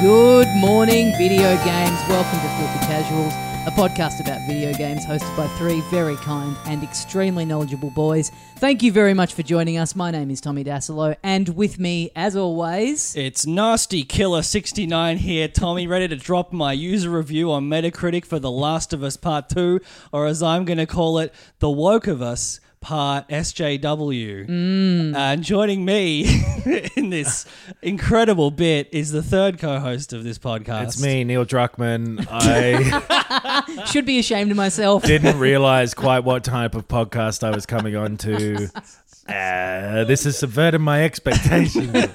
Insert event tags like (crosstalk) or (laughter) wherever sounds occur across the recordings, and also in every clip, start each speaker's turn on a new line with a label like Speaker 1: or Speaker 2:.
Speaker 1: Good morning, video games. Welcome to Filthy Casuals, a podcast about video games hosted by three very kind and extremely knowledgeable boys. Thank you very much for joining us. My name is Tommy Dasilo, and with me, as
Speaker 2: (laughs)
Speaker 1: always,
Speaker 2: It's Nasty Killer 69 here, Tommy, ready to drop my user review on Metacritic for The Last of Us Part 2, or as I'm going to call it, The Woke of Us Part SJW. Uh, joining me (laughs) in this incredible bit is the third co host of this podcast.
Speaker 3: It's me, Neil Druckmann.
Speaker 2: (laughs)
Speaker 3: I
Speaker 1: should be ashamed of myself.
Speaker 3: didn't realize quite what type of podcast I was coming on to. Uh, this has subverted my
Speaker 2: (laughs)
Speaker 3: expectations. yeah,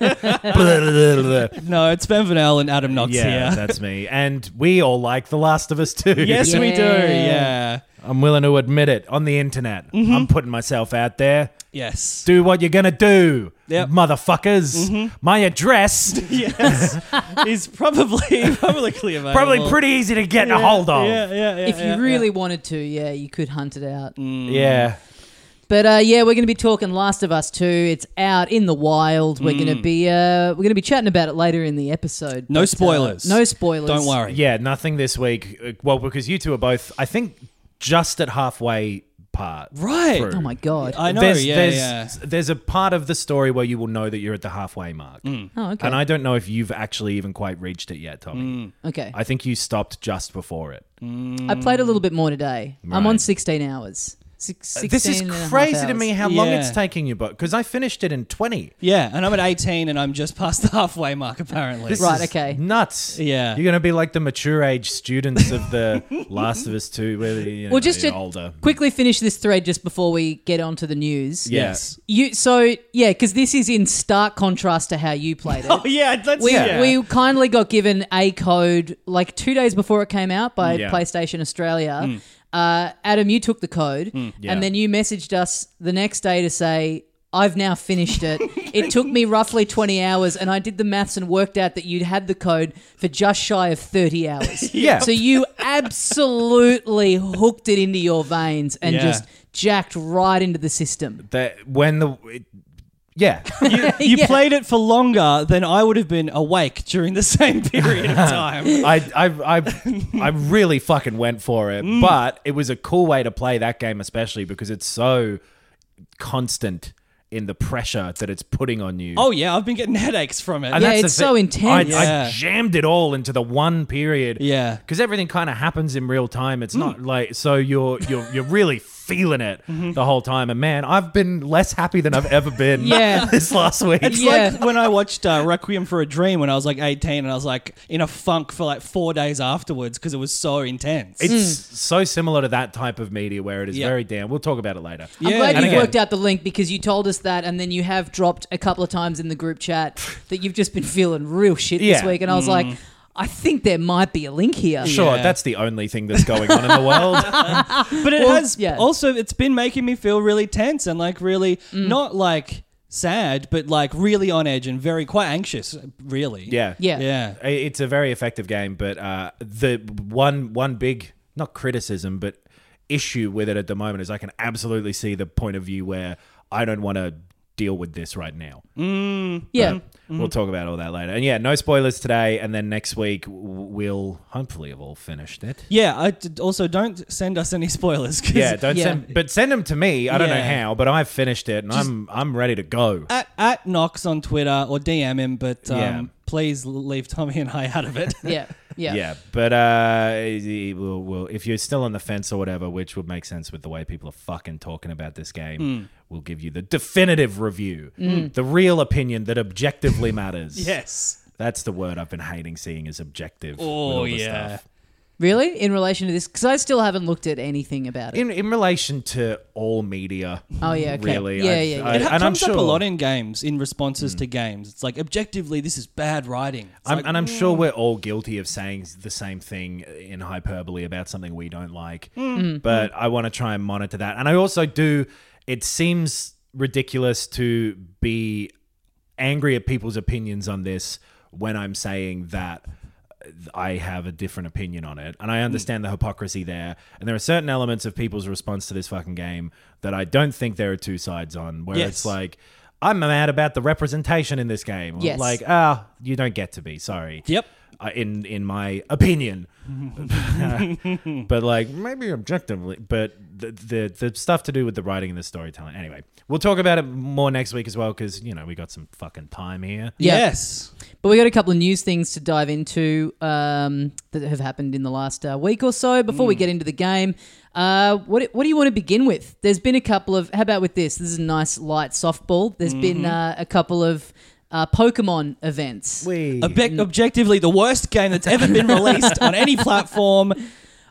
Speaker 2: No, it's Ben Vanel and Adam Knox here.
Speaker 3: that's me. And we all like The Last of Us too.
Speaker 2: Yes, we do.
Speaker 1: Yeah.
Speaker 2: Yeah.
Speaker 3: I'm willing to admit it on the internet.
Speaker 2: Mm-hmm.
Speaker 3: I'm putting myself out there.
Speaker 2: Yes.
Speaker 3: Do what you're going to do,
Speaker 2: Yep. Mm-hmm.
Speaker 3: motherfuckers. My address,
Speaker 2: (laughs) (laughs) yes. is probably (laughs) publicly available.
Speaker 3: probably pretty easy to get a hold of.
Speaker 2: Yeah, yeah, yeah.
Speaker 1: If
Speaker 2: yeah, Mm.
Speaker 1: you really wanted to, yeah, you could hunt it out.
Speaker 3: yeah.
Speaker 1: But uh, yeah, we're going to be talking Last of Us 2. It's out in the wild. We're going to be uh, we're going to be chatting about it later in the episode.
Speaker 2: Mm. No
Speaker 1: but, uh,
Speaker 2: spoilers.
Speaker 1: no spoilers.
Speaker 2: Don't worry.
Speaker 3: Yeah, nothing this week. Uh, Well, because you two are both, I think, just at halfway part.
Speaker 2: Right.
Speaker 1: Oh my god.
Speaker 2: I know.
Speaker 3: there's,
Speaker 2: yeah,
Speaker 3: there's,
Speaker 2: yeah.
Speaker 3: there's a part of the story where you will know that you're at the halfway mark.
Speaker 2: Mm.
Speaker 1: oh okay.
Speaker 3: And I don't know if you've actually even quite reached it yet,
Speaker 2: Mm.
Speaker 3: Tommy.
Speaker 1: okay.
Speaker 3: I think you stopped just before it.
Speaker 1: Mm. I played a little bit more today. I'm on
Speaker 3: Right. Uh,
Speaker 1: 16 hours. Six, 16
Speaker 3: This is
Speaker 1: and a half
Speaker 3: crazy to
Speaker 1: hours.
Speaker 3: me how long
Speaker 2: Yeah.
Speaker 3: it's taking you, but because I finished it in 20.
Speaker 2: Yeah, and I'm at 18 and I'm just past the (laughs) halfway mark, apparently.
Speaker 3: This
Speaker 1: Right,
Speaker 3: is
Speaker 1: okay.
Speaker 3: Nuts.
Speaker 2: Yeah.
Speaker 3: You're going to be like the mature age students
Speaker 1: (laughs)
Speaker 3: of the Last of Us 2, where they, you know,
Speaker 1: Well, just
Speaker 3: you're
Speaker 1: to (laughs)
Speaker 3: older.
Speaker 1: quickly finish this thread just before we get on to the news.
Speaker 3: Yeah.
Speaker 2: yes.
Speaker 1: You so yeah, because this is in stark contrast to how you played it.
Speaker 3: (laughs)
Speaker 2: Oh, yeah, that's
Speaker 1: We,
Speaker 2: (laughs) yeah.
Speaker 1: we kindly got given a code like two days before it came out by
Speaker 3: Yeah.
Speaker 1: PlayStation Australia. Uh, Adam, you took the code
Speaker 3: Yeah.
Speaker 1: and then you messaged us the next day to say, I've now finished it. it took me roughly 20 hours and I did the maths and worked out that you'd had the code for just shy of 30 hours.
Speaker 3: Yeah.
Speaker 1: So you absolutely hooked it into your veins and
Speaker 2: Yeah.
Speaker 1: just jacked right into the system.
Speaker 3: that when the. It,
Speaker 1: (laughs)
Speaker 3: yeah.
Speaker 2: you
Speaker 1: Yeah.
Speaker 2: played it for longer than I would have been awake during the (laughs) same period of time.
Speaker 3: I, I, I, I really fucking went for it,
Speaker 1: Mm.
Speaker 3: but it was a cool way to play that game, especially because it's so constant in the pressure that it's putting on you.
Speaker 2: oh, yeah, I've been getting headaches from it.
Speaker 3: And
Speaker 1: Yeah,
Speaker 3: that's the
Speaker 1: it's so
Speaker 3: thing.
Speaker 1: intense.
Speaker 3: I,
Speaker 2: Yeah.
Speaker 3: I jammed it all into the one period.
Speaker 2: Yeah.
Speaker 3: because everything kind of happens in real time.
Speaker 1: Mm.
Speaker 3: It's not like so you're you're you're really feeling it
Speaker 1: Mm-hmm.
Speaker 3: the whole time. And man, I've been less happy than I've ever been.
Speaker 1: (laughs) Yeah.
Speaker 3: (laughs) this last week.
Speaker 2: It's
Speaker 1: Yeah.
Speaker 2: like when I watched uh, Requiem for a Dream when I was like 18 and I was like in a funk for like four days afterwards because it was so intense.
Speaker 3: It's so similar to that type of media where it is
Speaker 2: Mm. Yeah.
Speaker 3: very damn. We'll talk about it later.
Speaker 1: I'm
Speaker 2: Yeah,
Speaker 1: glad
Speaker 2: and
Speaker 1: you
Speaker 3: again-
Speaker 1: worked out the link because you told us that, and then you have dropped a couple of times in the group
Speaker 3: (laughs)
Speaker 1: chat that you've just been feeling real shit this
Speaker 3: Yeah. Mm.
Speaker 1: week, and I was like, I think there might be a link here.
Speaker 3: Sure,
Speaker 2: Yeah.
Speaker 3: that's the only thing that's going on in the
Speaker 2: (laughs)
Speaker 3: world.
Speaker 2: but it
Speaker 1: Well,
Speaker 2: has
Speaker 1: yeah.
Speaker 2: also it's been making me feel really tense and like really
Speaker 1: Mm.
Speaker 2: not like sad but like really on edge and very quite anxious really
Speaker 3: yeah.
Speaker 1: Yeah.
Speaker 2: yeah
Speaker 3: I- It's a very effective game, but uh, the one one big not criticism but issue with it at the moment is I can absolutely see the point of view where I don't want to deal with this right now.
Speaker 1: Yeah.
Speaker 2: Mm-hmm.
Speaker 3: We'll talk about all that later. And yeah, no spoilers today and then next week w- we'll hopefully have all finished it.
Speaker 2: yeah I d- also don't send us any (laughs) spoilers 'cause
Speaker 3: Yeah, don't
Speaker 1: Yeah.
Speaker 3: send but send them to me. I don't know
Speaker 2: Yeah.
Speaker 3: how, but I've finished it and I'm I'm ready to go.
Speaker 2: at, at Knox on Twitter or DM him, but um,
Speaker 3: Yeah.
Speaker 2: please leave Tommy and I out of
Speaker 3: (laughs)
Speaker 2: it.
Speaker 1: yeah, yeah,
Speaker 3: Yeah. but uh, it- we'll, we'll, if you're still on the fence or whatever, which would make sense with the way people are fucking talking about this game,
Speaker 2: Hmm.
Speaker 3: we'll give you the definitive review, the real opinion that objectively matters.
Speaker 2: (laughs) yes.
Speaker 3: That's the word I've been hating seeing as objective. with
Speaker 2: Oh
Speaker 3: all the
Speaker 2: yeah.
Speaker 3: stuff.
Speaker 1: Really? In relation to this? Because I still haven't looked at anything about it.
Speaker 3: In in relation to all media.
Speaker 1: Oh, yeah, okay.
Speaker 3: Really.
Speaker 1: Yeah,
Speaker 3: I've-
Speaker 1: yeah, yeah.
Speaker 3: I-
Speaker 2: It ha-
Speaker 3: and I'm
Speaker 2: comes
Speaker 3: sure Hmm.
Speaker 2: up a lot in games in responses to games. It's like objectively, this is bad writing. It's
Speaker 3: I'm,
Speaker 2: like, mm.
Speaker 3: and I'm sure we're all guilty of saying the same thing in hyperbole about something we don't like.
Speaker 2: Mm.
Speaker 3: But I want to try and monitor that. And I also do, it seems ridiculous to be angry at people's opinions on this when I'm saying that uh, I have a different opinion on it. And I understand the hypocrisy there. And there are certain elements of people's response to this fucking game that I don't think there are two sides on, where
Speaker 2: Yes.
Speaker 3: it's like, I'm mad about the representation in this game.
Speaker 1: Yes.
Speaker 3: Like, ah, you don't get to be. Sorry.
Speaker 2: Yep.
Speaker 3: Uh, in in my opinion, but like maybe objectively, but the, the the stuff to do with the writing and the storytelling. Anyway, we'll talk about it more next week as well because you know we got some fucking time here.
Speaker 1: Yeah.
Speaker 2: Yes.
Speaker 1: But we got a couple of news things to dive into um, that have happened in the last uh, week or so. Before we get into the game, uh, what what do you want to begin with? There's been a couple of. How about with this? This is a nice light softball. There's been uh, a couple of uh, Pokemon events,
Speaker 3: We
Speaker 2: Obje- objectively, the worst game that's ever been released on
Speaker 3: (laughs)
Speaker 2: any platform.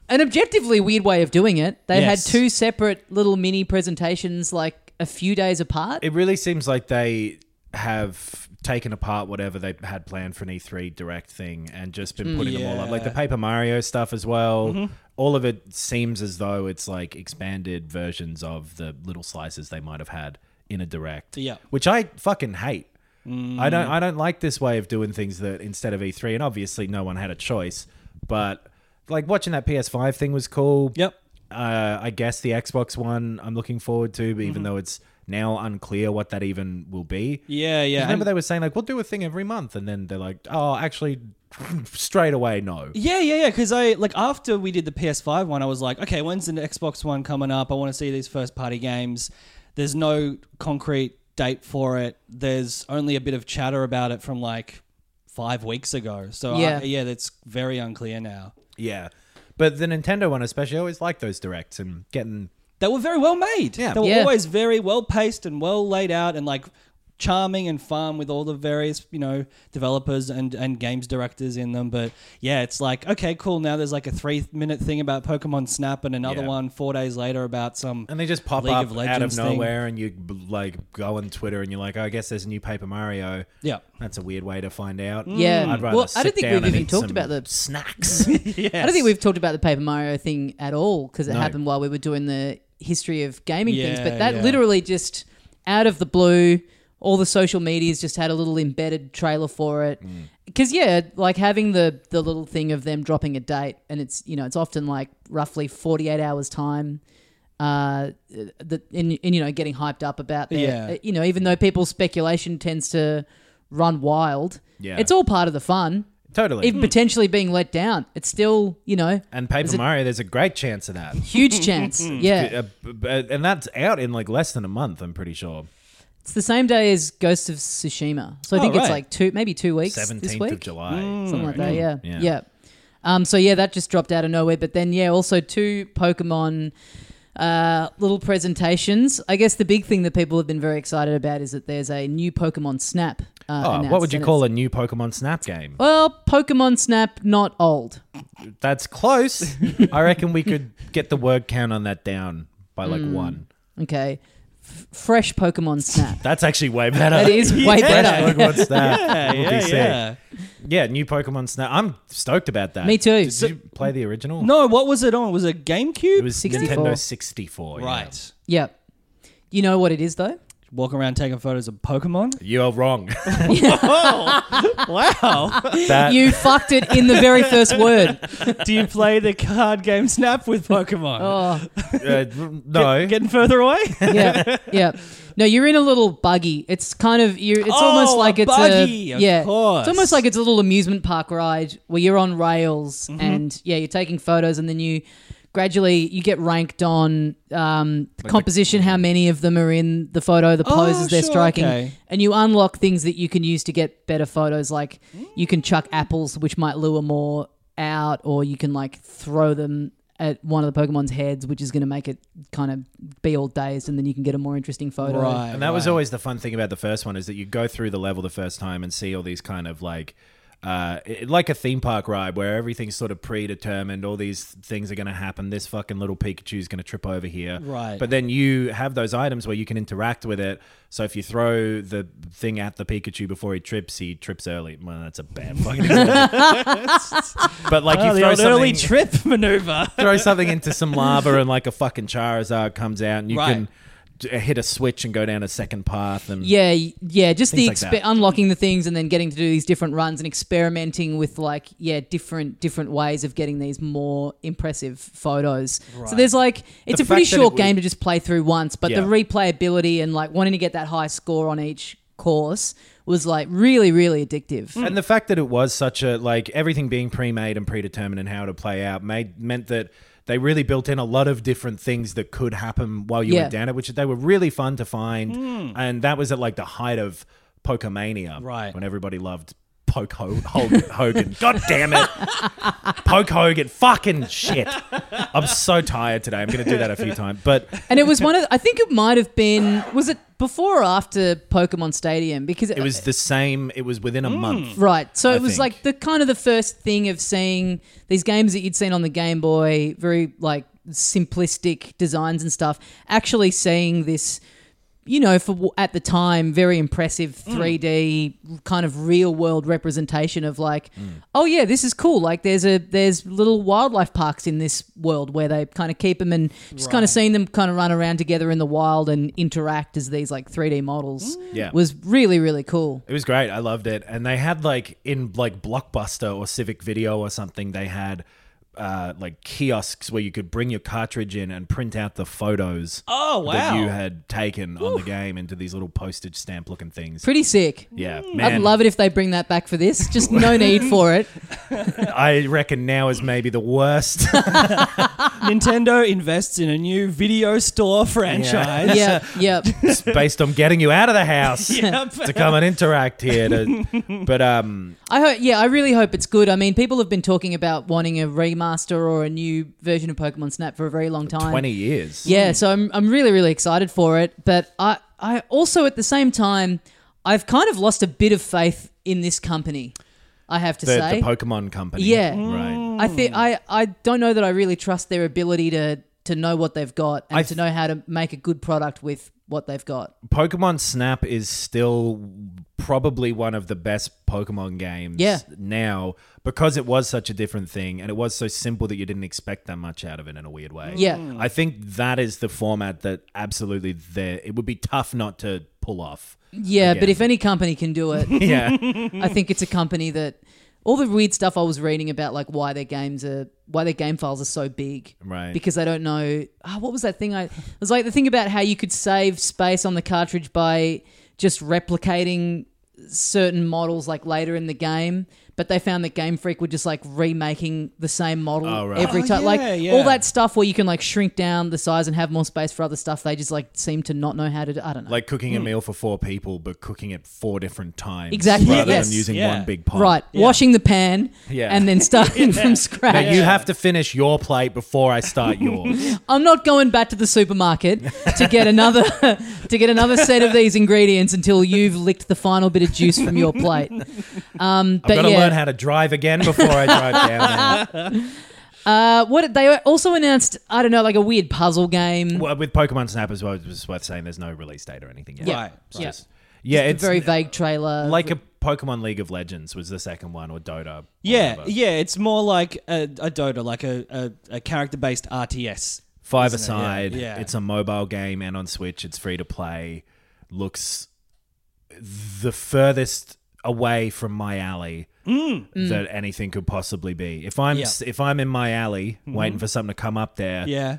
Speaker 1: an objectively weird way of doing it. They
Speaker 2: Yes.
Speaker 1: had two separate little mini presentations, like a few days apart.
Speaker 3: it really seems like they have taken apart whatever they had planned for an E3 direct thing and just been putting them all up. Like the Paper Mario stuff as well.
Speaker 2: Mm-hmm.
Speaker 3: All of it seems as though it's like expanded versions of the little slices they might have had in a direct.
Speaker 2: Yeah. Mm.
Speaker 3: Which I fucking hate. I don't I don't like this way of doing things that instead of E3 and obviously no one had a choice, but like watching that PS5 thing was cool.
Speaker 2: Yep.
Speaker 3: Uh, I guess the Xbox one I'm looking forward to, but
Speaker 1: Mm-hmm.
Speaker 3: even though it's now unclear what that even will be.
Speaker 2: Yeah, yeah.
Speaker 3: Remember
Speaker 2: and-
Speaker 3: they were saying like we'll do a thing every month, and then they're like, oh, actually, (laughs) straight away, no.
Speaker 2: yeah, yeah, yeah. Because I like after we did the PS5 one, I was like, okay, when's the Xbox one coming up? I want to see these first party games. There's no concrete date for it. There's only a bit of chatter about it from like five weeks ago. So yeah,
Speaker 1: Yeah.
Speaker 2: I, yeah, that's very unclear now.
Speaker 3: Yeah, but the Nintendo one especially, I always like those directs and getting.
Speaker 2: They were very well made.
Speaker 3: Yeah.
Speaker 2: They were
Speaker 1: Yeah.
Speaker 2: always very well paced and well laid out and like charming and fun with all the various, you know, developers and, and games directors in them. But yeah, it's like, okay, cool. Now there's like a three minute thing about Pokemon Snap and another
Speaker 3: Yeah.
Speaker 2: one four days later about some.
Speaker 3: And they just pop
Speaker 2: League
Speaker 3: up
Speaker 2: of
Speaker 3: out of
Speaker 2: Legends thing.
Speaker 3: nowhere, and you b- like go on Twitter, and you're like, oh, I guess there's a new Paper Mario.
Speaker 2: Yeah.
Speaker 3: that's a weird way to find out.
Speaker 1: Yeah.
Speaker 3: I'd rather
Speaker 1: Mm. Well,
Speaker 3: sit
Speaker 1: I don't think
Speaker 3: down
Speaker 1: we've
Speaker 3: and
Speaker 1: even
Speaker 3: eat
Speaker 1: talked
Speaker 3: some
Speaker 1: about the- (laughs)
Speaker 3: snacks.
Speaker 1: I don't think we've talked about the Paper Mario thing at all because it happened while we were doing the history of gaming things.
Speaker 2: Yeah,
Speaker 1: But that
Speaker 2: yeah.
Speaker 1: literally just out of the blue, all the social medias just had a little embedded trailer for it.
Speaker 2: Mm.
Speaker 1: Because yeah, like having the the little thing of them dropping a date, and it's you know it's often like roughly forty eight hours time. Uh, that in, in you know getting hyped up about their, uh,
Speaker 2: Yeah.
Speaker 1: you know even though people's speculation tends to run wild,
Speaker 3: Yeah.
Speaker 1: it's all part of the fun
Speaker 3: totally.
Speaker 1: even potentially being let down. It's still, you know,
Speaker 3: and Paper Mario, there's a great chance of that.
Speaker 1: huge chance. Yeah.
Speaker 3: Uh, b- b- and that's out in like less than a month. I'm pretty sure.
Speaker 1: It's the same day as Ghost of Tsushima. So I
Speaker 2: Oh,
Speaker 1: think it's
Speaker 2: right.
Speaker 1: like two, maybe two weeks this
Speaker 3: Seventeenth
Speaker 1: week. Mm.
Speaker 3: of July, Hmm.
Speaker 1: Something like that, yeah.
Speaker 3: Yeah.
Speaker 1: Yeah. Um, so yeah, that just dropped out of nowhere. But then, yeah, also two Pokemon uh, little presentations. I guess the big thing that people have been very excited about is that there's a new Pokemon Snap. Uh,
Speaker 3: Oh, what would you call
Speaker 1: it?
Speaker 3: a new Pokemon Snap game?
Speaker 1: Well, Pokemon Snap, not old. (laughs)
Speaker 3: That's close. I reckon we could get the word count on that down by like
Speaker 1: Mm.
Speaker 3: one.
Speaker 1: Okay. F- fresh Pokemon Snap.
Speaker 3: That's actually way better.
Speaker 1: That is way better.
Speaker 3: (laughs) Pokemon Snap.
Speaker 2: Yeah,
Speaker 3: Would be
Speaker 2: yeah,
Speaker 3: sick.
Speaker 2: yeah.
Speaker 3: Yeah, new Pokemon Snap. I'm stoked about that.
Speaker 1: Me too.
Speaker 3: Did you play the original?
Speaker 2: No, what was it on? Was it GameCube?
Speaker 3: it was
Speaker 1: 64.
Speaker 3: Nintendo 64. yeah.
Speaker 2: right.
Speaker 1: Yep. You know what it is though?
Speaker 2: Walking around taking photos of Pokemon.
Speaker 3: You're wrong. (laughs) Uh,
Speaker 1: (laughs)
Speaker 3: Oh,
Speaker 2: Wow.
Speaker 3: that
Speaker 1: You fucked it in the very first word.
Speaker 2: (laughs) Do you play the card game Snap with Pokemon?
Speaker 1: Oh,
Speaker 3: uh, no.
Speaker 2: Getting further away?
Speaker 1: yeah, yeah. No, you're in a little buggy. It's kind of you. It's
Speaker 2: Oh,
Speaker 1: almost like
Speaker 2: a
Speaker 1: it's
Speaker 2: buggy,
Speaker 1: a
Speaker 2: of
Speaker 1: yeah.
Speaker 2: course.
Speaker 1: It's almost like it's a little amusement park ride where you're on rails
Speaker 2: Mm-hmm.
Speaker 1: and yeah, you're taking photos and then you gradually you get ranked on um, composition, how many of them are in the photo, the poses they're
Speaker 2: Mm-hmm. Oh, sure,
Speaker 1: striking,
Speaker 2: okay.
Speaker 1: and you unlock things that you can use to get better photos. Like you can chuck apples, which might lure more out, or you can like throw them at one of the Pokemon's heads, which is going to make it kind of be all dazed, and then you can get a more interesting photo.
Speaker 2: (laughs) Right.
Speaker 3: And that was always the fun thing about the first one is that you go through the level the first time and see all these kind of like uh, it, like a theme park ride where everything's sort of predetermined. All these things are going to happen. This fucking little Pikachu's going to trip over here.
Speaker 2: Right.
Speaker 3: But then you have those items where you can interact with it. So if you throw the thing at the Pikachu before he trips, he trips early. Well, that's a bad
Speaker 2: (laughs)
Speaker 3: fucking example. (laughs) but like
Speaker 2: Oh,
Speaker 3: you
Speaker 2: the
Speaker 3: throw
Speaker 2: old early
Speaker 3: something,
Speaker 2: trip (laughs)
Speaker 3: (laughs)
Speaker 2: maneuver.
Speaker 3: throw something into some lava and like a fucking Charizard comes out and you
Speaker 2: Right.
Speaker 3: can d- uh, hit a switch and go down a second path and
Speaker 1: Yeah, y- yeah, just the
Speaker 3: Things like
Speaker 1: expe-
Speaker 3: that.
Speaker 1: unlocking the things and then getting to do these different runs and experimenting with like yeah, different different ways of getting these more impressive photos. So there's like it's
Speaker 3: The
Speaker 1: a pretty
Speaker 3: fact that it
Speaker 1: short
Speaker 3: would-
Speaker 1: game to just play through once, but the
Speaker 3: Yeah.
Speaker 1: replayability and like wanting to get that high score on each course was like really really addictive.
Speaker 3: (laughs) Mm. And the fact that it was such a like everything being pre-made and predetermined and how it would play out made meant that they really built in a lot of different things that could happen while you
Speaker 1: Yeah.
Speaker 3: went down it, which they were really fun to find. And that was at like the height of Pokemania,
Speaker 2: Right.
Speaker 3: When everybody loved Poke Ho- Hogan. Hogan. (laughs) God damn it, Poke Hogan! Fucking shit! I'm so tired today. I'm gonna do that a few times, but
Speaker 1: And it was one of I think it might have been was it before or after Pokemon Stadium because
Speaker 3: it was the same. It was within a
Speaker 2: Mm.
Speaker 3: month.
Speaker 1: Right. So
Speaker 3: I
Speaker 1: it was
Speaker 3: think.
Speaker 1: like the kind of the first thing of seeing these games that you'd seen on the Game Boy, very like simplistic designs and stuff, actually seeing this you know for w- at the time very impressive
Speaker 3: Mm.
Speaker 1: 3D kind of real world representation of like
Speaker 3: Mm.
Speaker 1: oh yeah this is cool like there's a there's little wildlife parks in this world where they kind of keep them and just kind of seeing them kind of run around together in the wild and interact as these like 3D models
Speaker 3: Yeah.
Speaker 1: was really really cool.
Speaker 3: It was great. I loved it. And they had like in like Blockbuster or Civic Video or something, they had uh, like kiosks where you could bring your cartridge in and print out the photos
Speaker 2: Oh,
Speaker 3: that you
Speaker 2: wow.
Speaker 3: had taken on the game into these little postage stamp looking things.
Speaker 1: Pretty sick.
Speaker 3: yeah,
Speaker 1: I'd love it if they bring that back for this. Just
Speaker 3: (laughs)
Speaker 1: no need for it.
Speaker 3: I reckon now is maybe
Speaker 1: (laughs)
Speaker 3: the worst. (laughs)
Speaker 2: Nintendo invests in a new video store franchise. (laughs)
Speaker 1: Yep, yep.
Speaker 3: it's based on getting you out of the house to come and interact
Speaker 2: (laughs)
Speaker 3: here. To, but um,
Speaker 1: I hope. Yeah, I really hope it's good. I mean, people have been talking about wanting a remaster or a new version of Pokemon Snap for a very long time.
Speaker 3: twenty years.
Speaker 1: Yeah, so I'm I'm really really excited for it, but I I also at the same time I've kind of lost a bit of faith in this company. I have to
Speaker 3: The,
Speaker 1: say.
Speaker 3: the Pokemon company.
Speaker 1: Yeah.
Speaker 3: Right.
Speaker 1: I think I, I don't know that I really trust their ability to to know what they've got and
Speaker 3: I
Speaker 1: to
Speaker 3: th-
Speaker 1: know how to make a good product with what they've got.
Speaker 3: Pokemon Snap is still probably one of the best Pokemon games
Speaker 1: Yeah.
Speaker 3: now because it was such a different thing and it was so simple that you didn't expect that much out of it in a weird way.
Speaker 1: Yeah.
Speaker 3: I think that is the format that absolutely there it would be tough not to
Speaker 1: (laughs)
Speaker 3: pull off.
Speaker 1: Yeah, but
Speaker 3: Again.
Speaker 1: if any company can do it,
Speaker 3: Yeah.
Speaker 1: I think it's a company that all the weird stuff I was reading about, like why their games are why their game files are so big,
Speaker 3: Right.
Speaker 1: Because they don't know oh, what was that thing I it was like the thing about how you could save space on the cartridge by just replicating certain models like later in the game. But they found that Game Freak were just like remaking the same model
Speaker 3: Oh, right.
Speaker 1: every
Speaker 2: Oh,
Speaker 1: time. like
Speaker 2: yeah, yeah.
Speaker 1: all that stuff where you can like shrink down the size and have more space for other stuff. They just like seem to not know how to do. I don't know.
Speaker 3: like cooking a meal for four people but cooking it four different times
Speaker 1: Exactly,
Speaker 3: rather
Speaker 1: yes.
Speaker 3: than using
Speaker 2: Yeah.
Speaker 3: one big pot.
Speaker 1: Right, washing the pan
Speaker 3: Yeah.
Speaker 1: and
Speaker 3: (laughs)
Speaker 1: then starting from scratch.
Speaker 3: Now you have to finish your plate before I
Speaker 1: (laughs)
Speaker 3: start yours.
Speaker 1: I'm not going back to the supermarket to get another (laughs) to get another set of these ingredients until you've licked the final bit of juice from your plate. Um,
Speaker 3: I've got
Speaker 1: but
Speaker 3: to
Speaker 1: yeah,
Speaker 3: learn how to drive again before I drive
Speaker 1: (laughs)
Speaker 3: down there.
Speaker 1: uh, what they also announced, I don't know, like a weird puzzle game.
Speaker 3: Well, with Pokemon Snap as well, it was worth saying there's no release date or anything yet.
Speaker 1: Yeah.
Speaker 2: Right,
Speaker 1: Yeah.
Speaker 3: Just- yeah,
Speaker 1: a
Speaker 3: it's
Speaker 1: very vague trailer.
Speaker 3: like a Pokemon League of Legends was the second one, or Dota. or
Speaker 2: (laughs) Yeah,
Speaker 3: whatever.
Speaker 2: yeah, it's more like a, a Dota, like a, a, a character based RTS.
Speaker 3: five
Speaker 2: Isn't it? Yeah,
Speaker 3: aside.
Speaker 2: yeah.
Speaker 3: It's a mobile game and on Switch. It's free to play. Looks the furthest away from my alley that anything could possibly be. If I'm
Speaker 2: Mm. Yeah. Mm-hmm.
Speaker 3: if I'm in my alley waiting for something to come up there,
Speaker 2: Yeah.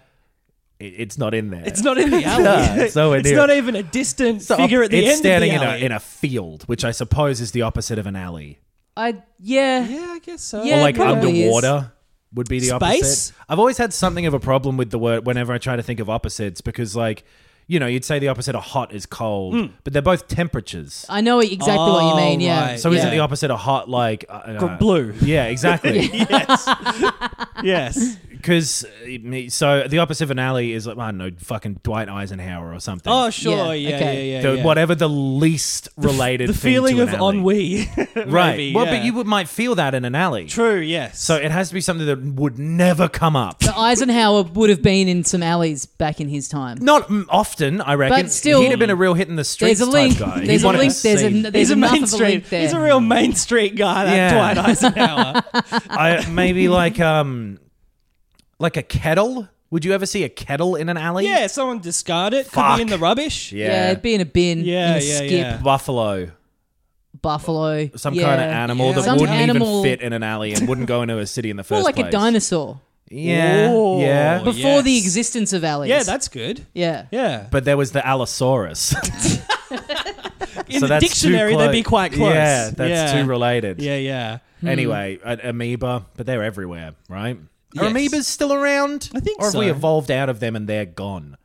Speaker 3: it, it's not in there.
Speaker 2: It's not
Speaker 3: (laughs)
Speaker 2: in the alley.
Speaker 3: Yeah, it's
Speaker 2: (laughs)
Speaker 3: nowhere
Speaker 2: It's
Speaker 3: near.
Speaker 2: not even a distant
Speaker 3: So
Speaker 2: figure at the
Speaker 3: it's
Speaker 2: end
Speaker 3: standing
Speaker 2: of the alley.
Speaker 3: in a in a field, which I suppose is the opposite of an alley.
Speaker 1: I yeah,
Speaker 2: yeah, I guess so.
Speaker 1: Yeah,
Speaker 3: or like
Speaker 1: probably is.
Speaker 3: underwater would be the
Speaker 2: Space?
Speaker 3: opposite. I've always had something of a problem with the word whenever I try to think of opposites because like you know you'd say the opposite of hot is cold, but they're both temperatures.
Speaker 1: I know exactly what
Speaker 2: Oh,
Speaker 1: you mean. Yeah,
Speaker 2: right.
Speaker 3: So
Speaker 1: yeah.
Speaker 3: isn't the opposite of hot like uh, uh,
Speaker 2: (laughs) Blue.
Speaker 3: Yeah, exactly. (laughs)
Speaker 2: yes. yes.
Speaker 3: because so the opposite of an alley is like I don't know, fucking Dwight Eisenhower or something.
Speaker 2: Oh, sure.
Speaker 1: Yeah,
Speaker 2: Yeah,
Speaker 1: okay.
Speaker 2: yeah, yeah.
Speaker 3: the,
Speaker 2: yeah.
Speaker 3: whatever the least related
Speaker 2: The
Speaker 3: thing
Speaker 2: feeling
Speaker 3: to
Speaker 2: of
Speaker 3: an alley.
Speaker 2: ennui.
Speaker 3: (laughs) right?
Speaker 2: Maybe,
Speaker 3: well,
Speaker 2: yeah.
Speaker 3: but you would, might feel that in an alley.
Speaker 2: True, yes.
Speaker 3: So it has to be something that would never come up.
Speaker 1: Eisenhower would have been in some alleys back in his time.
Speaker 3: Not mm, often, I reckon.
Speaker 1: But still-
Speaker 3: he'd have been a real hit in the streets
Speaker 1: There's a link.
Speaker 3: type guy. He
Speaker 1: There's a
Speaker 3: wanted to
Speaker 1: link. There's a
Speaker 3: see-
Speaker 1: there's
Speaker 2: he's a
Speaker 1: enough
Speaker 2: main
Speaker 1: of a
Speaker 2: street.
Speaker 1: link there.
Speaker 2: He's a real main street guy, that
Speaker 3: Yeah.
Speaker 2: Dwight Eisenhower.
Speaker 1: (laughs)
Speaker 3: (laughs) I, maybe like um, like a kettle. Would you ever see a kettle in an alley?
Speaker 2: yeah, someone discard it. Could
Speaker 3: Fuck.
Speaker 2: be in the rubbish.
Speaker 3: yeah.
Speaker 1: yeah. it'd be in a bin.
Speaker 2: Yeah,
Speaker 1: in a
Speaker 2: yeah,
Speaker 1: skip,
Speaker 2: yeah.
Speaker 3: Buffalo,
Speaker 1: buffalo,
Speaker 3: some
Speaker 1: yeah.
Speaker 3: kind of animal
Speaker 2: Yeah.
Speaker 3: that
Speaker 1: Some
Speaker 3: wouldn't
Speaker 1: animal-
Speaker 3: even fit in an alley and wouldn't go into a city in the
Speaker 1: (laughs)
Speaker 3: first
Speaker 1: More like
Speaker 3: place.
Speaker 1: a dinosaur
Speaker 3: Yeah,
Speaker 2: Ooh.
Speaker 3: yeah.
Speaker 2: But-
Speaker 1: before the
Speaker 2: Yes.
Speaker 1: existence of alleys.
Speaker 2: Yeah, that's good.
Speaker 1: yeah.
Speaker 2: Yeah.
Speaker 3: But there was the Allosaurus. (laughs)
Speaker 2: In
Speaker 3: so
Speaker 2: the
Speaker 3: that's too
Speaker 2: dictionary, they'd
Speaker 3: clo-
Speaker 2: be quite close.
Speaker 3: Yeah, that's
Speaker 2: yeah.
Speaker 3: too related.
Speaker 2: Yeah, yeah.
Speaker 1: Hmm.
Speaker 3: Anyway, a- amoeba, but they're everywhere, right? Are
Speaker 2: Yes.
Speaker 3: amoebas still around?
Speaker 2: I think
Speaker 3: Or have we
Speaker 2: so.
Speaker 3: evolved out of them and they're gone?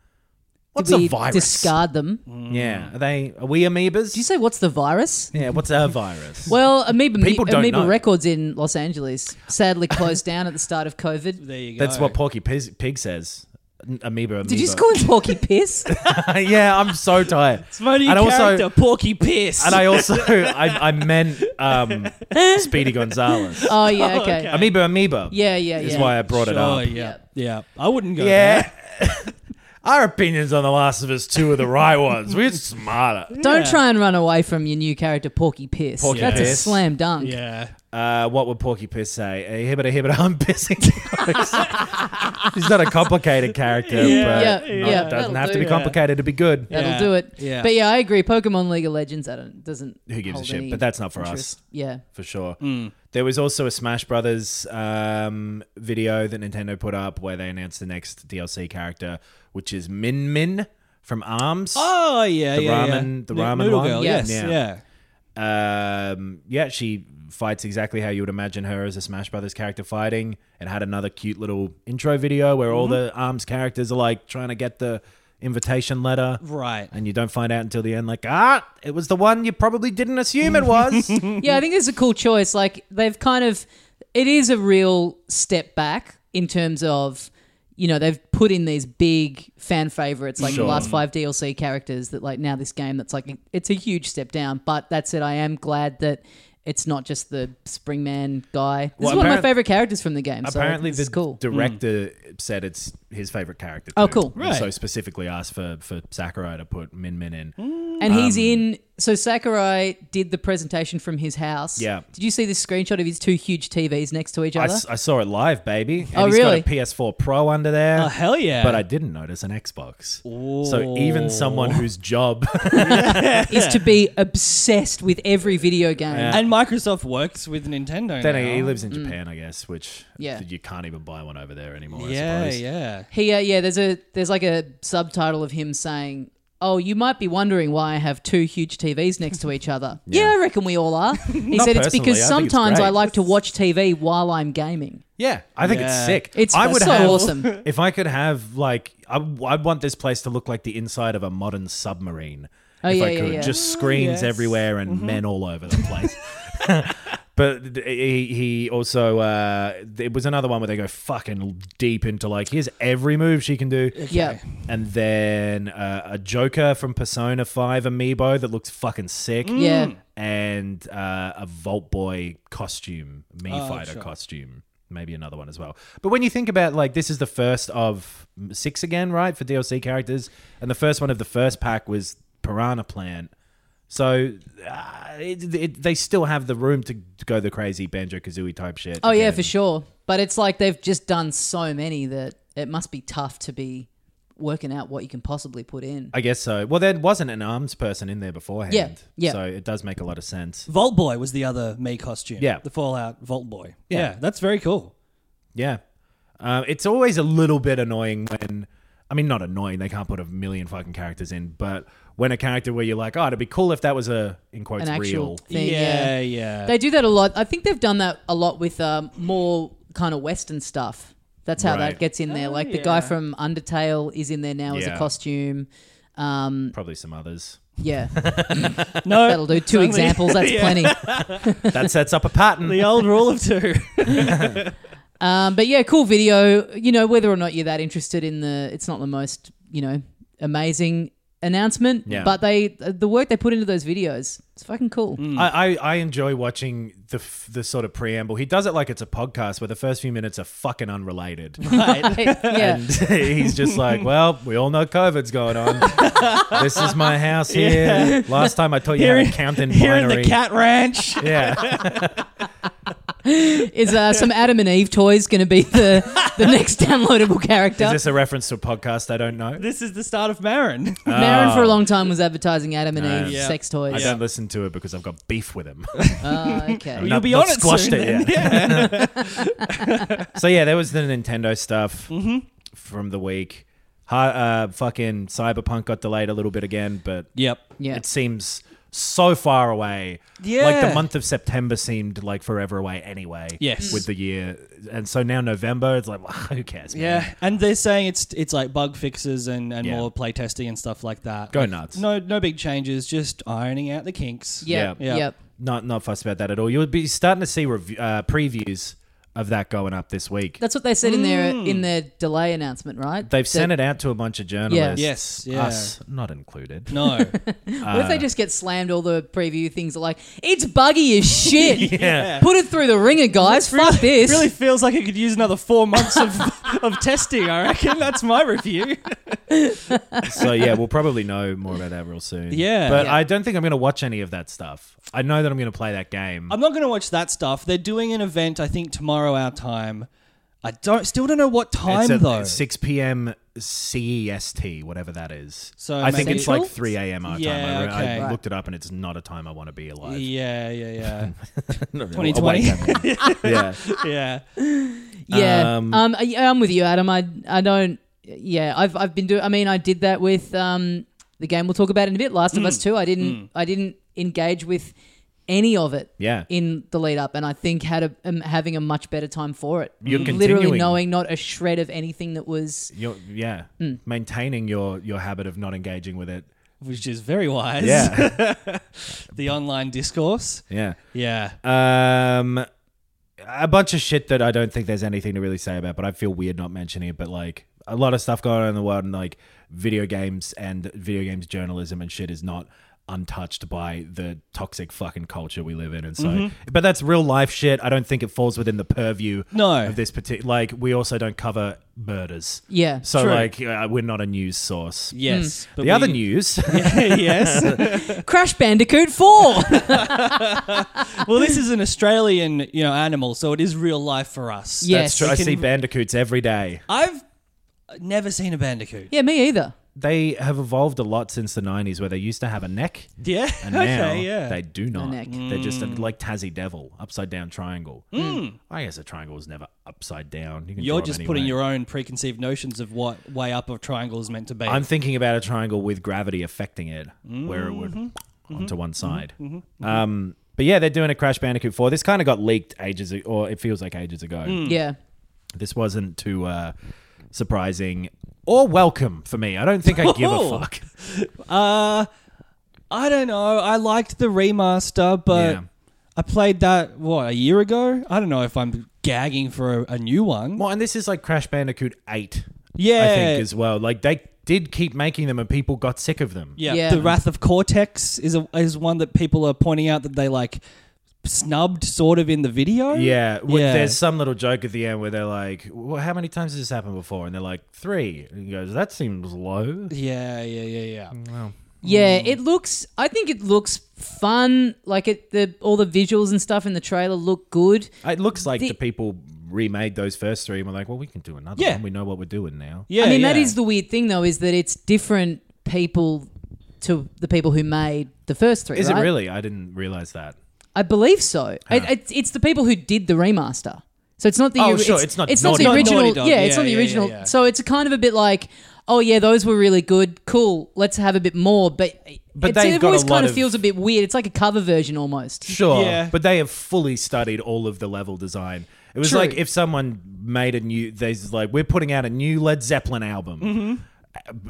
Speaker 3: What's
Speaker 1: Did we
Speaker 3: a virus? Mm.
Speaker 1: discard them? Did
Speaker 3: Yeah, are they are we amoebas?
Speaker 1: you say what's the virus?
Speaker 3: yeah, what's
Speaker 1: (laughs)
Speaker 3: a virus?
Speaker 1: Well, Amoeba,
Speaker 3: People don't
Speaker 1: Amoeba
Speaker 3: know.
Speaker 1: Records in Los Angeles sadly
Speaker 3: (laughs)
Speaker 1: closed down at the start of COVID.
Speaker 2: There you go.
Speaker 3: That's what Porky Pig, Pig says. N- Amoeba, amoeba.
Speaker 1: Did you just call him Porky
Speaker 3: (laughs)
Speaker 1: Piss?
Speaker 3: yeah, I'm so tired.
Speaker 2: It's my new
Speaker 3: and I
Speaker 2: character,
Speaker 3: also
Speaker 2: Porky Piss.
Speaker 3: and I also (laughs) I, I meant
Speaker 1: (laughs)
Speaker 3: um,
Speaker 2: (laughs)
Speaker 3: Speedy Gonzalez.
Speaker 1: Oh yeah, okay.
Speaker 2: okay.
Speaker 3: Amoeba, amoeba.
Speaker 1: Yeah, yeah,
Speaker 3: Is
Speaker 1: yeah.
Speaker 3: why I brought
Speaker 2: sure,
Speaker 3: it up.
Speaker 2: Oh, Yeah, yeah. I wouldn't go.
Speaker 3: Yeah. (laughs) Our opinions on The Last of Us 2 are the right ones. We're smarter.
Speaker 1: Don't
Speaker 2: Yeah.
Speaker 1: try and run away from your new character, Porky Piss.
Speaker 3: Porky
Speaker 1: That's a
Speaker 3: Piss.
Speaker 1: slam
Speaker 2: there.
Speaker 1: dunk.
Speaker 2: Yeah.
Speaker 3: Uh, what would Porky Piss say? Uh, A hibbita hibbita, I'm (laughs) pissing. He's not a complicated character,
Speaker 1: Yeah,
Speaker 3: but
Speaker 1: yeah,
Speaker 3: not-
Speaker 1: yeah.
Speaker 3: doesn't
Speaker 1: That'll
Speaker 3: have
Speaker 1: do.
Speaker 3: to be complicated to be good.
Speaker 1: That'll
Speaker 2: Yeah.
Speaker 1: do it.
Speaker 2: Yeah.
Speaker 1: But yeah, I agree. Pokemon League of Legends, I don't doesn't.
Speaker 3: Who gives a
Speaker 1: hold
Speaker 3: shit?
Speaker 1: any
Speaker 3: But that's not for us.
Speaker 1: interest. Yeah.
Speaker 3: for sure. There was also a Smash Brothers um, video that Nintendo put up where they announced the next DLC character, which is Min Min from Arms.
Speaker 2: Oh yeah,
Speaker 3: The
Speaker 2: yeah,
Speaker 3: ramen-
Speaker 2: yeah.
Speaker 3: the ramen
Speaker 2: noodle
Speaker 3: one?
Speaker 2: girl.
Speaker 1: Yeah.
Speaker 2: Yes,
Speaker 3: Yeah.
Speaker 2: yeah.
Speaker 3: Um, yeah, she fights exactly how you would imagine her as a Smash Brothers character fighting. It had another cute little intro video where all
Speaker 1: Mm-hmm.
Speaker 3: the Arms characters are like trying to get the invitation letter.
Speaker 2: Right.
Speaker 3: And you don't find out until the end, like, ah, it was the one you probably didn't assume
Speaker 1: (laughs)
Speaker 3: it was.
Speaker 1: Yeah, I think it's a cool choice. Like they've kind of, it is a real step back in terms of, you know, they've put in these big fan favorites like
Speaker 3: Sure.
Speaker 1: the last five DLC characters that like now this game that's like it's a huge step down. But that said, I am glad that. It's not just the Springman guy. This
Speaker 3: Well,
Speaker 1: is one of my
Speaker 3: apparent-
Speaker 1: favorite characters from the game. So
Speaker 3: Apparently,
Speaker 1: this
Speaker 3: the
Speaker 1: is cool.
Speaker 3: director said it's his favorite character.
Speaker 1: Oh,
Speaker 3: too.
Speaker 1: cool.
Speaker 3: And
Speaker 2: Right.
Speaker 3: So specifically asked for for Sakurai to put Min Min in.
Speaker 1: And he's
Speaker 3: um,
Speaker 1: in. So Sakurai did the presentation from his house.
Speaker 3: Yeah.
Speaker 1: Did you see this screenshot of his two huge TVs next to each
Speaker 3: I,
Speaker 1: other?
Speaker 3: s- I saw it live, baby. And
Speaker 1: Oh,
Speaker 3: he's
Speaker 1: really?
Speaker 3: got a PS4 Pro under there.
Speaker 2: Oh hell yeah.
Speaker 3: But I didn't notice an Xbox. So even someone whose job
Speaker 2: (laughs)
Speaker 3: (laughs)
Speaker 1: Is to be obsessed with every video game.
Speaker 2: and Microsoft works with Nintendo.
Speaker 3: then
Speaker 2: now.
Speaker 3: he lives in Japan, I guess, which
Speaker 1: Yeah.
Speaker 3: you can't even buy one over there anymore. I
Speaker 2: Yeah,
Speaker 3: suppose.
Speaker 2: yeah.
Speaker 1: He, uh, yeah, there's a there's like a subtitle of him saying, "Oh, you might be wondering why I have two huge TVs next to each
Speaker 3: (laughs)
Speaker 1: other." yeah. I reckon we all are. He
Speaker 3: Not
Speaker 1: said it's
Speaker 3: personally,
Speaker 1: because
Speaker 3: I think it's
Speaker 1: sometimes
Speaker 3: great.
Speaker 1: I like to watch TV while I'm gaming.
Speaker 3: Yeah, I think
Speaker 2: Yeah.
Speaker 3: it's sick.
Speaker 1: It's
Speaker 3: I would
Speaker 1: so
Speaker 3: have,
Speaker 1: awesome.
Speaker 3: (laughs) If I could have like, I, I want this place to look like the inside of a modern submarine.
Speaker 1: Oh,
Speaker 3: if
Speaker 1: yeah,
Speaker 3: I
Speaker 1: yeah,
Speaker 3: could,
Speaker 1: yeah.
Speaker 3: just screens
Speaker 2: yes. Mm-hmm.
Speaker 3: everywhere and men all over the place. (laughs) But th- he, he also uh, it was another one where they go fucking deep into like here's every move she can do,
Speaker 1: Yeah.
Speaker 3: and then uh, a Joker from Persona Five amiibo that looks fucking sick,
Speaker 1: Mm. Yeah.
Speaker 3: and uh, a Vault Boy costume, Mii
Speaker 2: Oh,
Speaker 3: Fighter
Speaker 2: sure.
Speaker 3: costume, maybe another one as well. But when you think about like this is the first of six again, right, for DLC characters, and the first one of the first pack was Piranha Plant. So uh, it, it, they still have the room to go the crazy Banjo Kazooie type shit.
Speaker 1: Oh yeah,
Speaker 3: again.
Speaker 1: for sure. But it's like they've just done so many that it must be tough to be working out what you can possibly put in.
Speaker 3: I guess so. Well, there wasn't an arms person in there beforehand.
Speaker 1: Yeah, yeah.
Speaker 3: So it does make a lot of sense.
Speaker 2: Vault Boy was the other me costume.
Speaker 3: Yeah.
Speaker 2: The Fallout Vault Boy.
Speaker 3: Yeah.
Speaker 2: yeah that's very cool.
Speaker 3: Yeah. Um, it's always a little bit annoying when, I mean, not annoying. They can't put a million fucking characters in, but when a character where you're like, oh, it'd be cool if that was a in quotes
Speaker 1: An actual
Speaker 3: real.
Speaker 1: thing.
Speaker 2: yeah, yeah.
Speaker 1: They do that a lot. I think they've done that a lot with um, more kind of Western stuff. That's how that
Speaker 3: Right. Oh,
Speaker 1: gets in there. Like the guy from Undertale is in there now as a
Speaker 3: Yeah.
Speaker 1: costume. Um,
Speaker 3: Probably some others. (laughs)
Speaker 1: Yeah,
Speaker 2: no,
Speaker 1: that'll do. Two examples. That's plenty.
Speaker 3: That sets up a pattern. (laughs)
Speaker 2: the old rule of two.
Speaker 1: Um, but yeah, cool video. You know, whether or not you're that interested in the, it's not the most you know amazing announcement,
Speaker 3: Yeah.
Speaker 1: but they the work they put into those videos, it's fucking cool.
Speaker 3: I, I, I enjoy watching the f- the sort of preamble. He does it like it's a podcast where the first few minutes are
Speaker 2: (laughs)
Speaker 3: fucking unrelated.
Speaker 2: Right.
Speaker 1: yeah.
Speaker 3: (laughs) And he's just like, well, we all know COVID's going on. this is my house here. Last time I told you how
Speaker 2: Here,
Speaker 3: to count in
Speaker 2: here in
Speaker 3: binary.
Speaker 2: the cat ranch. (laughs)
Speaker 3: yeah,
Speaker 1: Is uh, some Adam and Eve toys going to be the, the
Speaker 3: (laughs)
Speaker 1: next downloadable
Speaker 3: is
Speaker 1: character?
Speaker 3: this a reference to a podcast I don't know?
Speaker 2: This is the start of Marin. (laughs)
Speaker 1: Marin for a long time was advertising Adam and Eve
Speaker 2: Yeah.
Speaker 1: sex
Speaker 3: uh, I
Speaker 1: toys.
Speaker 3: don't listen to it because I've got beef
Speaker 2: (laughs)
Speaker 3: with him.
Speaker 1: Ah, okay.
Speaker 2: You'll be
Speaker 3: not
Speaker 2: on it
Speaker 3: squashed
Speaker 2: soon.
Speaker 3: it
Speaker 2: then.
Speaker 3: yet. (laughs) so yeah, there was the Nintendo stuff
Speaker 2: Mm-hmm.
Speaker 3: from the week. Hi, uh, fucking Cyberpunk got delayed a little bit again, but
Speaker 2: Yep.
Speaker 1: Yeah.
Speaker 3: it seems so far away. Like
Speaker 2: Yeah.
Speaker 3: the month of September seemed like forever away anyway.
Speaker 2: Yes.
Speaker 3: With the year. And so now November, it's like, (laughs) who cares? man?
Speaker 2: Yeah, and they're saying it's it's like bug fixes and, and
Speaker 3: Yeah.
Speaker 2: more play testing and stuff like that.
Speaker 3: Go
Speaker 2: Like,
Speaker 3: nuts.
Speaker 2: No no big changes, just ironing out the kinks.
Speaker 1: Yep.
Speaker 3: Yeah.
Speaker 2: Yeah.
Speaker 1: Yep.
Speaker 3: Not, not fussed about that at all. You'll be starting to see rev- uh, previews of that going up this week.
Speaker 1: That's what they said in their in their delay announcement, right?
Speaker 3: Hmm. They've sent it out to a bunch of journalists.
Speaker 2: Yes, yeah.
Speaker 3: Us not
Speaker 1: (laughs)
Speaker 3: included. (laughs)
Speaker 2: No.
Speaker 1: What
Speaker 3: uh,
Speaker 1: if they just get slammed? All the preview things are like, it's buggy as
Speaker 3: (laughs)
Speaker 1: shit. Put it through the ringer, guys. Fuck this.
Speaker 2: really feels like it could use another four months of (laughs) of testing, I reckon. That's my review. (laughs)
Speaker 3: so yeah, we'll probably know more about that real soon.
Speaker 2: Yeah.
Speaker 3: but
Speaker 1: Yeah.
Speaker 3: I don't think I'm going to watch any of that stuff. I know that I'm going to play that game.
Speaker 2: I'm not gonna watch that stuff. They're doing an event, I think, tomorrow our time. I don't still don't know what time
Speaker 3: it's at
Speaker 2: though.
Speaker 3: 6 p.m. CEST, E whatever that is.
Speaker 2: So
Speaker 3: I think
Speaker 2: maybe-
Speaker 3: it's like
Speaker 1: Central?
Speaker 3: 3 a.m. our
Speaker 2: Yeah,
Speaker 3: time. I, re- I
Speaker 2: okay.
Speaker 3: looked it up, and it's not a time I want to be alive.
Speaker 2: Yeah, yeah, yeah.
Speaker 3: Twenty
Speaker 2: 2020. (laughs)
Speaker 3: yeah,
Speaker 2: yeah.
Speaker 3: (laughs)
Speaker 1: Yeah. Um,
Speaker 3: Um,
Speaker 1: I- yeah, I'm with you, Adam. I I don't. Yeah, I've I've been doing. I mean, I did that with um the game we'll talk about in a bit. Last of
Speaker 3: Mm.
Speaker 1: Us Two. I didn't I didn't engage with any of it.
Speaker 3: Yeah.
Speaker 1: In the lead up, and I think had a um, having a much better time for it. Mm.
Speaker 3: You're
Speaker 1: literally
Speaker 3: continuing.
Speaker 1: knowing not a shred of anything that was. (laughs)
Speaker 3: You're, yeah.
Speaker 2: Hmm.
Speaker 3: Maintaining your your habit of not engaging with it.
Speaker 2: Which is very wise.
Speaker 3: Yeah,
Speaker 2: (laughs) The online discourse.
Speaker 3: yeah.
Speaker 2: Yeah.
Speaker 3: Um, a bunch of shit that I don't think there's anything to really say about, but I feel weird not mentioning it. But like a lot of stuff going on in the world, and like video games and video games journalism and shit is not untouched by the toxic fucking culture we live in. And so,
Speaker 2: Mm-hmm.
Speaker 3: but that's real life shit. I don't think it falls within the purview
Speaker 2: No.
Speaker 3: of this particular. Like we also don't cover murders,
Speaker 1: Yeah.
Speaker 3: so
Speaker 2: True.
Speaker 3: like uh, we're not a news source.
Speaker 2: Yes.
Speaker 3: The
Speaker 2: but
Speaker 3: other
Speaker 2: we-
Speaker 3: news,
Speaker 2: (laughs) yes.
Speaker 1: Crash Bandicoot Four. (laughs)
Speaker 2: Well, this is an Australian, you know, animal, so it is real life for us.
Speaker 1: yes.
Speaker 3: (laughs) I see bandicoots every day.
Speaker 2: I've never seen a bandicoot.
Speaker 1: Yeah, me either.
Speaker 3: they have evolved a lot since the 90s where they used to have a neck
Speaker 2: Yeah.
Speaker 3: (laughs) and now
Speaker 2: okay. Yeah. Mm.
Speaker 3: they do not
Speaker 1: neck.
Speaker 3: they're just a, like tassie devil upside down triangle i guess a triangle is never upside down you
Speaker 2: Hmm.
Speaker 3: can
Speaker 2: You're
Speaker 3: draw it
Speaker 2: just
Speaker 3: any
Speaker 2: putting
Speaker 3: way.
Speaker 2: your own preconceived notions of what way up a triangle is meant to be.
Speaker 3: i'm thinking about a triangle with gravity affecting it where it would
Speaker 2: Mm-hmm.
Speaker 3: onto one side um but yeah, they're doing a Crash Bandicoot 4. This kind of got leaked ages ago, or it feels like ages ago.
Speaker 2: Hmm.
Speaker 1: Yeah.
Speaker 3: This wasn't too uh, surprising or welcome for me. I don't think I give
Speaker 2: (laughs)
Speaker 3: a
Speaker 2: Oh.
Speaker 3: fuck.
Speaker 2: uh, I don't know. I liked the remaster, but
Speaker 3: Yeah.
Speaker 2: I played that what a year ago. I don't know if I'm gagging for a, a new one.
Speaker 3: Well, and this is like Crash Bandicoot 8. I
Speaker 2: Yeah.
Speaker 3: think as well. Like they did keep making them, and people got sick of them.
Speaker 2: Yeah.
Speaker 1: Yeah.
Speaker 2: The Wrath of Cortex is a, is one that people are pointing out that they like snubbed sort of in the video.
Speaker 3: Yeah, with-
Speaker 2: Yeah.
Speaker 3: there's some little joke at the end where they're like, well, how many times has this happened before? And they're like, three. And he goes, that seems low.
Speaker 2: Yeah, yeah, yeah,
Speaker 3: Mm.
Speaker 2: yeah.
Speaker 1: Yeah, it looks. I think it looks fun. Like it, the all the visuals and stuff in the trailer look good.
Speaker 3: It looks like the,
Speaker 1: The-
Speaker 3: people remade those first three and were like, well, we can do another
Speaker 2: Yeah.
Speaker 3: one. We know what we're doing now.
Speaker 2: Yeah,
Speaker 1: I mean, that
Speaker 2: yeah.
Speaker 1: is the weird thing though, is that it's different people to the people who made the first three.
Speaker 3: Is
Speaker 1: right?
Speaker 3: it really? I didn't realize that.
Speaker 1: I believe so. It, it's, it's the people who did the remaster. So it's not the.
Speaker 3: Oh,
Speaker 1: ori-
Speaker 3: sure, it's not
Speaker 1: not
Speaker 3: Naughty
Speaker 1: the
Speaker 3: Dog.
Speaker 1: original.
Speaker 2: Naughty Dog,
Speaker 1: Yeah, it's
Speaker 2: yeah,
Speaker 1: not the
Speaker 2: yeah,
Speaker 1: original.
Speaker 2: yeah, yeah.
Speaker 1: So it's kind of a bit like, oh yeah, those were really good. Cool, let's have a bit more. But
Speaker 3: But
Speaker 1: it's,
Speaker 3: they've
Speaker 1: it
Speaker 3: got a
Speaker 1: always
Speaker 3: lot
Speaker 1: kind of
Speaker 3: of-
Speaker 1: feels a bit weird. It's like a cover version almost.
Speaker 3: Sure,
Speaker 2: Yeah.
Speaker 3: but they have fully studied all of the level design. It was
Speaker 1: True.
Speaker 3: like if someone made a new, there's like we're putting out a new Led Zeppelin album,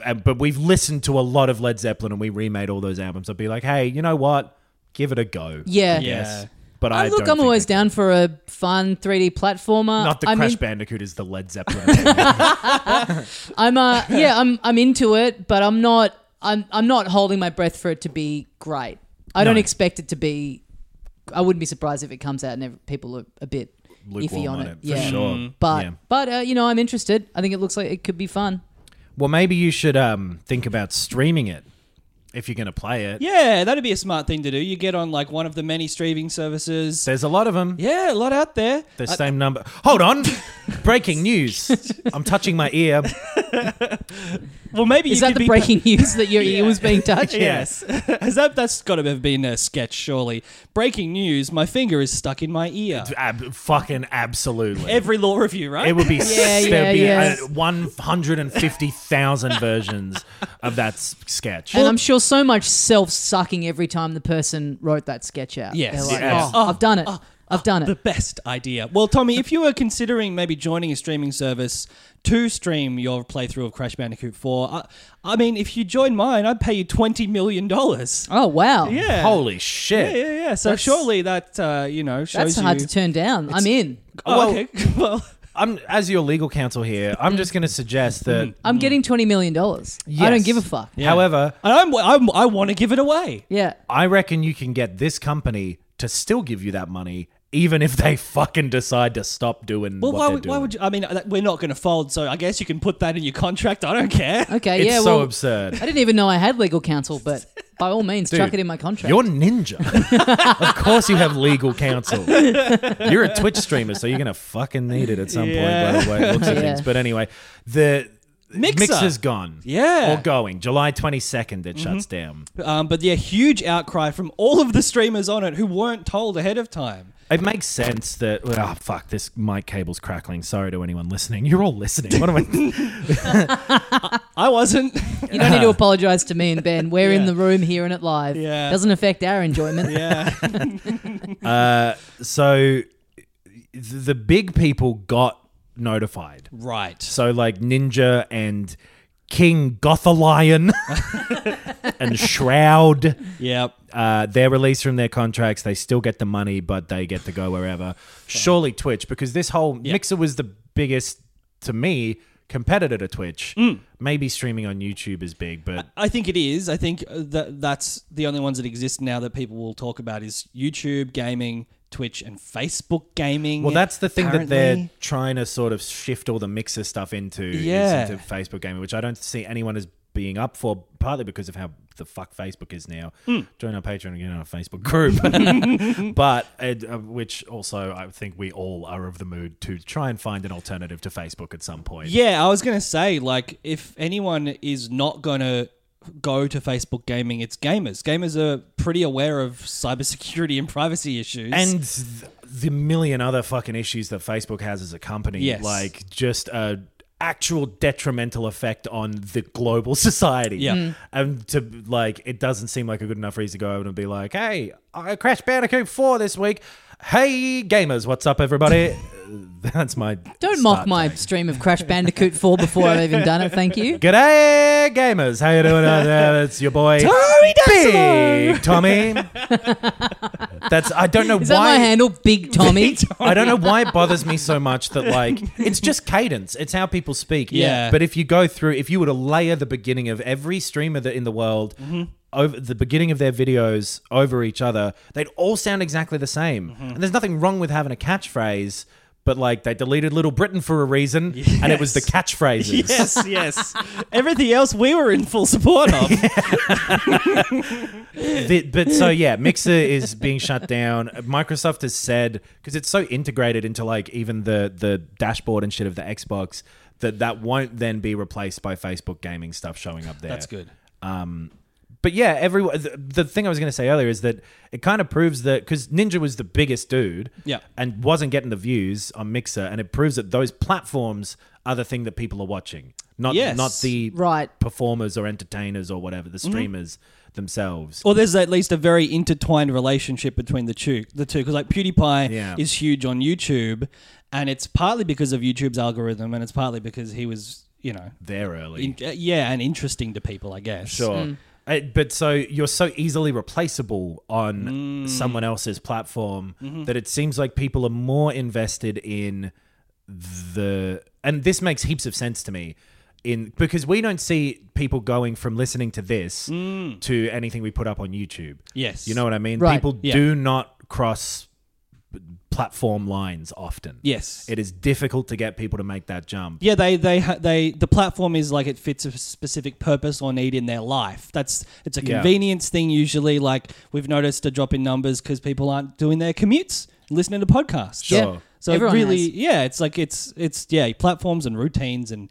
Speaker 3: Uh, but we've listened to a lot of Led Zeppelin and we remade all those albums. I'd be like, hey, you know what? Give it a go.
Speaker 1: Yeah.
Speaker 2: Yeah.
Speaker 3: But I
Speaker 1: I look,
Speaker 3: don't
Speaker 1: I'm
Speaker 3: think
Speaker 1: always
Speaker 3: they-
Speaker 1: down for a fun 3D platformer.
Speaker 3: Not the
Speaker 1: I
Speaker 3: Crash
Speaker 1: mean,
Speaker 3: Bandicoot is the Led Zeppelin. (laughs)
Speaker 1: I'm uh, yeah, I'm I'm into it, but I'm not I'm I'm not holding my breath for it to be great. I don't expect it to be. I wouldn't be surprised if it comes out and ev- people are a bit iffy
Speaker 3: Lukewarm
Speaker 1: on, it.
Speaker 3: for
Speaker 1: Yeah,
Speaker 3: sure.
Speaker 1: but
Speaker 3: Yeah.
Speaker 1: but uh, you know, I'm interested. I think it looks like it could be fun.
Speaker 3: Well, maybe you should um, think about streaming it if you're going to play it.
Speaker 2: Yeah, that'd be a smart thing to do. You get on like one of the many streaming services.
Speaker 3: There's a lot of them.
Speaker 2: Yeah, a lot out there.
Speaker 3: The same number. Hold on.
Speaker 1: (laughs)
Speaker 3: Breaking news. I'm touching my ear.
Speaker 2: Well, maybe
Speaker 1: Is
Speaker 2: you
Speaker 1: that
Speaker 2: could
Speaker 1: the
Speaker 2: be
Speaker 1: breaking news that your ear was being touched?
Speaker 2: Yes, (laughs) has that that's got to have been a sketch, surely. Breaking news: my finger is stuck in my ear.
Speaker 3: Ab- fucking absolutely.
Speaker 2: Every law review, right?
Speaker 3: it would be, yeah,
Speaker 1: yeah,
Speaker 3: there'd be
Speaker 1: yeah.
Speaker 3: uh, 150,000 versions of that s- sketch.
Speaker 1: And I'm sure so much self sucking every time the person wrote that sketch out.
Speaker 2: Yes.
Speaker 1: They're like,
Speaker 3: Yes.
Speaker 1: Oh, I've done it. I've done
Speaker 2: the
Speaker 1: it.
Speaker 2: best idea. Well, Tommy, if you were considering maybe joining a streaming service to stream your playthrough of Crash Bandicoot 4, I, I mean, if you join mine, I'd pay you $20 million. Yeah.
Speaker 1: Oh, wow.
Speaker 3: Holy shit.
Speaker 2: Yeah, yeah. So surely that, uh, you know, shows
Speaker 1: That's hard
Speaker 2: you.
Speaker 1: to turn down. I'm in.
Speaker 2: Oh,
Speaker 3: Well-
Speaker 2: okay. (laughs) well,
Speaker 3: I'm as your legal counsel here. I'm just going to suggest that.
Speaker 1: I'm getting $20 million. Mm. I don't give a fuck. Yeah.
Speaker 3: However,
Speaker 2: and I'm, I'm, I want to give it away.
Speaker 3: I reckon you can get this company to still give you that money, even if they fucking decide to stop doing.
Speaker 2: Well,
Speaker 3: what
Speaker 2: why,
Speaker 3: they're
Speaker 2: would- why
Speaker 3: doing.
Speaker 2: would you? I mean, that- we're not going to fold, so I guess you can put that in your contract. I don't care.
Speaker 1: Okay.
Speaker 3: It's
Speaker 1: yeah.
Speaker 3: so
Speaker 1: well,
Speaker 3: absurd.
Speaker 1: I didn't even know I had legal counsel, but by all means, chuck it in my contract.
Speaker 3: You're ninja.
Speaker 2: (laughs)
Speaker 3: of course you have legal counsel. You're a Twitch streamer, so you're gonna fucking need it at some point. By the way, it looks at
Speaker 1: Yeah.
Speaker 3: things. But anyway, the
Speaker 2: Mixer.
Speaker 3: mixer's gone.
Speaker 2: Yeah.
Speaker 3: or going. July 22nd, it shuts down.
Speaker 2: Um, but yeah, huge outcry from all of the streamers on it who weren't told ahead of time.
Speaker 3: It makes sense that oh fuck this mic cable's crackling. Sorry to anyone listening. You're all listening. What am I?
Speaker 2: I wasn't. (laughs)
Speaker 1: You don't need to apologize to me and Ben. We're in the room hearing it live.
Speaker 2: Yeah.
Speaker 1: Doesn't affect our enjoyment.
Speaker 2: yeah.
Speaker 3: so th- the big people got notified.
Speaker 2: Right.
Speaker 3: So like Ninja and King Gothalion (laughs) and Shroud,
Speaker 2: Yep.
Speaker 3: uh, they're released from their contracts. They still get the money, but they get to go wherever. Surely Twitch, because this whole Mixer was the biggest to me competitor to Twitch. Maybe streaming on YouTube is big, but
Speaker 2: I think it is. I think uh, that that's the only ones that exist now that people will talk about is YouTube gaming, Twitch, and Facebook gaming.
Speaker 3: Well, that's the thing that they're
Speaker 2: apparently.
Speaker 3: trying to sort of shift all the mixer stuff into, is
Speaker 2: Yeah.
Speaker 3: into Facebook gaming, which I don't see anyone as being up for, partly because of how the fuck Facebook is now. Join our Patreon and get on a Facebook group, (laughs) but uh, uh, which also I think we all are of the mood to try and find an alternative to Facebook at some point.
Speaker 2: Yeah, I was gonna say like if anyone is not gonna go to Facebook gaming, it's gamers. Gamers are pretty aware of cybersecurity and privacy issues.
Speaker 3: And th- the million other fucking issues that Facebook has as a company,
Speaker 2: Yes.
Speaker 3: like just a actual detrimental effect on the global (laughs) society.
Speaker 2: Yeah. Mm.
Speaker 3: And to like, it doesn't seem like a good enough reason to go over and be like, hey, I crashed Bandicoot 4 this week. Hey, gamers, what's up, everybody? (laughs) That's my.
Speaker 1: Don't mock
Speaker 3: start
Speaker 1: my stream of Crash Bandicoot 4 before I've even done it. Thank
Speaker 3: (laughs)
Speaker 1: you.
Speaker 3: G'day, gamers. How you doing out there? It's your boy Tommy
Speaker 1: (laughs)
Speaker 3: Big Tommy. That's I don't know
Speaker 1: Is
Speaker 3: why
Speaker 1: that my handle? Big Tommy.
Speaker 3: I don't know why it bothers me so much that like it's just cadence. It's how people speak.
Speaker 2: Yeah.
Speaker 3: But if you go through, if you were to layer the beginning of every streamer that in the world
Speaker 2: Mm-hmm.
Speaker 3: over the beginning of their videos over each other, they'd all sound exactly the same.
Speaker 2: Mm-hmm.
Speaker 3: And there's nothing wrong with having a catchphrase. But like they deleted Little Britain for
Speaker 2: (laughs)
Speaker 3: a reason, and it was the
Speaker 2: (laughs)
Speaker 3: catchphrases. (laughs)
Speaker 2: yes, yes. Everything else we were in full support of.
Speaker 3: (laughs) The- but so yeah, Mixer is being shut down. Microsoft has said because it's so integrated into like even the the dashboard and shit of the Xbox that that won't then be replaced by Facebook gaming stuff showing up there.
Speaker 2: That's good.
Speaker 3: But yeah, everyone. The, the thing I was going to say earlier is that it kind of proves that because Ninja was the biggest dude,
Speaker 2: Yeah.
Speaker 3: and wasn't getting the views on Mixer, and it proves that those platforms are the thing that people are watching, not
Speaker 2: Yes. Mm-hmm.
Speaker 3: not the
Speaker 1: Right.
Speaker 3: performers or entertainers or whatever the streamers themselves.
Speaker 2: Well, there's at least a very intertwined relationship between the two. The two, because like PewDiePie
Speaker 3: Yeah.
Speaker 2: is huge on YouTube, and it's partly because of YouTube's algorithm, and it's partly because he was, you know,
Speaker 3: They're early.
Speaker 2: in, uh, yeah, and interesting to people, I guess.
Speaker 3: Sure. Uh, but so you're so easily replaceable on
Speaker 2: Mm.
Speaker 3: someone else's platform
Speaker 2: Mm-hmm.
Speaker 3: that it seems like people are more invested in the and this makes heaps of sense to me in because we don't see people going from listening to this to anything we put up on YouTube.
Speaker 2: Mm. Yes.
Speaker 3: You know what I mean?
Speaker 1: Right.
Speaker 3: People
Speaker 2: Yeah.
Speaker 3: do not cross platform lines often.
Speaker 2: Yes.
Speaker 3: It is difficult to get people to make that jump.
Speaker 2: Yeah, they they ha- they the platform is like it fits a specific purpose or need in their life. That's it's a
Speaker 3: Yeah.
Speaker 2: convenience thing usually. Like we've noticed a drop in numbers because people aren't doing their commutes, listening to podcasts.
Speaker 3: Sure. Yeah.
Speaker 2: So it
Speaker 1: Everyone
Speaker 2: really,
Speaker 1: has.
Speaker 2: yeah, it's like it's it's yeah platforms and routines and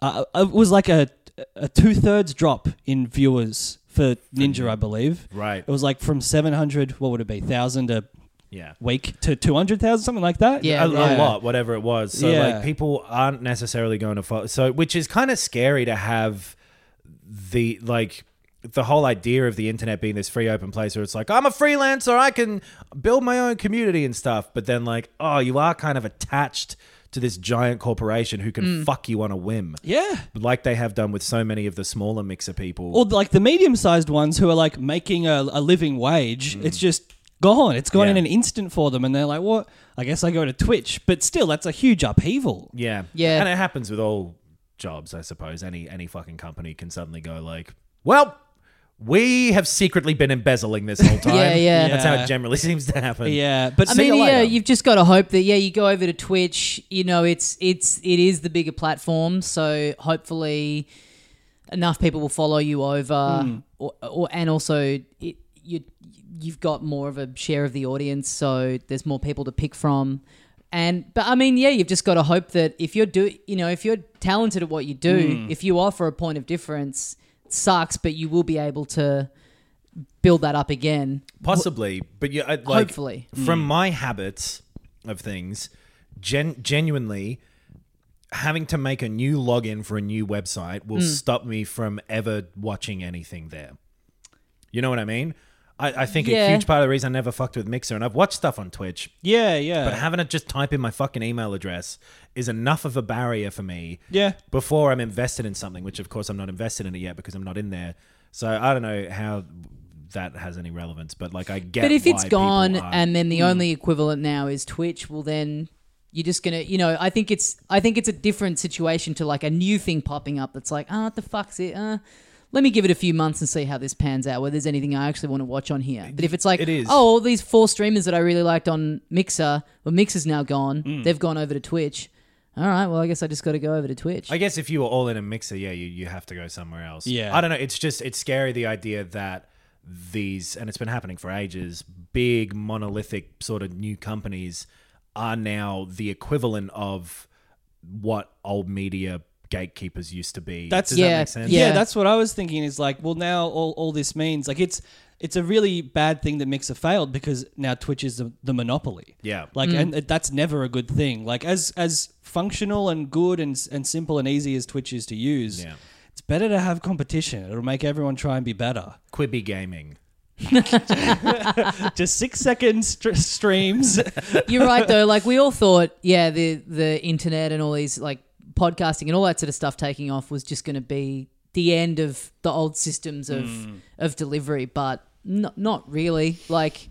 Speaker 2: uh, it was like a a two thirds drop in viewers for
Speaker 1: Mm-hmm.
Speaker 2: Ninja, I believe.
Speaker 3: Right.
Speaker 2: It was like from seven hundred, what would it be, thousand a
Speaker 3: Yeah.
Speaker 2: week to two hundred thousand, something like that.
Speaker 1: Yeah,
Speaker 3: a, a
Speaker 1: yeah.
Speaker 3: lot, whatever it was. So
Speaker 2: Yeah.
Speaker 3: like people aren't necessarily going to follow. So which is kind of scary to have the like the whole idea of the internet being this free open place where it's like I'm a freelancer, I can build my own community and stuff. But then like oh, you are kind of attached to this giant corporation who can fuck you on a whim.
Speaker 2: Mm. Yeah.
Speaker 3: Like they have done with so many of the smaller mixer people.
Speaker 2: or like the medium-sized ones who are like making a, a living wage
Speaker 1: Mm-hmm.
Speaker 2: it's just gone it's gone in
Speaker 3: Yeah.
Speaker 2: an instant for them and they're like what i guess i go to twitch but still that's a huge upheaval
Speaker 3: Yeah.
Speaker 1: Yeah.
Speaker 3: And it happens with all jobs, I suppose. Any any fucking company can suddenly go like, well, we have secretly been embezzling this
Speaker 1: (laughs)
Speaker 3: whole time.
Speaker 1: Yeah, yeah.
Speaker 3: That's how
Speaker 2: Yeah.
Speaker 3: it generally (laughs) seems to happen.
Speaker 2: yeah but
Speaker 1: I
Speaker 2: see-
Speaker 1: mean,
Speaker 3: you
Speaker 1: yeah,
Speaker 3: later.
Speaker 1: you've just got to hope that yeah, you go over to Twitch. You know, it's it's it is the bigger platform, so hopefully enough people will follow you over,
Speaker 3: Hmm.
Speaker 1: or, or and also it, you you've got more of a share of the audience, so there's more people to pick from. And but I mean, yeah, you've just got to hope that if you're do you know if you're talented at what you do,
Speaker 3: Hmm.
Speaker 1: if you offer a point of difference, it sucks, but you will be able to build that up again.
Speaker 3: Possibly. But yeah, I- like,
Speaker 1: Hopefully.
Speaker 2: Mm.
Speaker 3: From my habits of things, gen- genuinely having to make a new login for a new website will
Speaker 1: Mm.
Speaker 3: stop me from ever watching anything there. You know what I mean? I, I think
Speaker 1: Yeah.
Speaker 3: a huge part of the reason I never fucked with Mixer, and I've watched stuff on Twitch,
Speaker 2: yeah yeah
Speaker 3: But having to just type in my fucking email address is enough of a barrier for me.
Speaker 2: Yeah.
Speaker 3: Before I'm invested in something, which of course I'm not invested in it yet because I'm not in there. So I don't know how that has any relevance, but like I get.
Speaker 1: But if it's
Speaker 3: why people
Speaker 1: gone
Speaker 3: are- Hmm.
Speaker 1: and then the only equivalent now is Twitch, well then you're just gonna you know, I think it's I think it's a different situation to like a new thing popping up that's like, ah, what the fuck's it? Uh let me give it a few months and see how this pans out, whether there's anything I actually want to watch on here. But if it's like
Speaker 3: It is.
Speaker 1: oh all these four streamers that I really liked on Mixer, well Mixer's now gone,
Speaker 3: Hmm.
Speaker 1: they've gone over to Twitch. All right, well I guess I just gotta go over to Twitch.
Speaker 3: I guess if you were all in a mixer, yeah, you, you have to go somewhere else.
Speaker 2: Yeah.
Speaker 3: I don't know. It's just, it's scary the idea that these, and it's been happening for ages, big monolithic sort of new companies are now the equivalent of what old media gatekeepers used to be.
Speaker 2: That's-
Speaker 3: Does that
Speaker 1: Yeah,
Speaker 3: make sense?
Speaker 2: yeah.
Speaker 1: Yeah.
Speaker 2: that's what I was thinking. Is like, well, now all, all this means like it's it's a really bad thing that Mixer failed because now Twitch is the, the monopoly.
Speaker 3: Yeah.
Speaker 2: like,
Speaker 1: Mm.
Speaker 2: and uh, that's never a good thing. Like, as as functional and good and s- and simple and easy as Twitch is to use,
Speaker 3: Yeah.
Speaker 2: it's better to have competition. It'll make everyone try and be better. (laughs)
Speaker 3: Quibi Gaming.
Speaker 2: Just six second st-
Speaker 3: (laughs)
Speaker 2: streams. (laughs)
Speaker 1: (laughs) You're right though. Like we all thought, yeah, the the internet and all these like podcasting and all that sort of stuff taking off was just going to be the end of the old systems of of delivery, but not not really. Like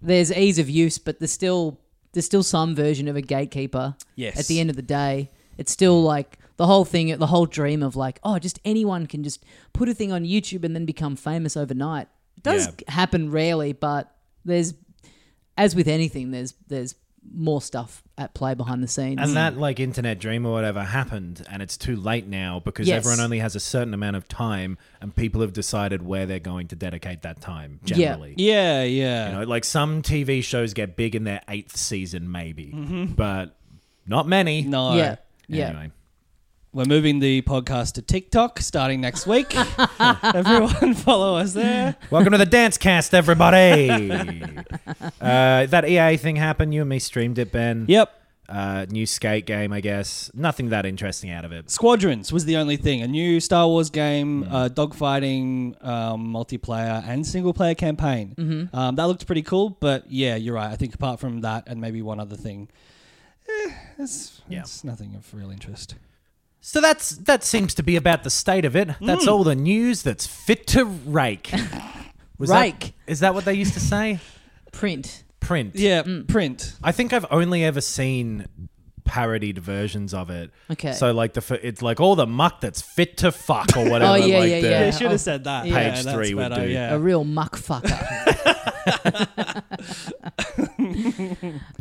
Speaker 1: there's ease of use, but there's still there's still some version of a gatekeeper.
Speaker 2: Yes.
Speaker 1: At the end of the day, it's still like the whole thing, the whole dream of like, oh, just anyone can just put a thing on YouTube and then become famous overnight. It does
Speaker 3: Yeah.
Speaker 1: happen rarely, but there's as with anything, there's there's more stuff at play behind the scenes.
Speaker 2: Mm.
Speaker 3: And that like internet dream or whatever happened and it's too late now because
Speaker 1: Yes.
Speaker 3: everyone only has a certain amount of time and people have decided where they're going to dedicate that time
Speaker 1: Yeah.
Speaker 3: generally.
Speaker 2: yeah, yeah.
Speaker 3: You know, like some TV shows get big in their eighth season maybe, but not many.
Speaker 2: no,
Speaker 1: yeah, yeah.
Speaker 3: Anyway.
Speaker 2: We're moving the podcast to TikTok starting
Speaker 1: (laughs)
Speaker 2: next week. Everyone (laughs) follow us there.
Speaker 3: Welcome to the Dance Cast, everybody. uh, that EA thing happened. You and me streamed it, Ben.
Speaker 2: Yep.
Speaker 3: Uh, new skate game, I guess. Nothing that interesting out of it.
Speaker 2: Squadrons was the only thing. A new Star Wars game, uh, dogfighting, um, multiplayer, and single player campaign. Mm-hmm. Um, that looked pretty cool, but yeah, you're right. I think apart from that and maybe one other thing, eh, it's,
Speaker 3: Yeah.
Speaker 2: it's nothing of real interest.
Speaker 3: So that's that seems to be about the state of it. That's all the news that's fit to rake. Was that-
Speaker 1: Rake.
Speaker 3: Is that what they used to say?
Speaker 1: Print.
Speaker 3: Print.
Speaker 2: Yeah, print.
Speaker 3: I think I've only ever seen parodied versions of it.
Speaker 1: Okay.
Speaker 3: So like the f- it's like all the muck that's fit to fuck or
Speaker 1: (laughs)
Speaker 3: whatever.
Speaker 1: Oh, yeah,
Speaker 3: like
Speaker 1: yeah,
Speaker 3: the-
Speaker 1: yeah.
Speaker 2: They should have said that.
Speaker 1: Page
Speaker 2: yeah, that's
Speaker 3: three would
Speaker 2: better,
Speaker 3: do.
Speaker 2: Yeah.
Speaker 1: A real muck
Speaker 3: (laughs)
Speaker 1: fucker.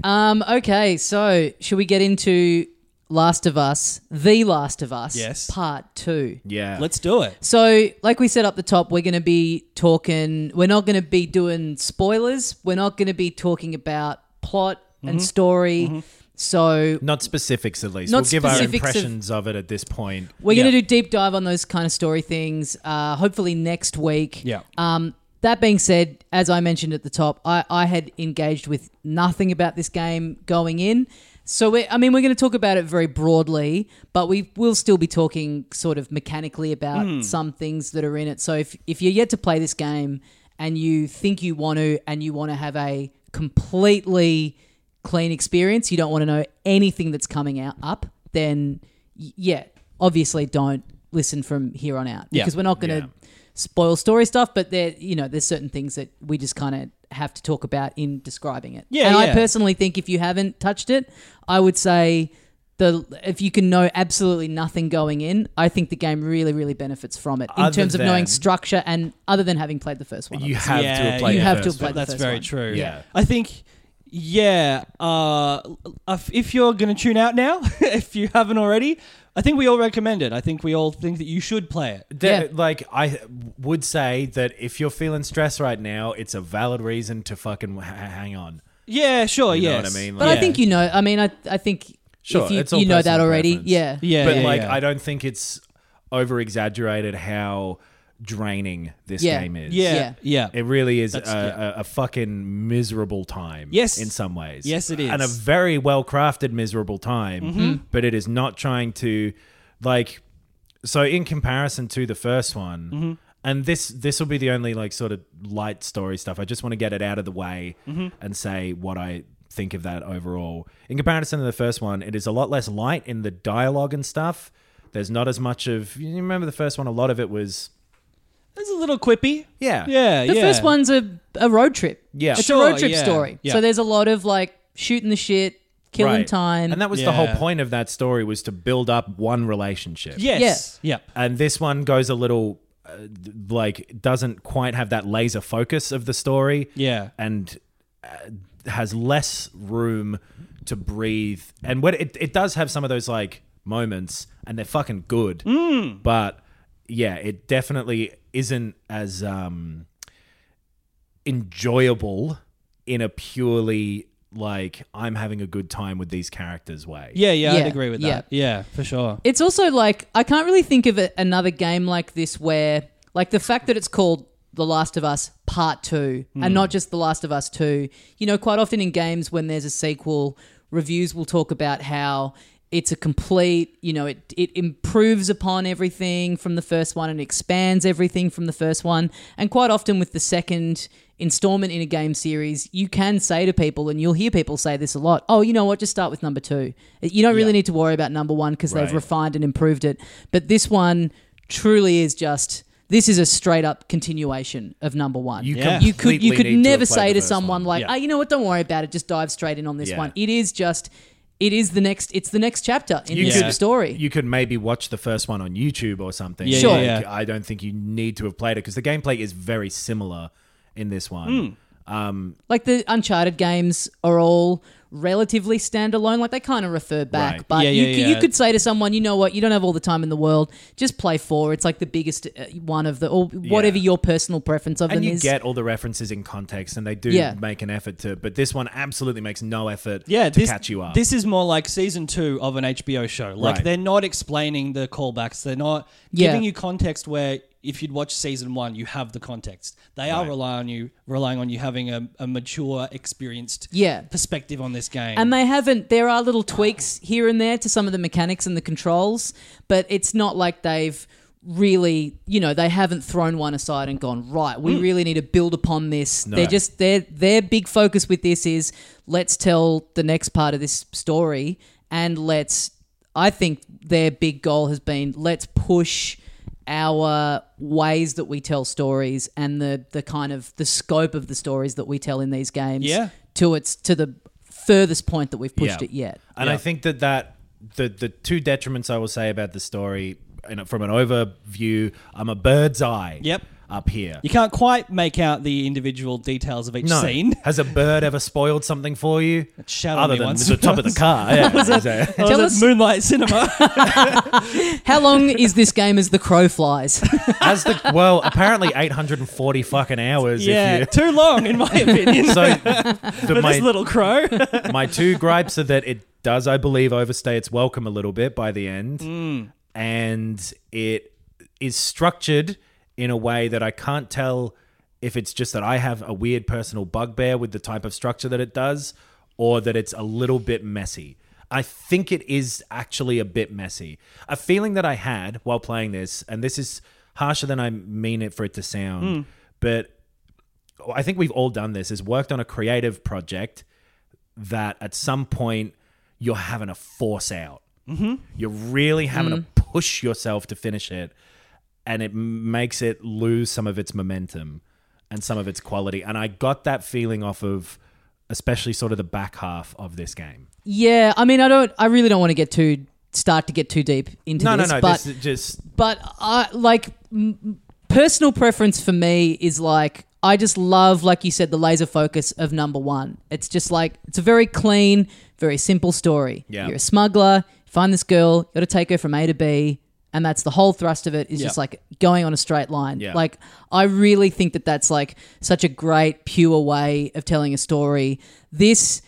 Speaker 1: um, okay, so should we get into Last of Us, The Last of Us,
Speaker 2: Yes.
Speaker 1: part two?
Speaker 3: Yeah.
Speaker 2: Let's do it.
Speaker 1: So, like we said up the top, we're going to be talking. We're not going to be doing spoilers. We're not going to be talking about plot
Speaker 3: Mm-hmm.
Speaker 1: and story. So,
Speaker 3: not specifics at least.
Speaker 1: Not
Speaker 3: we'll give our
Speaker 1: specifics of-
Speaker 3: impressions of, it at this point.
Speaker 1: we're going
Speaker 2: Yeah.
Speaker 1: to do deep dive on those kind of story things. Uh, hopefully next week.
Speaker 2: Yeah.
Speaker 1: Um, that being said, as I mentioned at the top, I, I had engaged with nothing about this game going in. So, we I mean, we're going to talk about it very broadly, but we will still be talking sort of mechanically about some things that are in it. So, if, if you're yet to play this game and you think you want to, and you want to have a completely clean experience, you don't want to know anything that's coming out up, then y- yeah, obviously don't listen from here on out
Speaker 2: Yeah.
Speaker 1: because we're not going to spoil story stuff, but there, you know, there's certain things that we just kind of have to talk about in describing it.
Speaker 2: Yeah,
Speaker 1: and I
Speaker 2: yeah.
Speaker 1: personally think if you haven't touched it, I would say the if you can know absolutely nothing going in, I think the game really, really benefits from it in
Speaker 3: Other
Speaker 1: terms of knowing
Speaker 3: than-
Speaker 1: structure and other than having played the first one.
Speaker 3: You
Speaker 1: obviously.
Speaker 3: have to
Speaker 2: Yeah,
Speaker 3: have played
Speaker 1: you
Speaker 3: it
Speaker 1: have to have
Speaker 3: first.
Speaker 1: played the
Speaker 2: That's
Speaker 1: first
Speaker 2: very
Speaker 1: one.
Speaker 2: true.
Speaker 3: Yeah.
Speaker 2: I think, yeah, uh, if- if you're going to tune out now, (laughs) if you haven't already, I think we all recommend it. I think we all think that you should play it.
Speaker 3: There-
Speaker 1: Yeah.
Speaker 3: Like I would say that if you're feeling stressed right now, it's a valid reason to fucking h- hang on.
Speaker 2: Yeah, sure,
Speaker 3: You know
Speaker 2: yes.
Speaker 3: what I mean?
Speaker 1: But
Speaker 3: Like-
Speaker 1: I think you know. I mean, I I think
Speaker 3: Sure,
Speaker 1: if you,
Speaker 3: it's all
Speaker 1: you know that
Speaker 3: personal
Speaker 1: already,
Speaker 3: preference.
Speaker 1: yeah,
Speaker 2: Yeah,
Speaker 3: but
Speaker 2: yeah,
Speaker 3: like
Speaker 2: yeah.
Speaker 3: I don't think it's over exaggerated how draining this
Speaker 1: Yeah.
Speaker 3: game is.
Speaker 2: Yeah, yeah.
Speaker 3: It really is a, a, a fucking miserable time.
Speaker 2: Yes.
Speaker 3: In some ways.
Speaker 2: Yes, it
Speaker 3: And a
Speaker 2: is. Mm-hmm.
Speaker 3: very well crafted miserable time. But it is not trying to, like, so in comparison to the first one, and this this will be the only, like, sort of light story stuff. I just want to get it out of the way and say what I think of that overall. In comparison to the first one, it is a lot less light in the dialogue and stuff. There's not as much of, you remember the first one, a lot of it was,
Speaker 2: It's a little quippy.
Speaker 3: yeah.
Speaker 2: Yeah,
Speaker 1: The
Speaker 2: yeah.
Speaker 1: first one's a, a road trip.
Speaker 3: Yeah.
Speaker 1: It's
Speaker 2: Sure,
Speaker 1: a road trip
Speaker 2: yeah,
Speaker 1: story.
Speaker 2: yeah.
Speaker 1: So there's a lot of like shooting the shit, killing
Speaker 3: Right.
Speaker 1: time.
Speaker 3: And that was the whole
Speaker 2: Yeah.
Speaker 3: point of that story was to build up one relationship.
Speaker 2: Yes. Yep.
Speaker 3: And this one goes a little uh, th- like doesn't quite have that laser focus of the story.
Speaker 2: Yeah.
Speaker 3: And uh, has less room to breathe. And when it it does have some of those like moments and they're fucking good. But yeah, it definitely isn't as um enjoyable in a purely like I'm having a good time with these characters way.
Speaker 2: Yeah, yeah, I'd
Speaker 1: Yeah,
Speaker 2: agree with
Speaker 1: yeah.
Speaker 2: that. Yeah, for sure.
Speaker 1: it's also like I can't really think of a, another game like this where like the fact that it's called The Last of Us Part 2 and not just The Last of Us 2. You know, quite often in games when there's a sequel, reviews will talk about how it's a complete, you know, it it improves upon everything from the first one and expands everything from the first one. And quite often with the second installment in a game series, you can say to people, and you'll hear people say this a lot, oh, you know what, just start with number two. You don't really need to worry about number one because they've
Speaker 3: Right.
Speaker 1: refined and improved it. But this one truly is just. This is a straight up continuation of number one.
Speaker 3: You
Speaker 2: Yeah.
Speaker 1: you could you
Speaker 3: completely
Speaker 1: could
Speaker 3: need to
Speaker 1: never
Speaker 3: have played
Speaker 1: say
Speaker 3: the
Speaker 1: to
Speaker 3: first
Speaker 1: someone
Speaker 3: one.
Speaker 1: like,
Speaker 2: Yeah.
Speaker 1: "Oh, you know what? Don't worry about it. Just dive straight in on this
Speaker 3: Yeah.
Speaker 1: one." It is just, it is the next. It's the next chapter in
Speaker 3: You
Speaker 1: this
Speaker 2: could-
Speaker 1: story.
Speaker 3: You could maybe watch the first one on YouTube or something.
Speaker 2: Yeah,
Speaker 1: Sure.
Speaker 2: yeah,
Speaker 3: Like,
Speaker 2: yeah.
Speaker 3: I don't think you need to have played it because the gameplay is very similar in this
Speaker 2: Hmm.
Speaker 3: one.
Speaker 1: like the Uncharted games are all relatively standalone. Like they kind of refer back,
Speaker 3: Right.
Speaker 1: but
Speaker 2: Yeah,
Speaker 1: you,
Speaker 2: yeah,
Speaker 1: c- you
Speaker 2: yeah.
Speaker 1: could say to someone, you know what, you don't have all the time in the world. Just play four. It's like the biggest uh, one of the, or whatever your personal preference of
Speaker 3: And
Speaker 1: them
Speaker 3: you
Speaker 1: is.
Speaker 3: get all the references in context, and they do
Speaker 1: Yeah.
Speaker 3: make an effort to. But this one absolutely makes no effort
Speaker 2: Yeah,
Speaker 3: to
Speaker 2: this,
Speaker 3: catch you up.
Speaker 2: This is more like season two of an HBO show. Like
Speaker 3: Right.
Speaker 2: they're not explaining the callbacks. They're not
Speaker 1: Yeah.
Speaker 2: giving you context where if you'd watch season one, you have the context. They are relying on you, relying on you having a, a mature, experienced
Speaker 1: Yeah.
Speaker 2: perspective on this game.
Speaker 1: and they haven't. There are little tweaks here and there to some of the mechanics and the controls, but it's not like they've really, you know, they haven't thrown one aside and gone right. We really need to build upon this. They're just their their big focus with this is let's tell the next part of this story and let's I think their big goal has been let's push our ways that we tell stories and the the kind of the scope of the stories that we tell in these games
Speaker 2: Yeah.
Speaker 1: to its to the furthest point that we've pushed
Speaker 3: Yeah.
Speaker 1: it yet.
Speaker 3: And I think that that the the two detriments I will say about the story, you know, from an overview, I'm a bird's eye.
Speaker 2: Yep.
Speaker 3: Up here.
Speaker 2: You can't quite make out the individual details of each
Speaker 3: no. (laughs)
Speaker 2: scene. (laughs)
Speaker 3: Has a bird ever spoiled something for you?
Speaker 2: shat on
Speaker 3: Other
Speaker 2: me
Speaker 3: than
Speaker 2: once.
Speaker 3: the top of
Speaker 2: (laughs)
Speaker 3: the car. Yeah, exactly.
Speaker 2: I was oh,
Speaker 1: Tell
Speaker 2: at
Speaker 1: us-
Speaker 2: Moonlight
Speaker 1: (laughs)
Speaker 2: Cinema.
Speaker 1: How long is this game as the crow
Speaker 3: (laughs)
Speaker 1: flies?
Speaker 3: As the well, apparently 840 fucking hours.
Speaker 2: yeah,
Speaker 3: If
Speaker 2: too long in my (laughs) opinion.
Speaker 3: you, (laughs) so the,
Speaker 2: for
Speaker 3: my,
Speaker 2: this little crow.
Speaker 3: my two gripes are that it does, I believe, overstay its welcome a little bit by the end, and it is structured in a way that I can't tell if it's just that I have a weird personal bugbear with the type of structure that it does, or that it's a little bit messy. I think it is actually a bit messy. A feeling that I had while playing this, and this is harsher than I mean it for it to sound, but I think we've all done this, is worked on a creative project that at some point you're having to force out.
Speaker 1: Mm-hmm.
Speaker 3: You're really having
Speaker 1: Mm.
Speaker 3: to push yourself to finish it, and it m- makes it lose some of its momentum and some of its quality. And I got that feeling off of, especially sort of the back half of this game.
Speaker 1: (laughs) yeah, I mean, I don't, I really don't want to get too start to get too deep into
Speaker 3: No, no,
Speaker 1: this,
Speaker 3: no.
Speaker 1: but
Speaker 3: this is just
Speaker 1: but I like m- personal preference for me is like I just love, like you said, the laser focus of number one. It's just like it's a very clean, very simple story.
Speaker 3: Yeah.
Speaker 1: You're a smuggler, find this girl, you got to take her from A to B, and that's the whole thrust of it. Is just
Speaker 2: Yeah.
Speaker 1: like going on a straight line.
Speaker 3: Yeah.
Speaker 1: Like I really think that that's like such a great, pure way of telling a story. This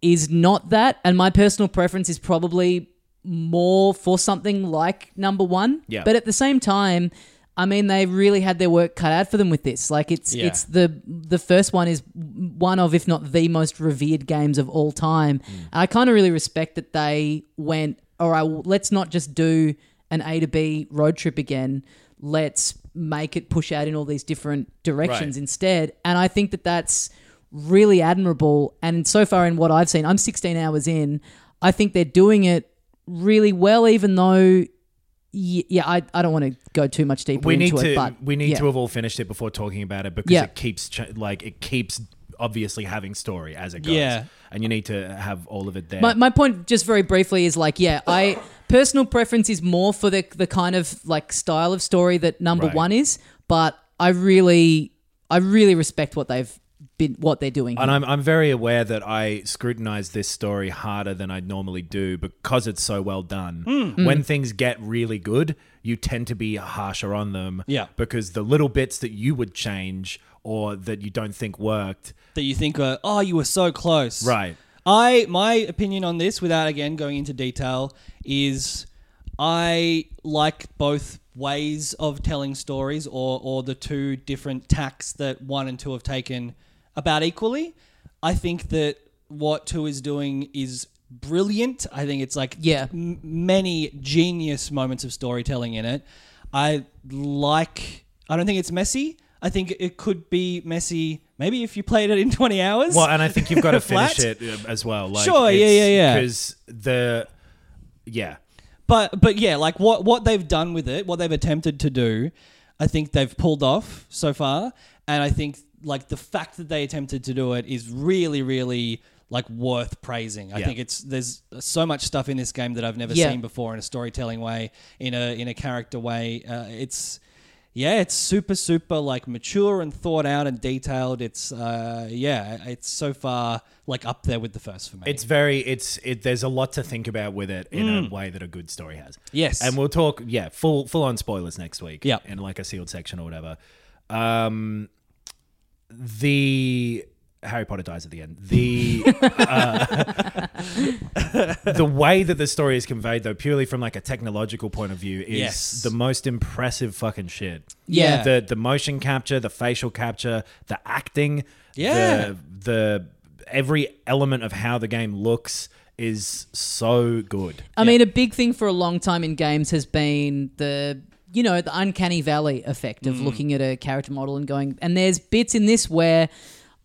Speaker 1: is not that, and my personal preference is probably more for something like number one.
Speaker 3: Yeah.
Speaker 1: But at the same time, I mean, they really had their work cut out for them with this. Like, it's
Speaker 2: Yeah.
Speaker 1: it's the the first one is one of, if not the most revered games of all time. And I kind of really respect that they went, all right, well, let's not just do an A to B road trip again. Let's make it push out in all these different directions
Speaker 3: Right.
Speaker 1: instead. And I think that that's really admirable. And so far in what I've seen, I'm 16 hours in. I think they're doing it really well, even though, y- yeah, I, I don't want to go too much deeper
Speaker 3: we need
Speaker 1: into
Speaker 3: to
Speaker 1: it, but
Speaker 3: we need
Speaker 1: yeah.
Speaker 3: to have all finished it before talking about it because
Speaker 1: Yeah.
Speaker 3: it keeps ch- like it keeps obviously having story as it goes.
Speaker 2: Yeah.
Speaker 3: and you need to have all of it there.
Speaker 1: My, my point, just very briefly, is like, yeah, I personal preference is more for the the kind of like style of story that number
Speaker 3: Right.
Speaker 1: one is, but I really, I really respect what they've been, what they're doing.
Speaker 3: And
Speaker 1: here.
Speaker 3: I'm, I'm very aware that I scrutinize this story harder than I'd normally do because it's so well done.
Speaker 2: Hmm.
Speaker 3: When things get really good, you tend to be harsher on them.
Speaker 2: Yeah.
Speaker 3: Because the little bits that you would change or that you don't think worked.
Speaker 2: that you think, uh, oh, you were so close.
Speaker 3: Right.
Speaker 2: I my opinion on this, without again going into detail, is I like both ways of telling stories, or or the two different tacks that one and two have taken about equally. I think that what two is doing is brilliant. I think it's like
Speaker 1: Yeah.
Speaker 2: m- many genius moments of storytelling in it. I like. I don't think it's messy. I think it could be messy. Maybe if you played it in twenty hours.
Speaker 3: Well, and I think you've got
Speaker 2: (laughs)
Speaker 3: to finish
Speaker 2: Flat?
Speaker 3: it uh, as well. Like,
Speaker 2: Sure, yeah, yeah, yeah.
Speaker 3: Because the. Yeah.
Speaker 2: But but yeah, like what what they've done with it, what they've attempted to do, I think they've pulled off so far, and I think like the fact that they attempted to do it is really really like worth praising. I
Speaker 3: Yeah.
Speaker 2: think it's there's so much stuff in this game that I've never
Speaker 1: Yeah.
Speaker 2: seen before in a storytelling way, in a in a character way. Uh, it's yeah, it's super super like mature and thought out and detailed. It's uh yeah, it's so far like up there with the first for me.
Speaker 3: It's very it's it there's a lot to think about with it in a way that a good story has.
Speaker 2: Mm. Yes.
Speaker 3: And we'll talk yeah, full full on spoilers next week.
Speaker 2: Yep.
Speaker 3: In like a sealed section or whatever. Um the Harry Potter dies at the end. The uh, (laughs) the way that the story is conveyed though, purely from like a technological point of view, is
Speaker 2: Yes.
Speaker 3: the most impressive fucking shit.
Speaker 1: Yeah.
Speaker 3: The the motion capture, the facial capture, the acting,
Speaker 2: Yeah.
Speaker 3: the the every element of how the game looks is so good.
Speaker 1: I mean, a big thing for a long time in games has been the you know the uncanny valley effect of looking at a character model and going. And there's bits in this where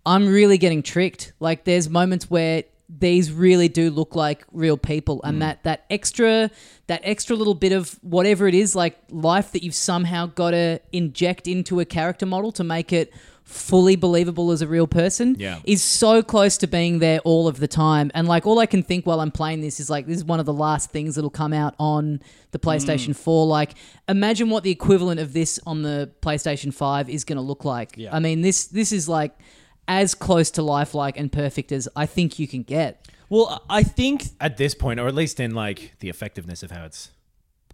Speaker 1: I'm really getting tricked. Like there's moments where these really do look like real people and that that extra that extra little bit of whatever it is like life that you've somehow got to inject into a character model to make it fully believable as a real person
Speaker 3: Yeah.
Speaker 1: is so close to being there all of the time and like all I can think while I'm playing this is like this is one of the last things that'll come out on the PlayStation 4 like imagine what the equivalent of this on the PlayStation 5 is going to look like I mean this this is like as close to lifelike and perfect as I think you can get.
Speaker 2: Well, I think
Speaker 3: At this point, or at least in like the effectiveness of how it's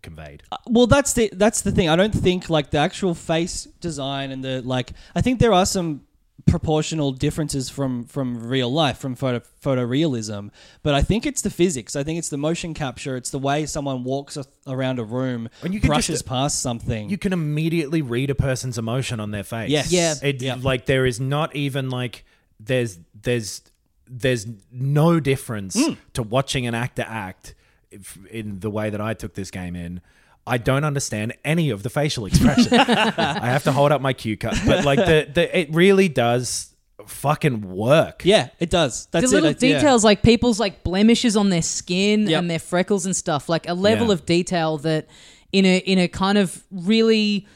Speaker 3: conveyed.
Speaker 2: well that's the that's the thing i don't think like the actual face design and the like i think there are some proportional differences from from real life from photo photorealism but i think it's the physics i think it's the motion capture it's the way someone walks a- around a room
Speaker 3: And you can
Speaker 2: brushes
Speaker 3: just-
Speaker 2: past something
Speaker 3: You can immediately read a person's emotion on their face.
Speaker 2: Yes.
Speaker 1: Yeah.
Speaker 3: It,
Speaker 2: Yeah.
Speaker 3: Like there is not even like there's there's there's no difference
Speaker 2: Hmm.
Speaker 3: to watching an actor act if, in the way that I took this game in. I don't understand any of the facial
Speaker 2: (laughs)
Speaker 3: expression. I have to hold up my cue card, but like the, the it really does fucking work.
Speaker 2: yeah it does that's
Speaker 1: the little
Speaker 2: it I- yeah.
Speaker 1: details like people's like blemishes on their skin
Speaker 2: Yep.
Speaker 1: and their freckles and stuff like a level
Speaker 3: Yeah.
Speaker 1: of detail that in a in a kind of really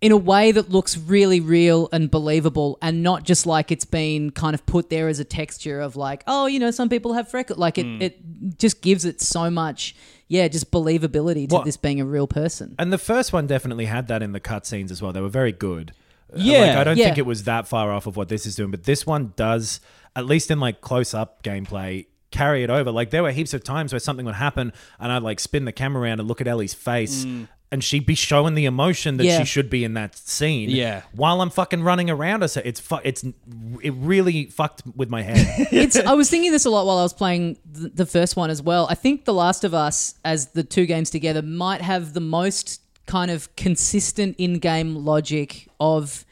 Speaker 1: in a way that looks really real and believable and not just like it's been kind of put there as a texture of like oh you know some people have freckles like it,
Speaker 2: Hmm.
Speaker 1: it just gives it so much yeah just believability to
Speaker 3: Well-
Speaker 1: this being a real person
Speaker 3: And the first one definitely had that in the cutscenes as well. They were very good.
Speaker 2: Yeah.
Speaker 3: Like, I don't
Speaker 1: Yeah.
Speaker 3: think it was that far off of what this is doing, but this one does, at least in like close up gameplay, carry it over. Like there were heaps of times where something would happen and I'd like spin the camera around and look at Ellie's face.
Speaker 2: Mm.
Speaker 3: And she'd be showing the emotion that
Speaker 1: Yeah.
Speaker 3: she should be in that scene,
Speaker 2: Yeah.
Speaker 3: While I'm fucking running around her, so it's fu- it's it really fucked with my
Speaker 2: (laughs)
Speaker 3: head.
Speaker 1: (laughs) it's I was thinking this a lot while I was playing th- the first one as well. I think The Last of Us as the two games together might have the most kind of consistent in-game logic of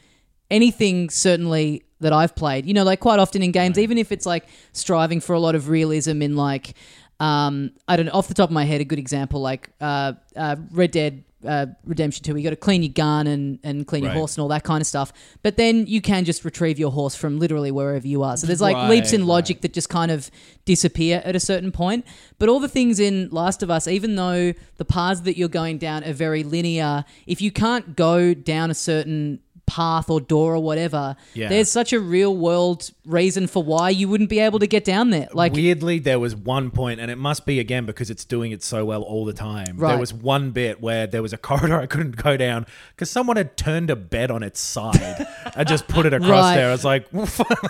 Speaker 1: anything certainly that I've played. You know, like quite often in games even if it's like striving for a lot of realism in like um I don't know off the top of my head a good example like uh, uh Red Dead uh, Redemption 2, you got to clean your gun and, and clean your
Speaker 3: Right.
Speaker 1: horse and all that kind of stuff. But then you can just retrieve your horse from literally wherever you are. So there's like
Speaker 2: Right,
Speaker 1: leaps in logic that just kind of disappear at a certain point. But all the things in Last of Us, even though the paths that you're going down are very linear, if you can't go down a certain path or door or whatever,
Speaker 3: Yeah.
Speaker 1: there's such a real world reason for why you wouldn't be able to get down there. Like
Speaker 3: Weirdly, there was one point, and it must be again because it's doing it so well all the time.
Speaker 1: Right.
Speaker 3: There was one bit where there was a (laughs) corridor I couldn't go down because someone had turned a bed on its side and just
Speaker 2: (laughs)
Speaker 3: put it across
Speaker 1: Right.
Speaker 3: there. I was like,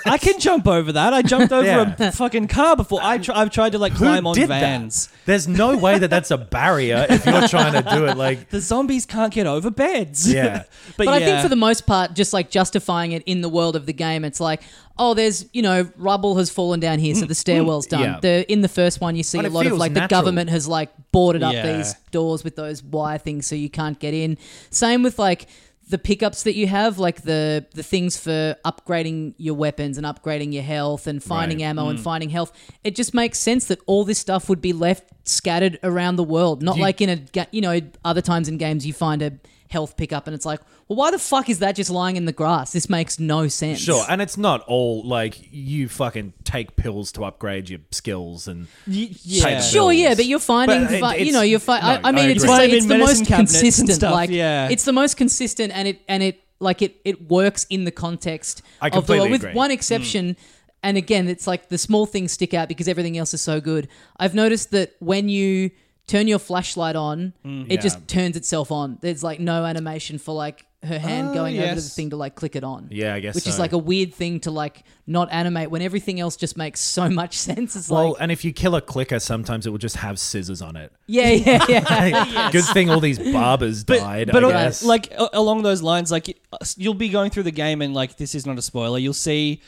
Speaker 2: I can jump over that. I
Speaker 3: (laughs)
Speaker 2: jumped over
Speaker 3: Yeah.
Speaker 2: a fucking car before. I tr- I've tried to like
Speaker 3: who
Speaker 2: climb on
Speaker 3: did
Speaker 2: vans.
Speaker 3: that? There's no way that that's a barrier if you're trying to
Speaker 2: (laughs)
Speaker 3: do it. Like,
Speaker 2: The zombies can't get over beds.
Speaker 3: Yeah.
Speaker 2: (laughs) but,
Speaker 1: But I think
Speaker 2: yeah.
Speaker 1: for the most part, just like justifying it in the world of the game, it's like, oh, there's you know, rubble has fallen down here, so the stairwell's done.
Speaker 3: Mm, yeah.
Speaker 1: The in the first one, you see
Speaker 3: And
Speaker 1: a
Speaker 3: it
Speaker 1: lot of
Speaker 3: feels
Speaker 1: like the
Speaker 3: natural.
Speaker 1: government has like boarded up
Speaker 2: Yeah.
Speaker 1: these doors with those wire things, so you can't get in. Same with like the pickups that you have, like the the things for upgrading your weapons and upgrading your health and finding
Speaker 3: Right.
Speaker 1: ammo and finding health. It just makes sense that all this stuff would be left scattered around the world, not
Speaker 3: You-
Speaker 1: like in a ga- you know other times in games you find a health pickup and it's like, well, why the fuck is that just lying in the grass? This makes no sense.
Speaker 3: Sure, and it's not all like you fucking take pills to upgrade your skills and
Speaker 2: Y-
Speaker 3: pay
Speaker 2: yeah.
Speaker 3: the
Speaker 1: Sure,
Speaker 3: bills.
Speaker 1: yeah, but you're finding,
Speaker 3: But it-
Speaker 1: fi- you
Speaker 3: it's-
Speaker 1: know, you're. Fi- I,
Speaker 3: no,
Speaker 1: I mean,
Speaker 3: I
Speaker 1: it's,
Speaker 3: agree.
Speaker 1: like-
Speaker 2: Vitamin
Speaker 1: it's the most
Speaker 2: medicine cabinets and
Speaker 1: consistent.
Speaker 2: stuff,
Speaker 1: like,
Speaker 2: yeah.
Speaker 1: it's the most consistent, and it and it like it it works in the context
Speaker 3: I
Speaker 1: of the world,
Speaker 3: completely
Speaker 1: with
Speaker 3: agree. Mm.
Speaker 1: one exception. And again, it's like the small things stick out because everything else is so good. I've noticed that when you turn your flashlight on,
Speaker 3: Mm.
Speaker 1: it just turns itself on. There's like no animation for like her hand
Speaker 2: Oh,
Speaker 1: going over to the
Speaker 2: yes.
Speaker 1: thing to like click it on.
Speaker 3: Yeah, I guess
Speaker 1: which is
Speaker 3: so.
Speaker 1: like a weird thing to like not animate when everything else just makes so much (laughs) sense. It's
Speaker 3: Well,
Speaker 1: like
Speaker 3: and if you kill a clicker, sometimes it will just have scissors on it.
Speaker 1: yeah, yeah, yeah.
Speaker 3: Good thing all these barbers died.
Speaker 2: But
Speaker 3: I
Speaker 2: al-
Speaker 3: guess.
Speaker 2: like a- along those lines, like y- you'll be going through the game and like this is not a spoiler. You'll see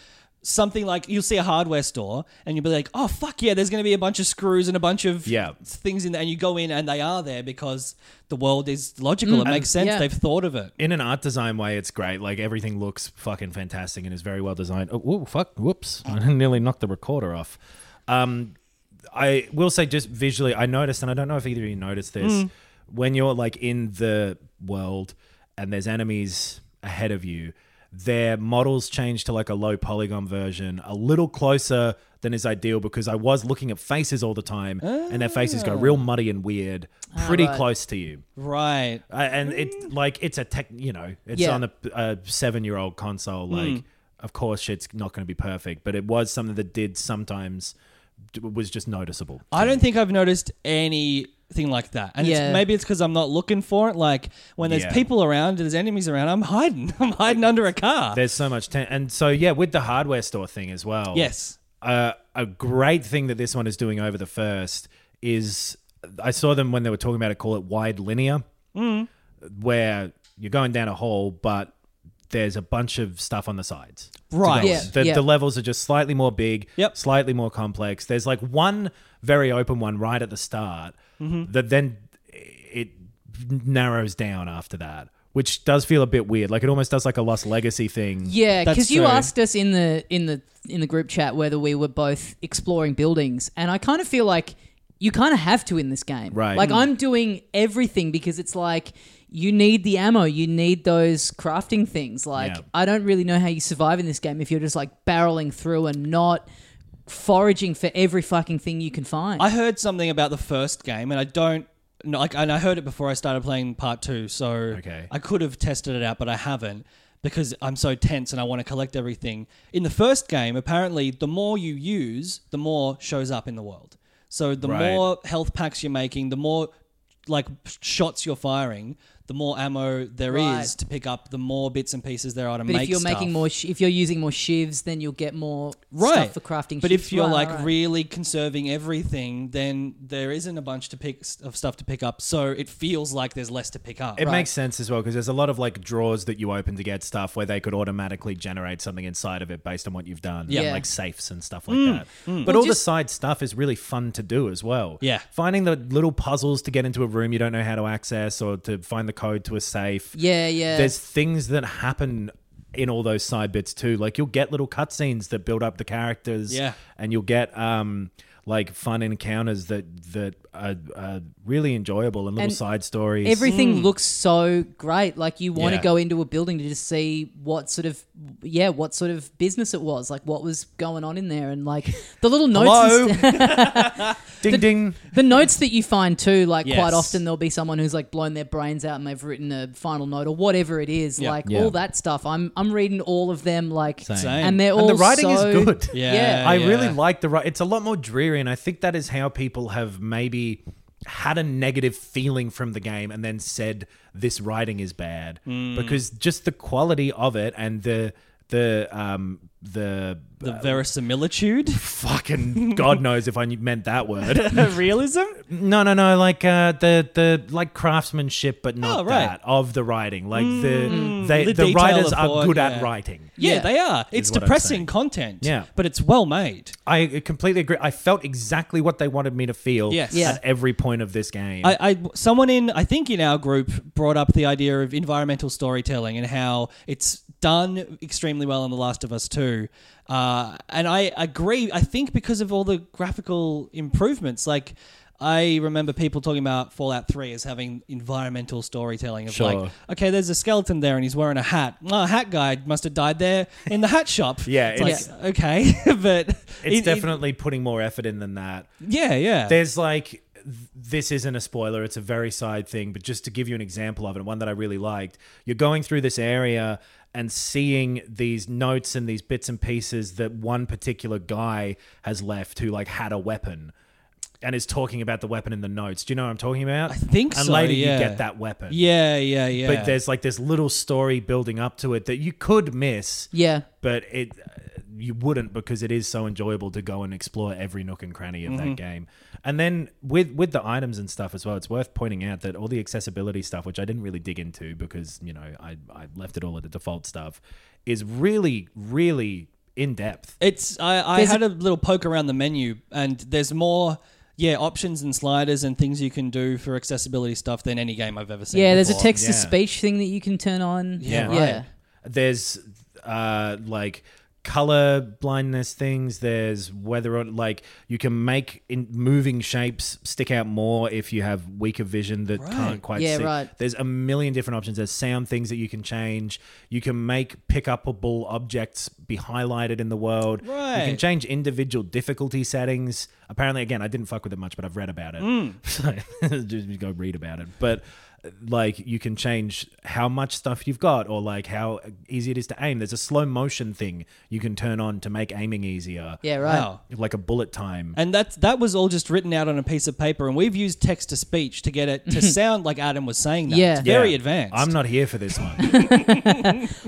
Speaker 2: something like you'll see a hardware store and you'll be like, oh fuck yeah, there's going to be a bunch of screws and a bunch of
Speaker 3: Yeah.
Speaker 2: things in there, and you go in and they are there because the world is logical. it makes sense.
Speaker 1: Mm, Yeah.
Speaker 2: They've thought of it.
Speaker 3: in an art design way, it's great. Like everything looks fucking fantastic and is very well designed. Oh, whoa, fuck! Whoops! (laughs) I nearly knocked the recorder off. Um, I will say, just visually, I noticed, and I don't know if either of you noticed this, when you're like in the world and there's enemies ahead of you, their models changed to like a low polygon version, a little closer than is ideal because I was looking at faces all the time and their faces go real muddy and weird, pretty close to you.
Speaker 2: Right.
Speaker 3: I, and it like it's a tech, you know, it's
Speaker 1: Yeah.
Speaker 3: on a, a seven-year-old console.
Speaker 2: Hmm.
Speaker 3: Like, of course, shit's not going to be perfect, but it was something that did sometimes d- was just noticeable.
Speaker 2: I don't think I've noticed anything like that. And
Speaker 1: Yeah.
Speaker 2: it's, maybe it's because I'm not looking for it. Like when there's
Speaker 3: Yeah.
Speaker 2: people around, there's enemies around, I'm hiding. (laughs) I'm hiding under a car.
Speaker 3: There's so much, ten- and so yeah, with the hardware store thing as well.
Speaker 2: Yes.
Speaker 3: uh, a great thing that this one is doing over the first is I saw them when they were talking about it call it wide linear, where you're going down a hall, but there's a bunch of stuff on the sides.
Speaker 2: Right.
Speaker 1: Yeah.
Speaker 3: The, the levels are just slightly more big,
Speaker 2: Yep.
Speaker 3: slightly more complex. There's like one very open one right at the start that then it narrows down after that, which does feel a bit weird. Like it almost does like a Lost Legacy thing.
Speaker 1: Yeah,
Speaker 2: That's
Speaker 1: because you
Speaker 2: true.
Speaker 1: asked us in the in the in the group chat whether we were both exploring buildings, and I kind of feel like you kind of have to in this game.
Speaker 3: Right.
Speaker 1: Like
Speaker 3: Mm.
Speaker 1: I'm doing everything because it's like you need the ammo, you need those crafting things. Like
Speaker 3: Yeah.
Speaker 1: I don't really know how you survive in this game if you're just like barreling through and not foraging for every fucking thing you can find.
Speaker 2: I heard something about the first game, and I don't. No, like, and I heard it before I started playing part two, so
Speaker 3: Okay.
Speaker 2: I could have tested it out, but I haven't because I'm so tense and I want to collect everything. In the first game, apparently, the more you use, the more shows up in the world. So the
Speaker 3: Right.
Speaker 2: more health packs you're making, the more like shots you're firing, the more ammo there is
Speaker 1: Right.
Speaker 2: to pick up, the more bits and pieces there are to
Speaker 1: but
Speaker 2: make.
Speaker 1: if you're making
Speaker 2: stuff
Speaker 1: more, sh- if you're using more shivs, then you'll get more
Speaker 2: right
Speaker 1: stuff for crafting.
Speaker 2: But
Speaker 1: shifts.
Speaker 2: if you're
Speaker 1: Right,
Speaker 2: like
Speaker 1: right, right.
Speaker 2: really conserving everything, then there isn't a bunch to pick of stuff to pick up. So it feels like there's less to pick up.
Speaker 3: It makes sense as well because there's a lot of like drawers that you open to get stuff where they could automatically generate something inside of it based on what you've done.
Speaker 1: Yeah.
Speaker 3: Like safes and stuff like that. But all the side stuff is really fun to do as well.
Speaker 2: Yeah.
Speaker 3: Finding the little puzzles to get into a room you don't know how to access or to find the code to a safe.
Speaker 1: yeah, yeah.
Speaker 3: There's things that happen in all those side bits too. Like you'll get little cutscenes that build up the characters.
Speaker 2: Yeah.
Speaker 3: And you'll get um like fun encounters that that are, are really enjoyable and little
Speaker 1: And
Speaker 3: side stories.
Speaker 1: Everything looks so great. Like you want to
Speaker 3: Yeah.
Speaker 1: go into a building to just see what sort of yeah, what sort of business it was, like what was going on in there, and like (laughs) the little notes. and st-
Speaker 3: ding ding.
Speaker 1: (laughs) the notes that you find too, like quite
Speaker 2: Yes.
Speaker 1: often there'll be someone who's like blown their brains out and they've written a final note or whatever it is,
Speaker 2: Yeah.
Speaker 1: like
Speaker 3: Yeah.
Speaker 1: all that stuff. I'm I'm reading all of them, like
Speaker 2: Same.
Speaker 1: and they're all
Speaker 3: and the writing
Speaker 1: so-
Speaker 3: is good.
Speaker 2: Yeah,
Speaker 1: Yeah.
Speaker 3: I really
Speaker 2: yeah.
Speaker 3: like the writing. It's a lot more dreary, and I think that is how people have maybe had a negative feeling from the game and then said this writing is bad
Speaker 2: Mm.
Speaker 3: because just the quality of it and the the um the,
Speaker 2: the
Speaker 3: (laughs)
Speaker 2: verisimilitude, (laughs)
Speaker 3: fucking god knows if I meant that word.
Speaker 2: realism.
Speaker 3: No, no, no. Like uh, the the like craftsmanship, but not
Speaker 2: Oh, right. Mm.
Speaker 3: that of the writing. Like the they
Speaker 2: The
Speaker 3: the,
Speaker 2: detail
Speaker 3: writers
Speaker 2: of
Speaker 3: are
Speaker 2: thought,
Speaker 3: good
Speaker 2: yeah.
Speaker 3: at writing.
Speaker 2: Yeah,
Speaker 1: Yeah.
Speaker 2: they are. It's
Speaker 3: what I'm
Speaker 2: depressing
Speaker 3: saying.
Speaker 2: content.
Speaker 3: Yeah.
Speaker 2: but it's well made.
Speaker 3: I completely agree. I felt exactly what they wanted me to feel
Speaker 2: Yes.
Speaker 1: Yeah.
Speaker 3: at every point of this game.
Speaker 2: I, I someone in I think in our group brought up the idea of environmental storytelling and how it's done extremely well in The Last of Us Two, uh, and I agree. I think because of all the graphical improvements, like. I remember people talking about Fallout 3 as having environmental storytelling of like,
Speaker 3: Sure.
Speaker 2: okay, there's a skeleton there and he's wearing a hat. Oh, hat guy must have died there in the hat shop.
Speaker 3: (laughs) Yeah,
Speaker 2: it's,
Speaker 3: it's-
Speaker 2: like, okay, (laughs) but
Speaker 3: it's
Speaker 2: it- it-
Speaker 3: definitely putting more effort in than that.
Speaker 2: yeah, yeah,
Speaker 3: There's like this isn't a spoiler, it's a very side thing, but just to give you an example of it, one that I really liked, you're going through this area and seeing these notes and these bits and pieces that one particular guy has left who like had a weapon and is talking about the weapon in the notes. Do you know what I'm talking about? I
Speaker 2: think
Speaker 3: and
Speaker 2: so,
Speaker 3: later
Speaker 2: yeah.
Speaker 3: you get that weapon.
Speaker 2: yeah, yeah, yeah.
Speaker 3: But there's like this little story building up to it that you could miss.
Speaker 1: yeah.
Speaker 3: but it you wouldn't because it is so enjoyable to go and explore every nook and cranny of that game. And then with with the items and stuff as well, it's worth pointing out that all the accessibility stuff, which I didn't really dig into because you know I I left it all at the default stuff, is really really in depth.
Speaker 2: It's I, I
Speaker 1: There's a-
Speaker 2: had a, little poke around the menu and there's more yeah options and sliders and things you can do for accessibility stuff than any game I've ever seen.
Speaker 1: Yeah, there's a
Speaker 2: before.
Speaker 1: text to
Speaker 3: yeah.
Speaker 1: speech thing that you can turn on.
Speaker 2: Yeah,
Speaker 3: Right. There's uh like color blindness things. There's whether or like you can make in moving shapes stick out more if you have weaker vision that can't quite
Speaker 1: Yeah,
Speaker 3: see.
Speaker 1: right.
Speaker 3: There's a million different options. There's sound things that you can change. You can make pick upable objects be highlighted in the world. You can
Speaker 2: Right.
Speaker 3: change individual difficulty settings. Apparently, again, I didn't fuck with it much, but I've read about it.
Speaker 2: Mm.
Speaker 3: (laughs) So just go read about it. But like you can change how much stuff you've got or like how easy it is to aim. There's a slow motion thing you can turn on to make aiming easier.
Speaker 1: Yeah, right.
Speaker 2: Wow.
Speaker 3: Like a bullet time.
Speaker 2: And that's that was all just written out on a piece of paper, and we've used text to speech to get it
Speaker 1: (laughs)
Speaker 2: to sound like Adam was saying that.
Speaker 1: Yeah.
Speaker 2: It's very
Speaker 3: Yeah.
Speaker 2: advanced.
Speaker 3: I'm not here for this
Speaker 2: (laughs)
Speaker 3: one.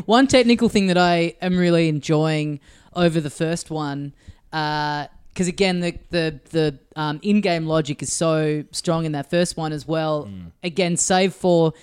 Speaker 1: One technical thing that I am really enjoying over the first one, because again, the the the um, in-game logic is so strong in that first one as well.
Speaker 2: Mm.
Speaker 1: Again, save for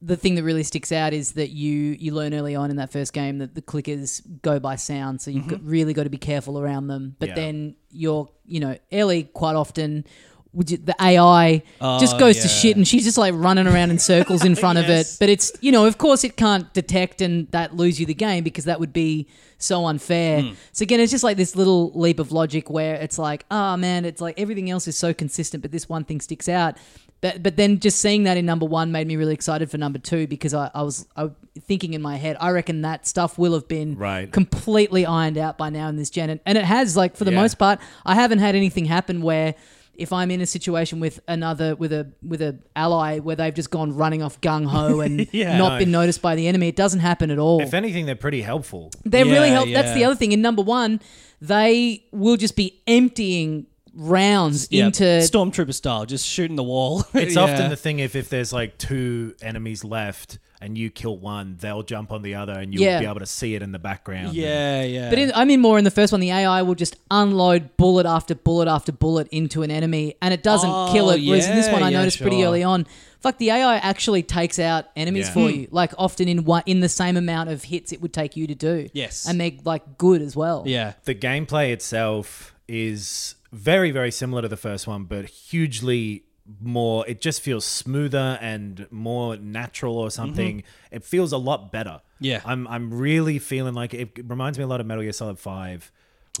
Speaker 1: the thing that really sticks out is that you you learn early on in that first game that the clickers go by sound, so you've
Speaker 2: Mm-hmm.
Speaker 1: got, really got to be careful around them. But
Speaker 3: Yeah.
Speaker 1: then you're you know Ellie quite often. would you- The AI just
Speaker 2: Oh,
Speaker 1: goes
Speaker 2: yeah.
Speaker 1: to shit, and she's just like running around in circles in front of it.
Speaker 2: Yes.
Speaker 1: But it's you know, of course, it can't detect, and that lose you the game because that would be so unfair. So again, it's just like this little leap of logic where it's like, oh man, it's like everything else is so consistent, but this one thing sticks out. But but then just seeing that in number one made me really excited for number two because I, I was I, thinking in my head, I reckon that stuff will have been
Speaker 3: Right.
Speaker 1: completely ironed out by now in this gen, and, and it has like for the
Speaker 3: Yeah.
Speaker 1: most part but I haven't had anything happen where if I'm in a situation with another with a with a ally where they've just gone running off gung
Speaker 2: (laughs)
Speaker 1: ho and
Speaker 2: Yeah.
Speaker 1: not
Speaker 3: No.
Speaker 1: been noticed by the enemy, it doesn't happen at all.
Speaker 3: if anything, they're pretty helpful.
Speaker 1: They're really
Speaker 2: Yeah,
Speaker 1: help. That's the
Speaker 2: yeah.
Speaker 1: other thing. In number one, they will just be emptying rounds
Speaker 2: Yeah,
Speaker 1: into
Speaker 2: stormtrooper style, just shooting the wall. (laughs)
Speaker 3: It's
Speaker 2: Yeah.
Speaker 3: often the thing if if there's like two enemies left and you kill one, they'll jump on the other and you'll
Speaker 1: Yeah.
Speaker 3: be able to see it in the background.
Speaker 2: yeah, yeah.
Speaker 1: But in, I mean, more in the first one, the AI will just unload bullet after bullet after bullet into an enemy, and it doesn't
Speaker 2: Oh,
Speaker 1: kill it. Whereas in this
Speaker 2: yeah,
Speaker 1: one, I
Speaker 2: yeah,
Speaker 1: noticed pretty
Speaker 2: sure.
Speaker 1: early on, fuck, the AI actually takes out enemies
Speaker 3: Yeah.
Speaker 1: for
Speaker 2: Hmm.
Speaker 1: you. Like often in one, in the same amount of hits it would take you to do.
Speaker 2: Yes.
Speaker 1: and they're like good as well.
Speaker 2: yeah.
Speaker 3: The gameplay itself is very, very similar to the first one, but hugely more it just feels smoother and more natural or something. It feels a lot better.
Speaker 2: Mm-hmm. Yeah.
Speaker 3: I'm I'm really feeling like it reminds me a lot of Metal Gear Solid Five.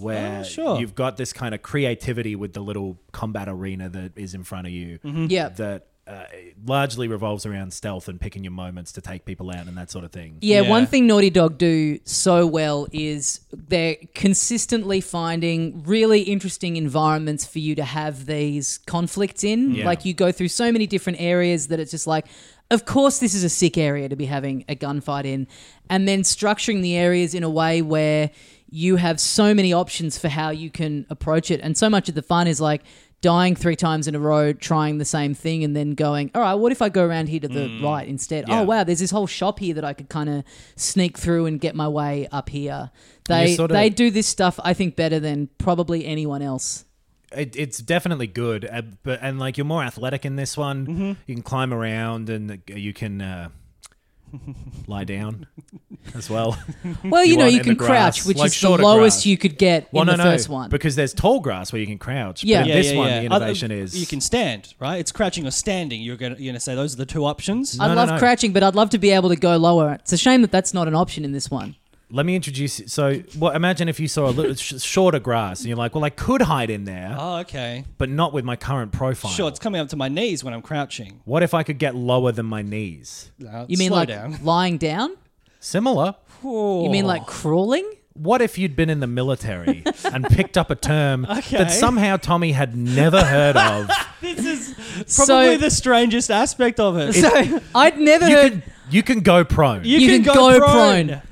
Speaker 3: Where
Speaker 2: Oh, sure.
Speaker 3: you've got this kind of creativity with the little combat arena that is in front of you.
Speaker 2: Mm-hmm.
Speaker 1: yeah.
Speaker 3: that uh, largely revolves around stealth and picking your moments to take people out and that sort of thing.
Speaker 1: Yeah,
Speaker 2: Yeah.
Speaker 1: one thing Naughty Dog do so well is they're consistently finding really interesting environments for you to have these conflicts in.
Speaker 3: Yeah.
Speaker 1: Like you go through so many different areas that it's just like, of course, this is a sick area to be having a gunfight in, and then structuring the areas in a way where you have so many options for how you can approach it, and so much of the fun is like. Dying three times in a row, trying the same thing, and then going, all right, what if I go around here to the right instead? Oh,
Speaker 3: Mm. Yeah.
Speaker 1: wow, there's this whole shop here that I could kind of sneak through and get my way up here. They
Speaker 3: You're sorta-
Speaker 1: they do this stuff I think better than probably anyone else.
Speaker 3: It, it's definitely good, uh, but and like you're more athletic in this one.
Speaker 2: Mm-hmm.
Speaker 3: You can climb around and uh, you
Speaker 2: (laughs)
Speaker 3: can uh, lie down as
Speaker 2: (laughs)
Speaker 3: well.
Speaker 1: Well, you, know,
Speaker 3: aren't
Speaker 1: you
Speaker 3: Hmm. in
Speaker 1: can
Speaker 3: the grass,
Speaker 1: crouch, which
Speaker 3: like
Speaker 1: is the
Speaker 3: shorter
Speaker 1: lowest
Speaker 3: grass.
Speaker 1: you could get in the first one.
Speaker 3: because there's tall grass where you can crouch.
Speaker 1: Yeah.
Speaker 3: but in
Speaker 2: Yeah,
Speaker 3: this
Speaker 2: yeah,
Speaker 3: one
Speaker 2: yeah.
Speaker 3: the innovation
Speaker 2: Other-
Speaker 3: is
Speaker 2: you can stand, right? It's crouching or standing. You're gonna you're gonna say those are the two options.
Speaker 1: I
Speaker 3: no,
Speaker 1: love
Speaker 3: no.
Speaker 1: crouching, but I'd love to be able to go lower. It's a shame that that's not an option in this one.
Speaker 3: Let me introduce. you. So, well, imagine if you saw a little sh- shorter grass and you're like, "Well, I could hide in there,
Speaker 2: oh, okay.
Speaker 3: but not with my current profile."
Speaker 2: Sure, it's coming up to my knees when I'm crouching.
Speaker 3: What if I could get lower than my knees?
Speaker 2: Uh,
Speaker 1: You mean
Speaker 2: slow
Speaker 1: like
Speaker 2: down?
Speaker 1: lying down?
Speaker 3: Similar.
Speaker 1: You mean
Speaker 3: Oh.
Speaker 1: like crawling?
Speaker 3: What if you'd been in the
Speaker 2: (laughs)
Speaker 3: military and picked up a term that somehow Tommy had never heard of?
Speaker 2: Probably
Speaker 1: So-
Speaker 2: the strangest aspect of it.
Speaker 1: So I'd never
Speaker 3: you,
Speaker 1: heard.
Speaker 3: can, you can go prone.
Speaker 2: You can go prone.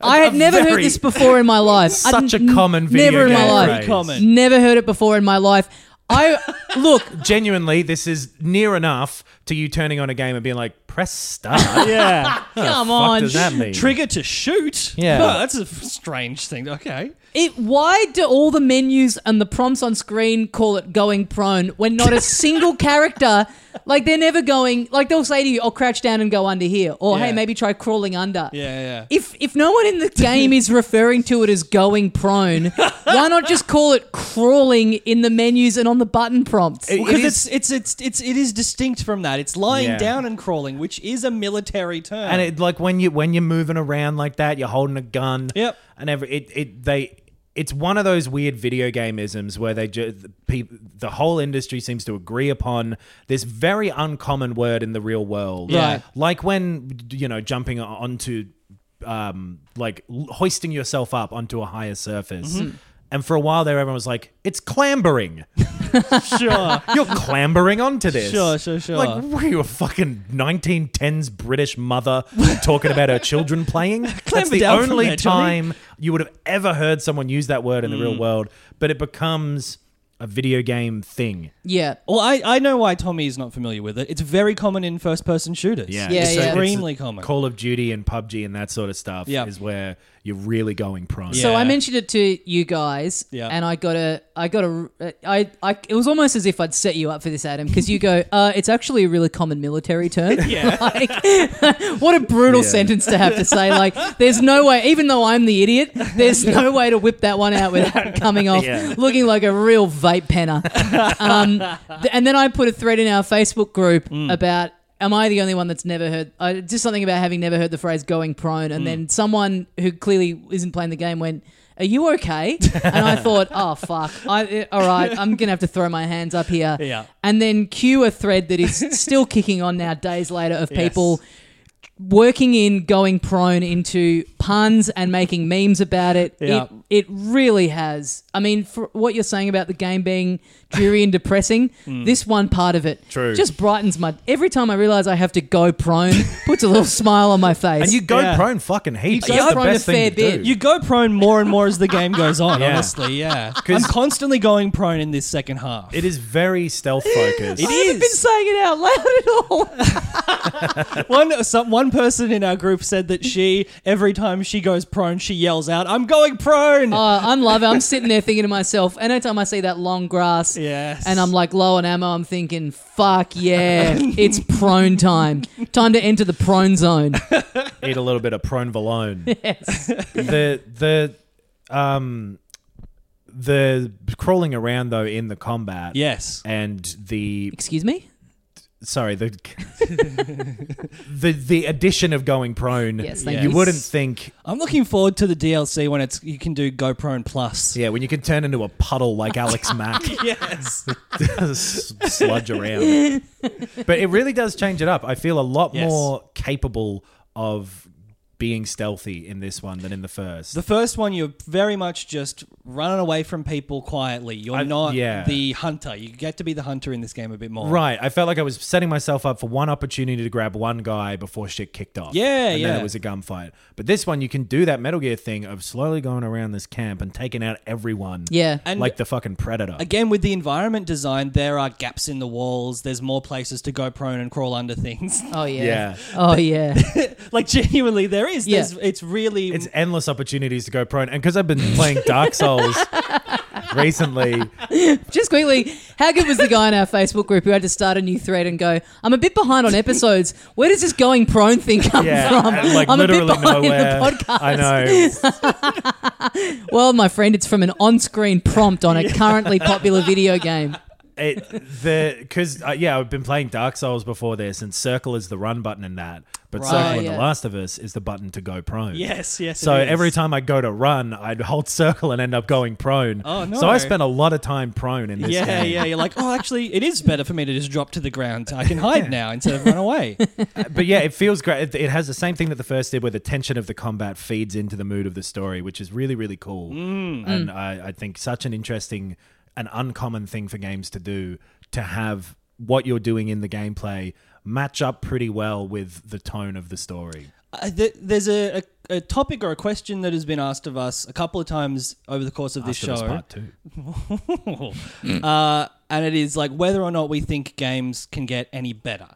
Speaker 1: I had
Speaker 3: a
Speaker 1: never heard
Speaker 3: very-
Speaker 1: this before in
Speaker 2: (laughs)
Speaker 1: my life.
Speaker 3: Such
Speaker 1: I'd
Speaker 3: a common video
Speaker 1: Never in my
Speaker 3: game
Speaker 1: life.
Speaker 3: phrase.
Speaker 2: Common.
Speaker 1: Never heard it before in my life.
Speaker 2: (laughs)
Speaker 1: I look.
Speaker 3: Genuinely, this is near enough to you turning on a game and being like, press start.
Speaker 2: yeah.
Speaker 1: Come
Speaker 3: What
Speaker 1: on.
Speaker 3: does that mean?
Speaker 2: Trigger to shoot.
Speaker 3: Yeah.
Speaker 2: Oh, that's a f- strange thing. Okay.
Speaker 1: It, why do all the menus and the prompts on screen call it going prone when not
Speaker 2: (laughs)
Speaker 1: a single character, like they're never going, like they'll say to you, oh, crouch down and go under here. Or,
Speaker 2: Yeah.
Speaker 1: hey, maybe try crawling under.
Speaker 2: Yeah, yeah.
Speaker 1: If, if no one in the game is referring to it as going prone, why not just call it crawling in the menus and on the button prompts?
Speaker 2: Because it's, it's it's it's it is distinct from that. that. It's lying
Speaker 3: Yeah.
Speaker 2: down and crawling, which is a military term.
Speaker 3: And it like when you when you're moving around like that, you're holding a gun.
Speaker 2: Yep.
Speaker 3: And every it it they it's one of those weird video game isms where they ju- the, peop the whole industry seems to agree upon this very uncommon word in the real world.
Speaker 2: Yeah. Right.
Speaker 3: Like when you know jumping onto um like l- hoisting yourself up onto a higher surface.
Speaker 2: Mm-hmm.
Speaker 3: And for a while there, everyone was like, "It's clambering.
Speaker 2: sure.
Speaker 3: (laughs) You're clambering onto this."
Speaker 2: Sure, sure, sure.
Speaker 3: Like, were you a fucking 1910s British mother talking about her
Speaker 2: (laughs)
Speaker 3: children playing? That's the
Speaker 2: down from
Speaker 3: only
Speaker 2: there, Johnny. Mm.
Speaker 3: time you would have ever heard someone use that word in the real world, but it becomes a video game thing.
Speaker 1: Yeah.
Speaker 2: Well, I, I know why Tommy is not familiar with it. It's very common in first person shooters.
Speaker 1: Yeah,
Speaker 3: It's-
Speaker 1: yeah.
Speaker 3: it's
Speaker 2: Extremely common.
Speaker 3: Call of Duty and PUBG and that sort of stuff
Speaker 2: Yeah.
Speaker 3: is where you're really going prime.
Speaker 2: Yeah.
Speaker 1: So I mentioned it to you guys,
Speaker 2: Yeah.
Speaker 1: and I got a, I got a, I, I, it was almost as if I'd set you up for this, Adam, because you go, (laughs) uh, it's actually a really common military term. yeah. (laughs) Like, what a brutal sentence to have to say. Like, there's no way, even though I'm the idiot, there's no way to whip that one out without coming off
Speaker 3: Yeah.
Speaker 1: looking like a real vape penner. Um, th- and then I put a thread in our Facebook group
Speaker 2: Mm.
Speaker 1: about. Am I the only one that's never heard? Uh, just something about having never heard the phrase "going prone,"
Speaker 2: Mm.
Speaker 1: and then someone who clearly isn't playing the game went, "Are you okay?" (laughs) And I thought, "Oh fuck! I, eh, all right, I'm gonna have to throw my hands up here."
Speaker 2: Yeah.
Speaker 1: And then cue a thread that
Speaker 2: (laughs)
Speaker 1: is still kicking on now, days later, of people working in going prone into puns and making memes about it.
Speaker 2: Yeah.
Speaker 1: It it really has. I mean, for what you're saying about the game being dreary and
Speaker 3: (laughs)
Speaker 1: depressing, this one part of it
Speaker 3: Hmm. True.
Speaker 1: just brightens my every time I realize I have to go
Speaker 3: (laughs)
Speaker 1: prone, puts a little smile on my face.
Speaker 3: And you go
Speaker 2: Yeah.
Speaker 3: prone fucking heaps.
Speaker 1: You
Speaker 3: That's
Speaker 1: go
Speaker 3: the
Speaker 1: prone
Speaker 3: best
Speaker 1: a fair
Speaker 3: thing to
Speaker 1: bit.
Speaker 3: do.
Speaker 2: You go prone more and more as the game goes on,
Speaker 3: (laughs) Yeah.
Speaker 2: honestly, yeah. I'm constantly going prone in this second half.
Speaker 3: it is very stealth
Speaker 2: (laughs)
Speaker 3: focused.
Speaker 1: I haven't been saying it out
Speaker 3: (laughs)
Speaker 1: loud at all.
Speaker 2: one some, one person in our group said that she every time she goes prone she yells out I'm going prone
Speaker 1: Uh, I'm loving. I'm sitting there thinking to myself, and anytime I see that long grass,
Speaker 2: Yes.
Speaker 1: and I'm like low on ammo, I'm thinking, fuck yeah,
Speaker 3: (laughs)
Speaker 1: it's prone time. Time to enter the prone
Speaker 3: (laughs)
Speaker 1: zone.
Speaker 3: eat a little bit of pronvolone. the the um the crawling around though in the combat.
Speaker 2: yes
Speaker 3: And the
Speaker 1: Excuse me?
Speaker 3: sorry the (laughs) the the addition of going prone.
Speaker 1: Yes, thank
Speaker 3: you.
Speaker 1: you.
Speaker 3: wouldn't think.
Speaker 2: I'm looking forward to the DLC when it's you can do go prone plus
Speaker 3: Yeah, when you can turn into a puddle
Speaker 1: (laughs)
Speaker 3: like Alex Mack,
Speaker 2: yes
Speaker 3: S- sludge around. But it really does change it up. I feel a lot
Speaker 2: Yes.
Speaker 3: more capable of being stealthy in this one than in the first.
Speaker 2: the first one you're very much just running away from people quietly you're not
Speaker 3: yeah.
Speaker 2: the hunter you get to be the hunter in this game a bit more
Speaker 3: Right. I felt like I was setting myself up for one opportunity to grab one guy before shit kicked off.
Speaker 2: Yeah,
Speaker 3: and
Speaker 2: yeah.
Speaker 3: Then it was a gunfight. But this one, you can do that Metal Gear thing of slowly going around this camp and taking out everyone.
Speaker 1: Yeah.
Speaker 2: And-
Speaker 3: like the fucking predator.
Speaker 2: Again, with the environment design, there are gaps in the walls. There's more places to go prone and crawl under things. (laughs)
Speaker 1: Oh, yeah.
Speaker 3: Yeah.
Speaker 1: Oh, yeah.
Speaker 2: like genuinely, there is.
Speaker 1: Yeah.
Speaker 2: There's, it's really
Speaker 3: It's endless opportunities to go prone. And because I've been playing
Speaker 1: (laughs)
Speaker 3: Dark Souls recently,
Speaker 1: Just quickly, how good was the guy in our Facebook group who had to start a new thread and go, I'm a bit behind on episodes. Where does this going prone thing come
Speaker 3: yeah,
Speaker 1: from?
Speaker 3: and, like
Speaker 1: I'm a bit
Speaker 3: literally
Speaker 1: behind
Speaker 3: nowhere.
Speaker 1: in the podcast.
Speaker 3: I
Speaker 1: (laughs)
Speaker 3: know.
Speaker 1: Well, my friend, it's from an on screen prompt on a currently popular video game.
Speaker 3: it the because uh, yeah i've been playing dark souls before this and circle is the run button in that but
Speaker 2: Right.
Speaker 3: circle in
Speaker 1: Yeah.
Speaker 3: the last of us is the button to go prone
Speaker 2: Yes, yes,
Speaker 3: so
Speaker 2: it is.
Speaker 3: every time i go to run i'd hold circle and end up going prone
Speaker 2: Oh, no.
Speaker 3: so i spent a lot of time prone in this
Speaker 2: Yeah,
Speaker 3: game
Speaker 2: yeah. You're like, oh, actually, it is better for me to just drop to the ground. I can hide now instead of run away.
Speaker 3: but yeah it feels great it, it has the same thing that the first did where the tension of the combat feeds into the mood of the story which is really really cool
Speaker 2: Mm.
Speaker 3: and I, I think such an interesting an uncommon thing for games to do to have what you're doing in the gameplay match up pretty well with the tone of the story
Speaker 2: (laughs) Uh, th- there's a, a, a topic or a question that has been asked of us a couple of times over the course of this
Speaker 3: Last of Us
Speaker 2: show.
Speaker 3: part two
Speaker 2: (laughs) uh, and it is like whether or not we think games can get any better.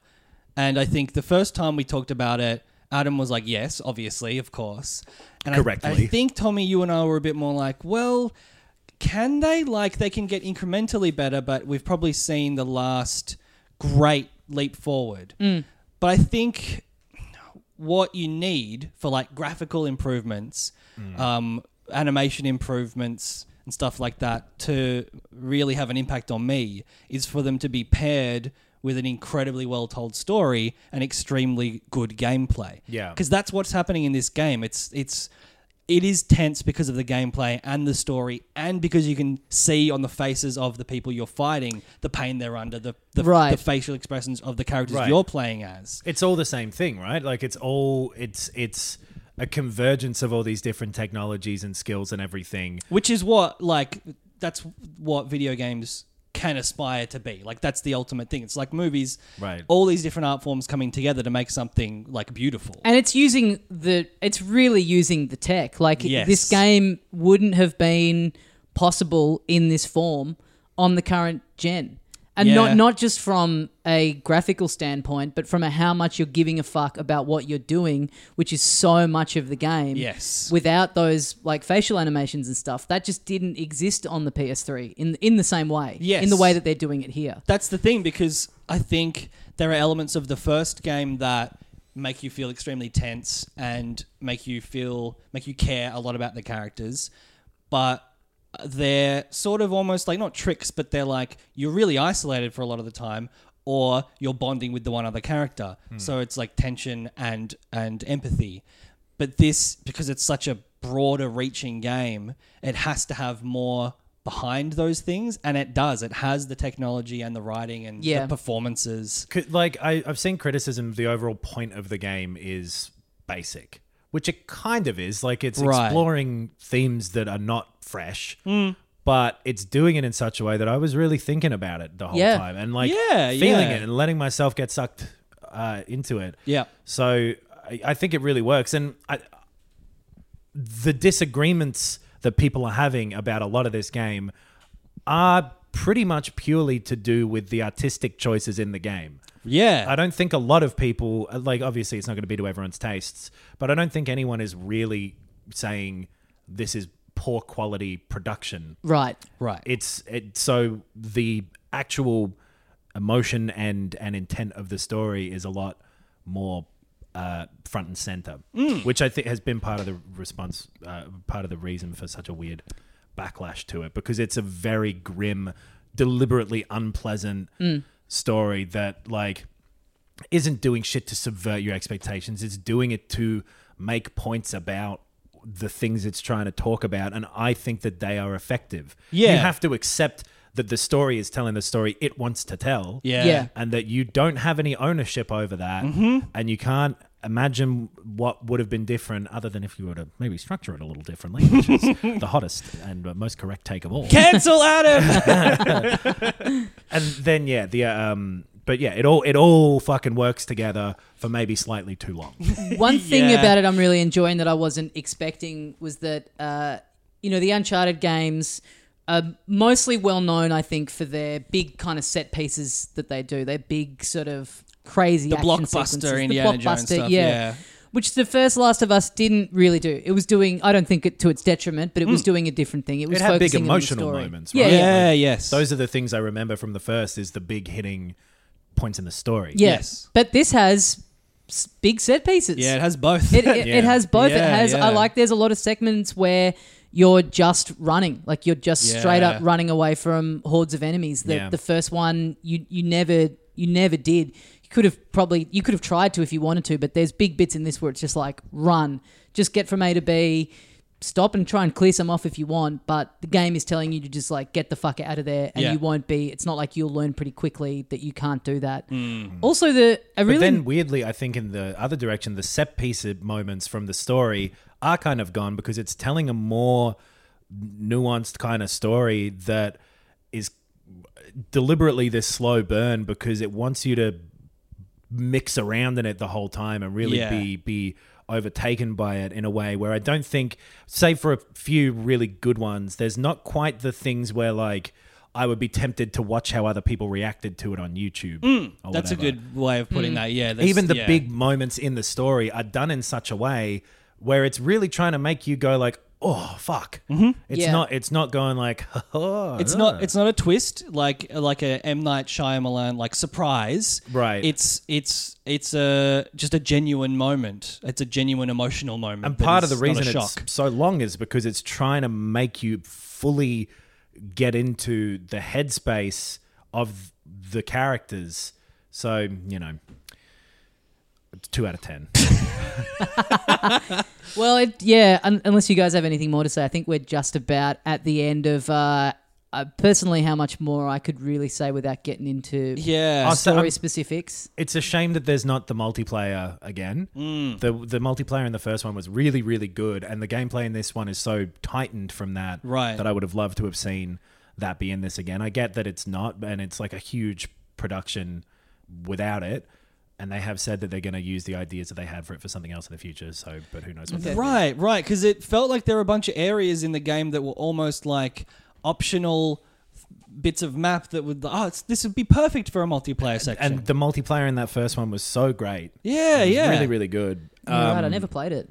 Speaker 2: And I think the first time we talked about it, Adam was like, "Yes, obviously, of course." And I- I,
Speaker 3: Correctly.
Speaker 2: think Tommy, you and I were a bit more like, "Well, can they? Like, they can get incrementally better, but we've probably seen the last great leap forward." But I think what you need for like graphical improvements,
Speaker 3: Mm.
Speaker 2: um, animation improvements, and stuff like that to really have an impact on me is for them to be paired with an incredibly well told story and extremely good gameplay.
Speaker 3: Yeah.
Speaker 2: Because that's what's happening in this game. It's it's it is tense because of the gameplay and the story and because you can see on the faces of the people you're fighting the pain they're under, the the,
Speaker 1: Right.
Speaker 2: the facial expressions of the characters
Speaker 3: Right.
Speaker 2: you're playing as.
Speaker 3: it's all the same thing, right? Like it's all it's it's a convergence of all these different technologies and skills and everything.
Speaker 2: Which is what like that's what video games can aspire to be. Like that's the ultimate thing. It's like movies,
Speaker 3: Right.
Speaker 2: All these different art forms coming together to make something like beautiful.
Speaker 1: And it's using the it's really using the tech. Like
Speaker 2: Yes.
Speaker 1: this game wouldn't have been possible in this form on the current gen. And
Speaker 2: Yeah.
Speaker 1: not not just from a graphical standpoint, but from a how much you're giving a fuck about what you're doing, which is so much of the game.
Speaker 2: Yes.
Speaker 1: Without those like facial animations and stuff, that just didn't exist on the PS3 in in the same way.
Speaker 2: Yes.
Speaker 1: In the way that they're doing it here.
Speaker 2: that's the thing because I think there are elements of the first game that make you feel extremely tense and make you feel make you care a lot about the characters, but they're sort of almost like not tricks, but they're like you're really isolated for a lot of the time, or you're bonding with the one other character.
Speaker 3: Hmm.
Speaker 2: So it's like tension and and empathy. But this because it's such a broader reaching game, it has to have more behind those things, and it does. It has the technology and the writing and
Speaker 1: Yeah.
Speaker 2: the performances.
Speaker 3: Could- Like I, I've seen criticism. The overall point of the game is basic, which it kind of is. Like it's
Speaker 2: Right. Hmm.
Speaker 3: exploring themes that are not fresh. But it's doing it in such a way that I was really thinking about it the whole
Speaker 1: Yeah.
Speaker 3: time and like
Speaker 2: Yeah,
Speaker 3: feeling
Speaker 2: yeah.
Speaker 3: it and letting myself get sucked uh, into it.
Speaker 2: Yeah.
Speaker 3: So I, I think it really works. And I, the disagreements that people are having about a lot of this game are pretty much purely to do with the artistic choices in the game.
Speaker 2: Yeah.
Speaker 3: I don't think a lot of people uh, like obviously it's not going to be to everyone's tastes, but I don't think anyone is really saying this is poor quality production.
Speaker 1: Right.
Speaker 2: right.
Speaker 3: It's it, so the actual emotion and and intent of the story is a lot more uh, front and center, which I think has been part of the response, uh, part of the reason for such a weird backlash to it because it's a very grim, deliberately unpleasant story that like isn't doing shit to subvert your expectations. It's doing it to make points about the things it's trying to talk about, and I think that they are effective.
Speaker 2: Yeah.
Speaker 3: you have to accept that the story is telling the story it wants to tell
Speaker 2: yeah.
Speaker 1: Yeah.
Speaker 3: and that you don't have any ownership over that,
Speaker 2: Mm-hmm.
Speaker 3: and you can't imagine what would have been different other than if you were to maybe structure it a little differently, which
Speaker 2: (laughs)
Speaker 3: is the hottest and uh, most correct take of all. (laughs)
Speaker 2: Cancel Adam.
Speaker 3: and then yeah, the uh, um, but yeah, it all it all fucking works together for maybe slightly too long.
Speaker 1: One thing
Speaker 2: Yeah.
Speaker 1: about it I'm really enjoying that I wasn't expecting was that, uh, you know, the Uncharted games are mostly well known, I think, for their big kind of set pieces that they do. Their big sort of crazy
Speaker 2: The
Speaker 1: action
Speaker 2: blockbuster
Speaker 1: sequences. The
Speaker 2: Indiana Jones
Speaker 1: blockbuster,
Speaker 2: stuff, yeah.
Speaker 1: Which the first Last of Us didn't really do. It was doing, I don't think, it to its detriment, but it
Speaker 2: Mm.
Speaker 1: was doing a different thing. It was
Speaker 3: It had big
Speaker 1: focusing on the
Speaker 3: emotional
Speaker 1: story.
Speaker 3: moments,
Speaker 1: Yeah,
Speaker 3: right?
Speaker 1: yeah.
Speaker 2: yeah. Yes.
Speaker 3: Those are the things I remember from the first is the big hitting points in the story.
Speaker 1: Yeah.
Speaker 2: Yes.
Speaker 1: But this has s- big set pieces.
Speaker 2: Yeah. It has (laughs) both.
Speaker 1: It, it,
Speaker 3: Yeah.
Speaker 1: it has both. it
Speaker 2: Yeah,
Speaker 1: has.
Speaker 2: yeah.
Speaker 1: I like. There's a lot of segments where you're just running, like you're just straight up
Speaker 2: Yeah.
Speaker 1: running away from hordes of enemies. The,
Speaker 3: Yeah.
Speaker 1: the first one, you you never you never did. You could have probably you could have tried to if you wanted to, but there's big bits in this where it's just like run, just get from A to B. Stop and try and clear some off if you want, but the game is telling you to just like get the fuck out of there, and
Speaker 2: Yeah.
Speaker 1: you won't be. It's not like you'll learn pretty quickly that you can't do that.
Speaker 2: Mm.
Speaker 1: Also, the I
Speaker 3: But
Speaker 1: really
Speaker 3: then, weirdly, I think in the other direction, the set piece moments from the story are kind of gone because it's telling a more nuanced kind of story that is deliberately this slow burn because it wants you to mix around in it the whole time and really
Speaker 2: Yeah.
Speaker 3: be be overtaken by it in a way where I don't think, save for a few really good ones, there's not quite the things where like. I would be tempted to watch how other people reacted to it on YouTube. or
Speaker 2: Mm, That's a
Speaker 3: whatever
Speaker 2: good way of
Speaker 1: Hmm.
Speaker 2: putting that. Yeah. that's-
Speaker 3: even the
Speaker 2: yeah.
Speaker 3: big moments in the story are done in such a way where it's really trying to make you go like oh fuck
Speaker 2: Mm-hmm.
Speaker 3: it's
Speaker 1: Yeah.
Speaker 3: not it's not going like (laughs) oh,
Speaker 2: It's not. It's not a twist like like a M Night Shyamalan like surprise.
Speaker 3: Right.
Speaker 2: It's it's it's a just a genuine moment. It's a genuine emotional moment.
Speaker 3: and
Speaker 2: that
Speaker 3: part of the
Speaker 2: is not a
Speaker 3: reason it's
Speaker 2: shock.
Speaker 3: so long is because it's trying to make you fully get into the headspace of the characters So you know, it's two out of ten.
Speaker 1: Well, it, yeah. Un- unless you guys have anything more to say, I think we're just about at the end of. Uh, uh, personally, how much more I could really say without getting into
Speaker 2: Yeah.
Speaker 3: I'll
Speaker 1: story specifics.
Speaker 3: it's a shame that there's not the multiplayer again.
Speaker 2: Mm.
Speaker 3: The the multiplayer in the first one was really really good, and the gameplay in this one is so tightened from that
Speaker 2: Right.
Speaker 3: that I would have loved to have seen that be in this again. I get that it's not, and it's like a huge production without it. And they have said that they're going to use the ideas that they had for it for something else in the future. So, but who knows what that
Speaker 2: Right, right. Because it felt like there were a bunch of areas in the game that were almost like optional bits of map that would, oh, it's, this would be perfect for a multiplayer section.
Speaker 3: And the multiplayer in that first one was so great.
Speaker 2: yeah,
Speaker 3: It was
Speaker 2: yeah.
Speaker 3: Really, really good.
Speaker 1: You're right, I never played it.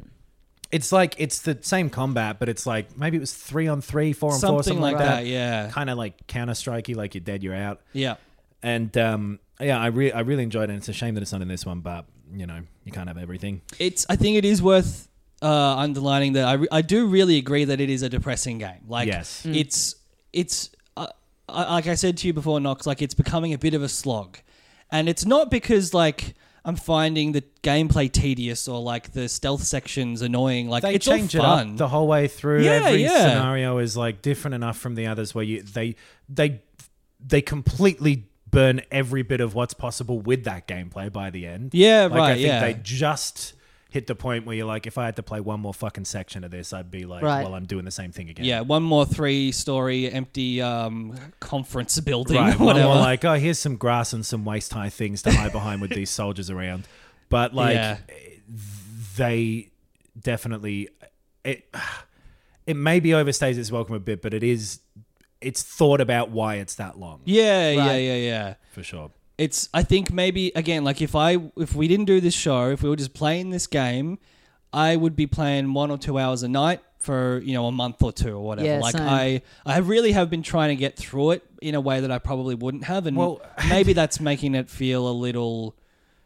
Speaker 3: It's like it's the same combat, but it's like maybe it was three on three, four on four,
Speaker 2: Something
Speaker 3: something
Speaker 2: like
Speaker 3: like that.
Speaker 2: that, yeah.
Speaker 3: kind of like Counter Strikey, like you're dead, you're out.
Speaker 2: yeah.
Speaker 3: And um, yeah, I re- I really enjoyed it. And it's a shame that it's not in this one, but you know, you can't have everything.
Speaker 2: It's, I think it is worth uh, underlining that I, re- I do really agree that it is a depressing game. Like,
Speaker 3: Yes.
Speaker 2: it's, it's, uh, I- like I said to you before, Knox, like it's becoming a bit of a slog. And it's not because, like, I'm finding the gameplay tedious or like the stealth sections annoying. Like
Speaker 3: They
Speaker 2: it's all
Speaker 3: change it
Speaker 2: fun.
Speaker 3: up the whole way through.
Speaker 2: Yeah,
Speaker 3: Every
Speaker 2: yeah.
Speaker 3: scenario is like different enough from the others where you they they they completely burn every bit of what's possible with that gameplay by the end.
Speaker 2: Yeah,
Speaker 3: like,
Speaker 2: right,
Speaker 3: I think
Speaker 2: yeah.
Speaker 3: they just hit the point where you're like, if I had to play one more fucking section of this, I'd be like,
Speaker 1: Right.
Speaker 3: well, I'm doing the same thing again.
Speaker 2: Yeah, one more three story empty um, conference (laughs) building
Speaker 3: Right.
Speaker 2: or
Speaker 3: One
Speaker 2: whatever.
Speaker 3: more like, oh, here's some grass and some waist high things to hide behind with these soldiers around.
Speaker 2: (laughs)
Speaker 3: But like,
Speaker 2: Yeah.
Speaker 3: they definitely it. It maybe overstays its welcome a bit, but it is. It's thought about why it's that long
Speaker 2: yeah, yeah,
Speaker 1: Right.
Speaker 2: yeah, yeah.
Speaker 3: for sure.
Speaker 2: It's I think maybe again like if I if we didn't do this show, if we were just playing this game, I would be playing one or two hours a night for, you know, a month or two or whatever.
Speaker 1: Yeah,
Speaker 2: like
Speaker 1: same.
Speaker 2: I I really have been trying to get through it in a way that I probably wouldn't have and
Speaker 3: Well- (laughs)
Speaker 2: maybe that's making it feel a little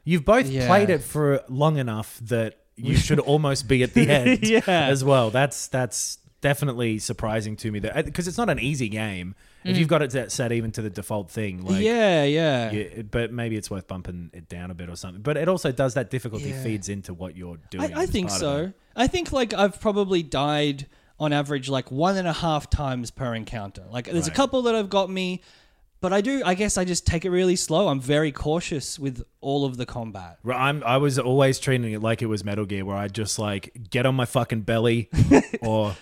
Speaker 3: You've both
Speaker 2: Yeah.
Speaker 3: played it for long enough that
Speaker 2: (laughs)
Speaker 3: you should almost be at the end
Speaker 2: Yeah.
Speaker 3: as well. That's that's definitely surprising to me that because it's not an easy game.
Speaker 2: Mm.
Speaker 3: If you've got it set- set even to the default thing, like
Speaker 2: Yeah, yeah.
Speaker 3: Yeah, it- but maybe it's worth bumping it down a bit or something. But it also does that difficulty
Speaker 2: Yeah.
Speaker 3: feeds into what you're doing.
Speaker 2: I, I
Speaker 3: as
Speaker 2: think
Speaker 3: part of
Speaker 2: so.
Speaker 3: it.
Speaker 2: I think like I've probably died on average like one and a half times per encounter. Like there's a
Speaker 3: Right.
Speaker 2: couple that have got me, but I do. I guess I just take it really slow. I'm very cautious with all of the combat.
Speaker 3: Right, I'm, I was always treating it like it was Metal Gear, where I just like get on my
Speaker 2: (laughs)
Speaker 3: fucking belly or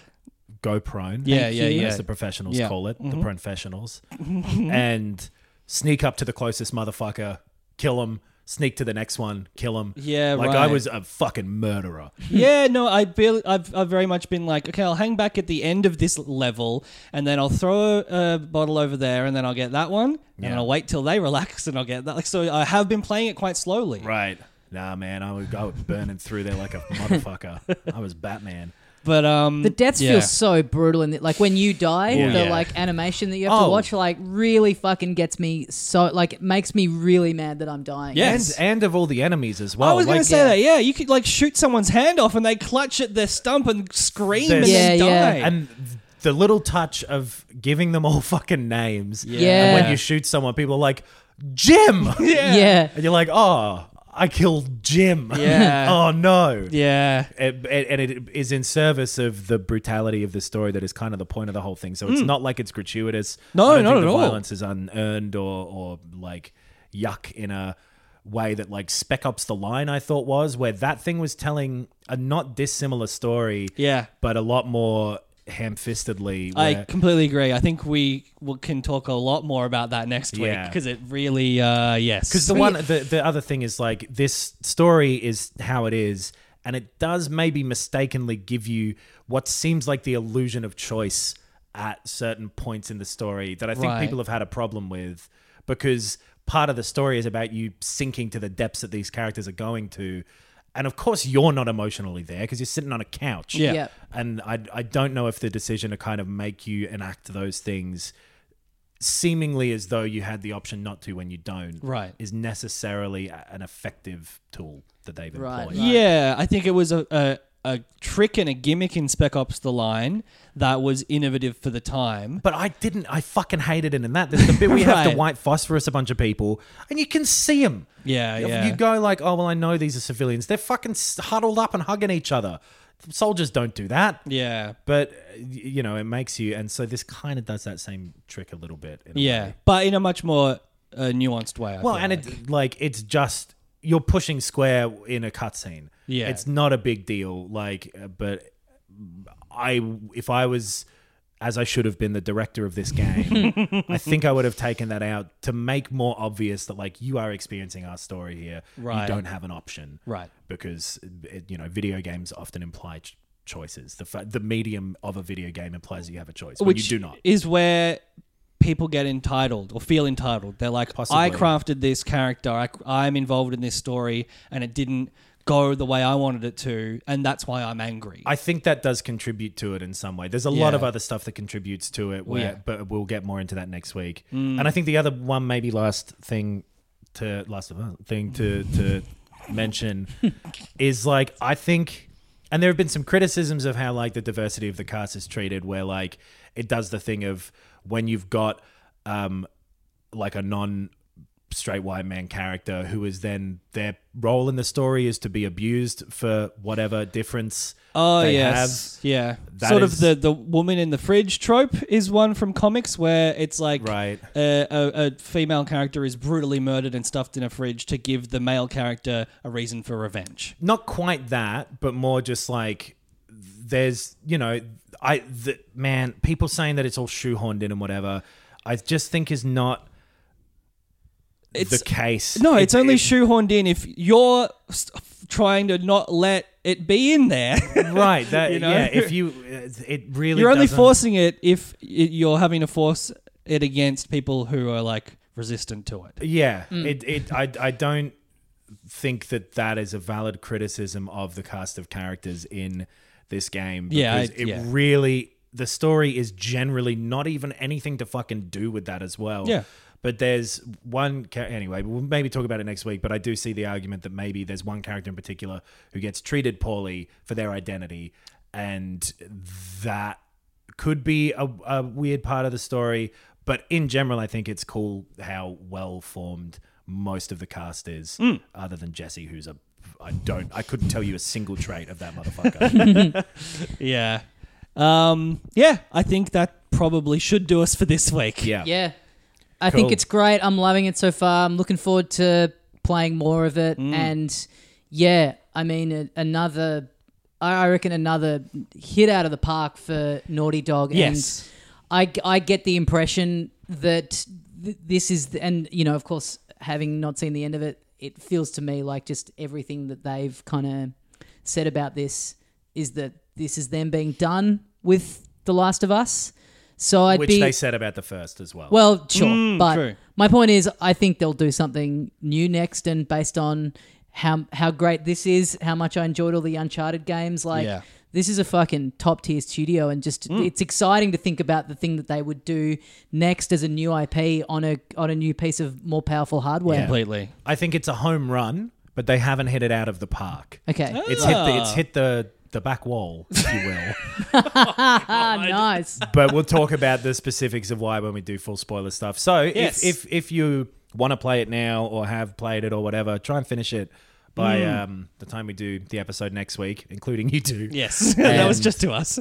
Speaker 3: go prone.
Speaker 2: Yeah, yeah, yeah.
Speaker 3: As the professionals
Speaker 2: Yeah. Mm-hmm.
Speaker 3: call it, the professionals, and sneak up to the closest motherfucker, kill him. Sneak to the next one, kill him.
Speaker 2: Yeah,
Speaker 3: like I
Speaker 2: right.
Speaker 3: was a
Speaker 2: (laughs)
Speaker 3: fucking murderer.
Speaker 2: yeah, no, I barely, I've, I've very much been like, okay, I'll hang back at the end of this level, and then I'll throw a, a bottle over there, and then I'll get that one, and then
Speaker 3: Yeah.
Speaker 2: I'll wait till they (laughs) relax, and I'll get that. Like, so I have been playing it quite slowly.
Speaker 3: Right. Nah, man, I was, I was burning through there like a
Speaker 2: (laughs)
Speaker 3: motherfucker. I was Batman.
Speaker 2: But um,
Speaker 1: The deaths
Speaker 2: yeah.
Speaker 1: feel so brutal, and like when you die,
Speaker 3: Yeah.
Speaker 1: the
Speaker 3: Yeah.
Speaker 1: like animation that you have to
Speaker 3: Oh.
Speaker 1: watch, like really fucking gets me so like it makes me really mad that I'm dying.
Speaker 2: Yeah.
Speaker 3: And,
Speaker 2: Yes.
Speaker 3: and of all the enemies as well.
Speaker 2: I was gonna
Speaker 3: Like,
Speaker 2: say that. Yeah, you could like shoot someone's hand off, and they clutch at their stump and scream and
Speaker 3: There's-
Speaker 2: then
Speaker 1: Yeah, yeah.
Speaker 2: die.
Speaker 3: and the little touch of giving them all (laughs) fucking names.
Speaker 1: Yeah.
Speaker 3: And when you shoot someone, people are like, Jim.
Speaker 2: (laughs) yeah,
Speaker 1: yeah.
Speaker 3: And you're like, oh, I killed Jim.
Speaker 2: Yeah.
Speaker 3: (laughs) oh no.
Speaker 2: yeah,
Speaker 3: It- it- and it is in service of the brutality of the story that is kind of the point of the whole thing. So it's not like it's gratuitous.
Speaker 2: Hmm. No,
Speaker 3: I don't
Speaker 2: not
Speaker 3: think
Speaker 2: at
Speaker 3: the
Speaker 2: all.
Speaker 3: Violence is unearned or or like yuck in a way that like Spec Ops: The Line I thought was where that thing was telling a not dissimilar story.
Speaker 2: Yeah.
Speaker 3: but a lot more ham-fistedly.
Speaker 2: I
Speaker 3: where-
Speaker 2: completely agree. I think we will, can talk a lot more about that next week
Speaker 3: Yeah.
Speaker 2: because it really, uh, yes,
Speaker 3: Because the one, the, the other thing is like this story is how it is, and it does maybe mistakenly give you what seems like the illusion of choice at certain points in the story that I think
Speaker 2: Right.
Speaker 3: people have had a problem with because part of the story is about you sinking to the depths that these characters are going to. And of course, you're not emotionally there because you're sitting on a couch.
Speaker 2: Yeah.
Speaker 1: Yeah.
Speaker 3: And I, I don't know if the decision to kind of make you enact those things seemingly as though you had the option not to when you don't
Speaker 2: Right.
Speaker 3: is necessarily a- an effective tool that they've
Speaker 1: Right,
Speaker 3: employed.
Speaker 1: right.
Speaker 2: yeah, I think it was a, a a trick and a gimmick in Spec Ops: The Line that was innovative for the time.
Speaker 3: But I didn't. I fucking hated it in that. There's the bit where you have
Speaker 2: Right.
Speaker 3: to white phosphorus a bunch of people, and you can see them.
Speaker 2: Yeah,
Speaker 3: you,
Speaker 2: yeah.
Speaker 3: You go like, oh well, I know these are civilians. They're fucking s- huddled up and hugging each other. Soldiers don't do that.
Speaker 2: Yeah.
Speaker 3: But uh, y- you know, it makes you. And so this kind of does that same trick a little bit. in a
Speaker 2: Yeah,
Speaker 3: way.
Speaker 2: but in a much more uh, nuanced way. I
Speaker 3: Well,
Speaker 2: feel
Speaker 3: and
Speaker 2: like.
Speaker 3: it like it's just you're pushing square in a cutscene.
Speaker 2: Yeah.
Speaker 3: it's not a big deal. Like, uh, but I if I was as I should have been the director of
Speaker 2: (laughs)
Speaker 3: this game, I think I would have taken that out to make more obvious that like you are experiencing our story here.
Speaker 2: Right.
Speaker 3: You don't have an option.
Speaker 2: Right.
Speaker 3: Because uh, it, you know video games often imply ch- choices. The fa- the medium of a video game implies that you have a choice, when
Speaker 2: which
Speaker 3: you do not.
Speaker 2: is where people get entitled or feel entitled. They're like, I
Speaker 3: Possibly.
Speaker 2: crafted this character, I, I'm involved in this story, and it didn't go the way I wanted it to, and that's why I'm angry.
Speaker 3: I think that does contribute to it in some way. There's a
Speaker 2: Yeah.
Speaker 3: lot of other stuff that contributes to it, where,
Speaker 2: yeah. Mm.
Speaker 3: but we'll get more into that next week. And I think the other one, maybe last thing to last of all, thing to to
Speaker 2: (laughs)
Speaker 3: mention is like I think, and there have been some criticisms of how like the diversity of the cast is treated, where like it does the thing of when you've got um like a non straight white man character who is then their role in the story is to be abused for whatever difference
Speaker 2: Oh
Speaker 3: they
Speaker 2: yes, yeah.
Speaker 3: That
Speaker 2: sort of
Speaker 3: is-
Speaker 2: the the woman in the fridge trope is one from comics where it's like
Speaker 3: Right.
Speaker 2: a, a, a female character is brutally murdered and stuffed in a fridge to give the male character a reason for revenge.
Speaker 3: not quite that, but more just like there's you know I the, man people saying that it's all shoehorned in and whatever. I just think is not
Speaker 2: It's
Speaker 3: the case.
Speaker 2: No, it's
Speaker 3: It-
Speaker 2: only
Speaker 3: it-
Speaker 2: shoehorned in if you're s- trying to not let it be in
Speaker 3: (laughs)
Speaker 2: there.
Speaker 3: right.
Speaker 2: (laughs)
Speaker 3: That
Speaker 2: you know?
Speaker 3: yeah. If you, it really
Speaker 2: you're only
Speaker 3: doesn't-
Speaker 2: forcing it if i- you're having to force it against people who are like resistant to it.
Speaker 3: Yeah, it, it I, I don't think that that is a valid criticism of the cast of characters in this game.
Speaker 2: Yeah,
Speaker 3: because
Speaker 2: I-
Speaker 3: it
Speaker 2: yeah.
Speaker 3: really the story is generally not even anything to fucking do with that as well.
Speaker 2: Yeah.
Speaker 3: But there's one cha- anyway. We'll maybe talk about it next week. But I do see the argument that maybe there's one character in particular who gets treated poorly for their identity, and that could be a, a weird part of the story. But in general, I think it's cool how well formed most of the cast is, other than Jesse, who's a I don't I couldn't tell you a single trait of that motherfucker.
Speaker 2: Yeah. Um, yeah, I think that probably should do us for this week.
Speaker 3: yeah.
Speaker 1: Yeah. I think
Speaker 3: Cool.
Speaker 1: it's great. I'm loving it so far. I'm looking forward to playing more of it.
Speaker 3: Mm.
Speaker 1: And yeah, I mean, a- another, I I reckon another hit out of the park for Naughty Dog.
Speaker 2: Yes.
Speaker 1: And I, I get the impression that th- this is, the, and, you know, of course, having not seen the end of it, it feels to me like just everything that they've kind of said about this is that this is them being done with The Last of Us. So I'd
Speaker 3: Which
Speaker 1: be
Speaker 3: they said about the first as well.
Speaker 1: well, sure, but
Speaker 2: Mm, true.
Speaker 1: my point is, I think they'll do something new next, and based on how how great this is, how much I enjoyed all the Uncharted games, like
Speaker 2: Yeah. Mm.
Speaker 1: this is a fucking top tier studio, and just it's exciting to think about the thing that they would do next as a new IP on a on a new piece of more powerful hardware.
Speaker 2: Completely.
Speaker 3: I think it's a home run, but they haven't hit it out of the park.
Speaker 1: Okay,
Speaker 3: It's hit the, it's hit the the back wall, if you will.
Speaker 1: (laughs) ah, nice.
Speaker 3: but we'll talk about the specifics of why when we do full spoiler stuff. So
Speaker 2: Yes.
Speaker 3: if, if if you want to play it now or have played it or whatever, try and finish it by
Speaker 1: Hmm.
Speaker 3: um, the time we do the episode next week, including you two.
Speaker 2: Yes. (laughs) that was
Speaker 3: And-
Speaker 2: just to us.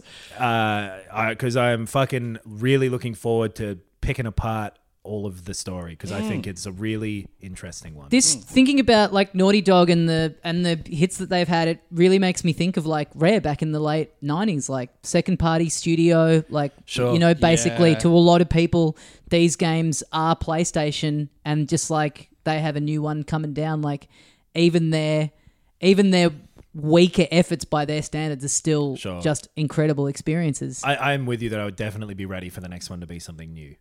Speaker 3: because I'm fucking really looking forward to picking apart all of the story because I think it's a really interesting one.
Speaker 1: Mm. This thinking about like Naughty Dog and the and the hits that they've had, it really makes me think of like Rare back in the late nineties, like second party studio, like
Speaker 3: Sure.
Speaker 1: you know, basically
Speaker 2: Yeah.
Speaker 1: to a lot of people, these games are PlayStation, and just like they have a new one coming down, like even their even their weaker efforts by their standards are still
Speaker 3: Sure.
Speaker 1: just incredible experiences.
Speaker 3: I, I'm with you that I would definitely be ready for the next one to be something new.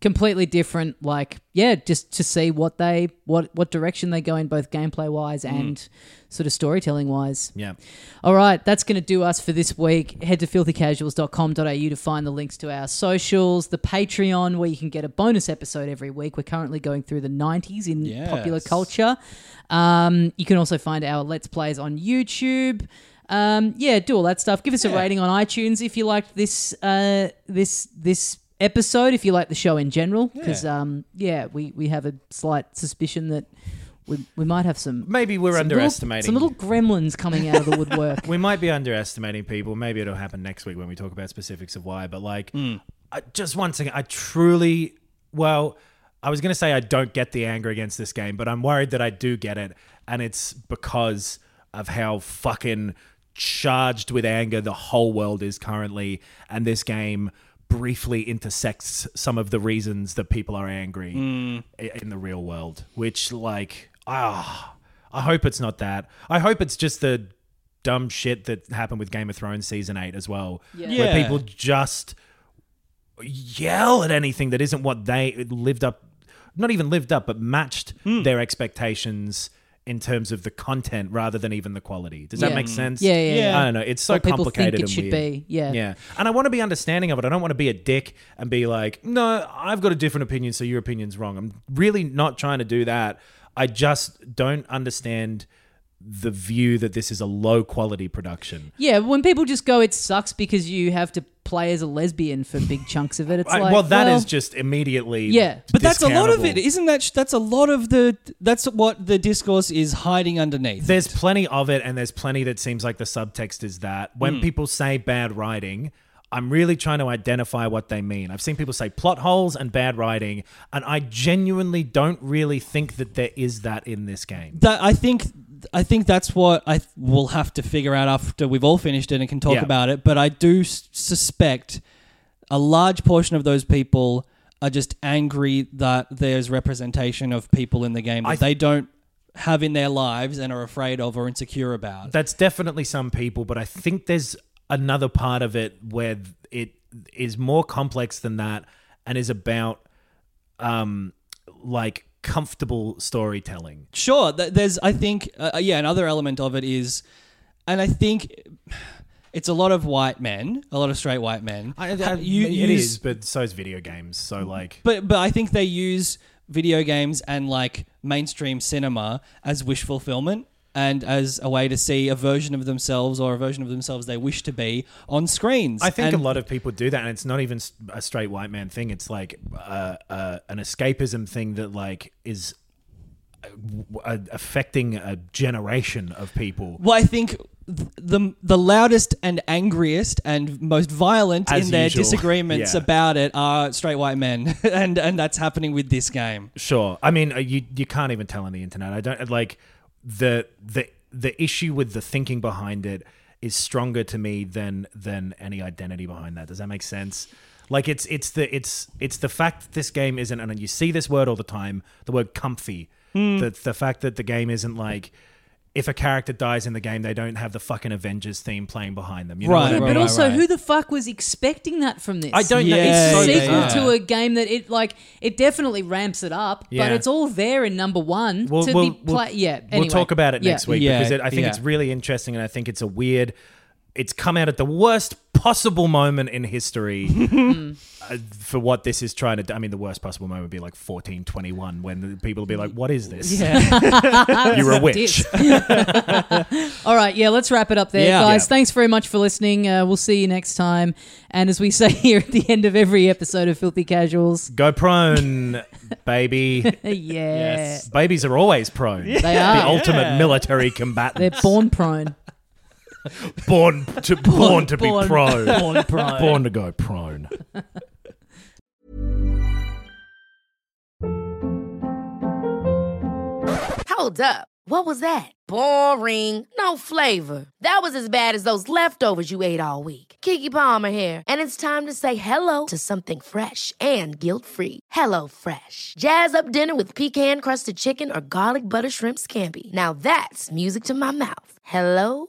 Speaker 1: completely different. Like, yeah, just to see what they what what direction they go in, both gameplay wise and sort of storytelling wise.
Speaker 3: Yeah.
Speaker 1: All right, that's going to do us for this week. Head to filthycasuals.com.au to find the links to our socials, the Patreon, where you can get a bonus episode every week. We're currently going through the 90s in popular
Speaker 2: Yes.
Speaker 1: culture. Um, you can also find our Let's Plays on YouTube. Um, yeah, do all that stuff. Give us a rating on iTunes if you liked this uh, this this episode. If you like the show in general, because yeah. Um, yeah, we we have a slight suspicion that we, we might have some
Speaker 3: Maybe we're
Speaker 1: some little-
Speaker 3: underestimating.
Speaker 1: some little gremlins coming out of the
Speaker 3: (laughs)
Speaker 1: woodwork.
Speaker 3: we might be underestimating people. Maybe it'll happen next week when we talk about specifics of why. But like,
Speaker 1: Hmm.
Speaker 3: I, just once again, I truly, well, I was going to say I don't get the anger against this game, but I'm worried that I do get it, and it's because of how fucking charged with anger the whole world is currently, and this game briefly intersects some of the reasons that people are angry
Speaker 1: Hmm.
Speaker 3: i- in the real world, which like, ah. I hope it's not that. I hope it's just the dumb shit that happened with Game of Thrones season eight as well, where
Speaker 2: Yeah.
Speaker 3: people just yell at anything that isn't what they lived up, not even lived up, but matched their expectations in terms of the content rather than even the quality. Does that
Speaker 1: Yeah.
Speaker 3: make sense?
Speaker 1: Yeah, yeah,
Speaker 2: Yeah.
Speaker 3: I don't know. It's so
Speaker 1: What people
Speaker 3: complicated
Speaker 1: think it
Speaker 3: and
Speaker 1: should
Speaker 3: weird.
Speaker 1: be. Yeah.
Speaker 3: Yeah. And I want to be understanding of it. I don't want to be a dick and be like, no, I've got a different opinion, so your opinion's wrong. I'm really not trying to do that. I just don't understand the view that this is a low quality production.
Speaker 1: Yeah, when people just go, it sucks because you have to play as a lesbian for big chunks of it. It's
Speaker 3: I-
Speaker 1: like,
Speaker 3: well, that
Speaker 1: well,
Speaker 3: is just immediately.
Speaker 1: Yeah.
Speaker 2: But that's a lot of it,
Speaker 3: discountable.
Speaker 2: isn't that? Sh- that's a lot of the. That's what the discourse is hiding underneath.
Speaker 3: There's plenty of it, and there's plenty that seems like the subtext is that. When people say bad writing, I'm really trying to identify what they mean. I've seen people say plot holes and bad writing, and I genuinely don't really think that there is that in this game.
Speaker 2: that I think I think that's what I th- will have to figure out after we've all finished it and can talk
Speaker 3: Yeah.
Speaker 2: about it. But I do s- suspect a large portion of those people are just angry that there's representation of people in the game that
Speaker 3: I-
Speaker 2: they don't have in their lives and are afraid of or insecure about.
Speaker 3: That's definitely some people, but I think there's another part of it where th- it is more complex than that and is about um like comfortable storytelling.
Speaker 2: sure th- there's i think uh, yeah another element of it is and i think it's a lot of white men a lot of straight white men Ha-
Speaker 3: it
Speaker 2: use-
Speaker 3: is, but so is video games. So like
Speaker 2: but but i think they use video games and like mainstream cinema as wish fulfillment and as a way to see a version of themselves or a version of themselves they wish to be on screens
Speaker 3: I think
Speaker 2: And-
Speaker 3: a lot of people do that, and it's not even s- a straight white man thing. It's like uh, uh, an escapism thing that like is uh, w- uh, affecting a generation of people.
Speaker 2: Well, I think th- the the loudest and angriest and most violent
Speaker 3: As
Speaker 2: in their
Speaker 3: usual. (laughs)
Speaker 2: disagreements
Speaker 3: Yeah.
Speaker 2: about it are straight white men, (laughs) and and that's happening with this game.
Speaker 3: Sure, I mean uh, you you can't even tell on the internet. I don't like the the the issue with the thinking behind it is stronger to me than than any identity behind that. Does that make sense? Like it's it's the it's it's the fact that this game isn't, and you see this word all the time, the word comfy. The the fact that the game isn't like. If a character dies in the game, they don't have the fucking Avengers theme playing behind them. You know
Speaker 2: Right,
Speaker 3: what I
Speaker 1: But,
Speaker 3: mean?
Speaker 2: right, right.
Speaker 1: also, who the fuck was expecting that from this?
Speaker 3: I don't know.
Speaker 2: Yeah,
Speaker 3: It's so
Speaker 1: It's a
Speaker 3: bizarre.
Speaker 1: sequel to a game that it like it definitely ramps it up,
Speaker 3: Yeah.
Speaker 1: but it's all there in number one
Speaker 3: We'll,
Speaker 1: to be
Speaker 3: we'll,
Speaker 1: play.
Speaker 3: we'll-
Speaker 1: yeah,
Speaker 3: we'll
Speaker 1: anyway.
Speaker 3: talk about it
Speaker 1: Yeah.
Speaker 3: next
Speaker 1: (laughs)
Speaker 3: week
Speaker 2: Yeah,
Speaker 3: because it, I think
Speaker 2: yeah.
Speaker 3: it's really interesting, and I think it's a weird. It's come out at the worst possible moment
Speaker 1: (laughs)
Speaker 3: in history uh, for what this is trying to. do. I mean, the worst possible moment would be like fourteen twenty one when the people will be like, "What is this? (laughs)
Speaker 1: (laughs)
Speaker 3: you were a (laughs) witch."
Speaker 1: All right, yeah, let's wrap it up there,
Speaker 2: Yeah.
Speaker 1: guys.
Speaker 3: Yeah.
Speaker 1: Thanks very much for listening. Uh, we'll see you next time. And as we (laughs) say here at the end of every episode of Filthy Casuals,
Speaker 3: Go prone, baby.
Speaker 1: yeah, yes.
Speaker 3: Babies are always prone.
Speaker 1: they
Speaker 3: The
Speaker 1: are.
Speaker 3: ultimate military
Speaker 1: They're
Speaker 3: combatant,
Speaker 1: born prone.
Speaker 3: born to born to be
Speaker 1: born-
Speaker 3: prone, born prone, born to go prone.
Speaker 4: Hold up. What was that? Boring. No flavor. That was as bad as those leftovers you ate all week. Kiki Palmer here, and it's time to say hello to something fresh and guilt-free. Hello Fresh. Jazz up dinner with pecan-crusted chicken or garlic butter shrimp scampi. Now that's music to my mouth. Hello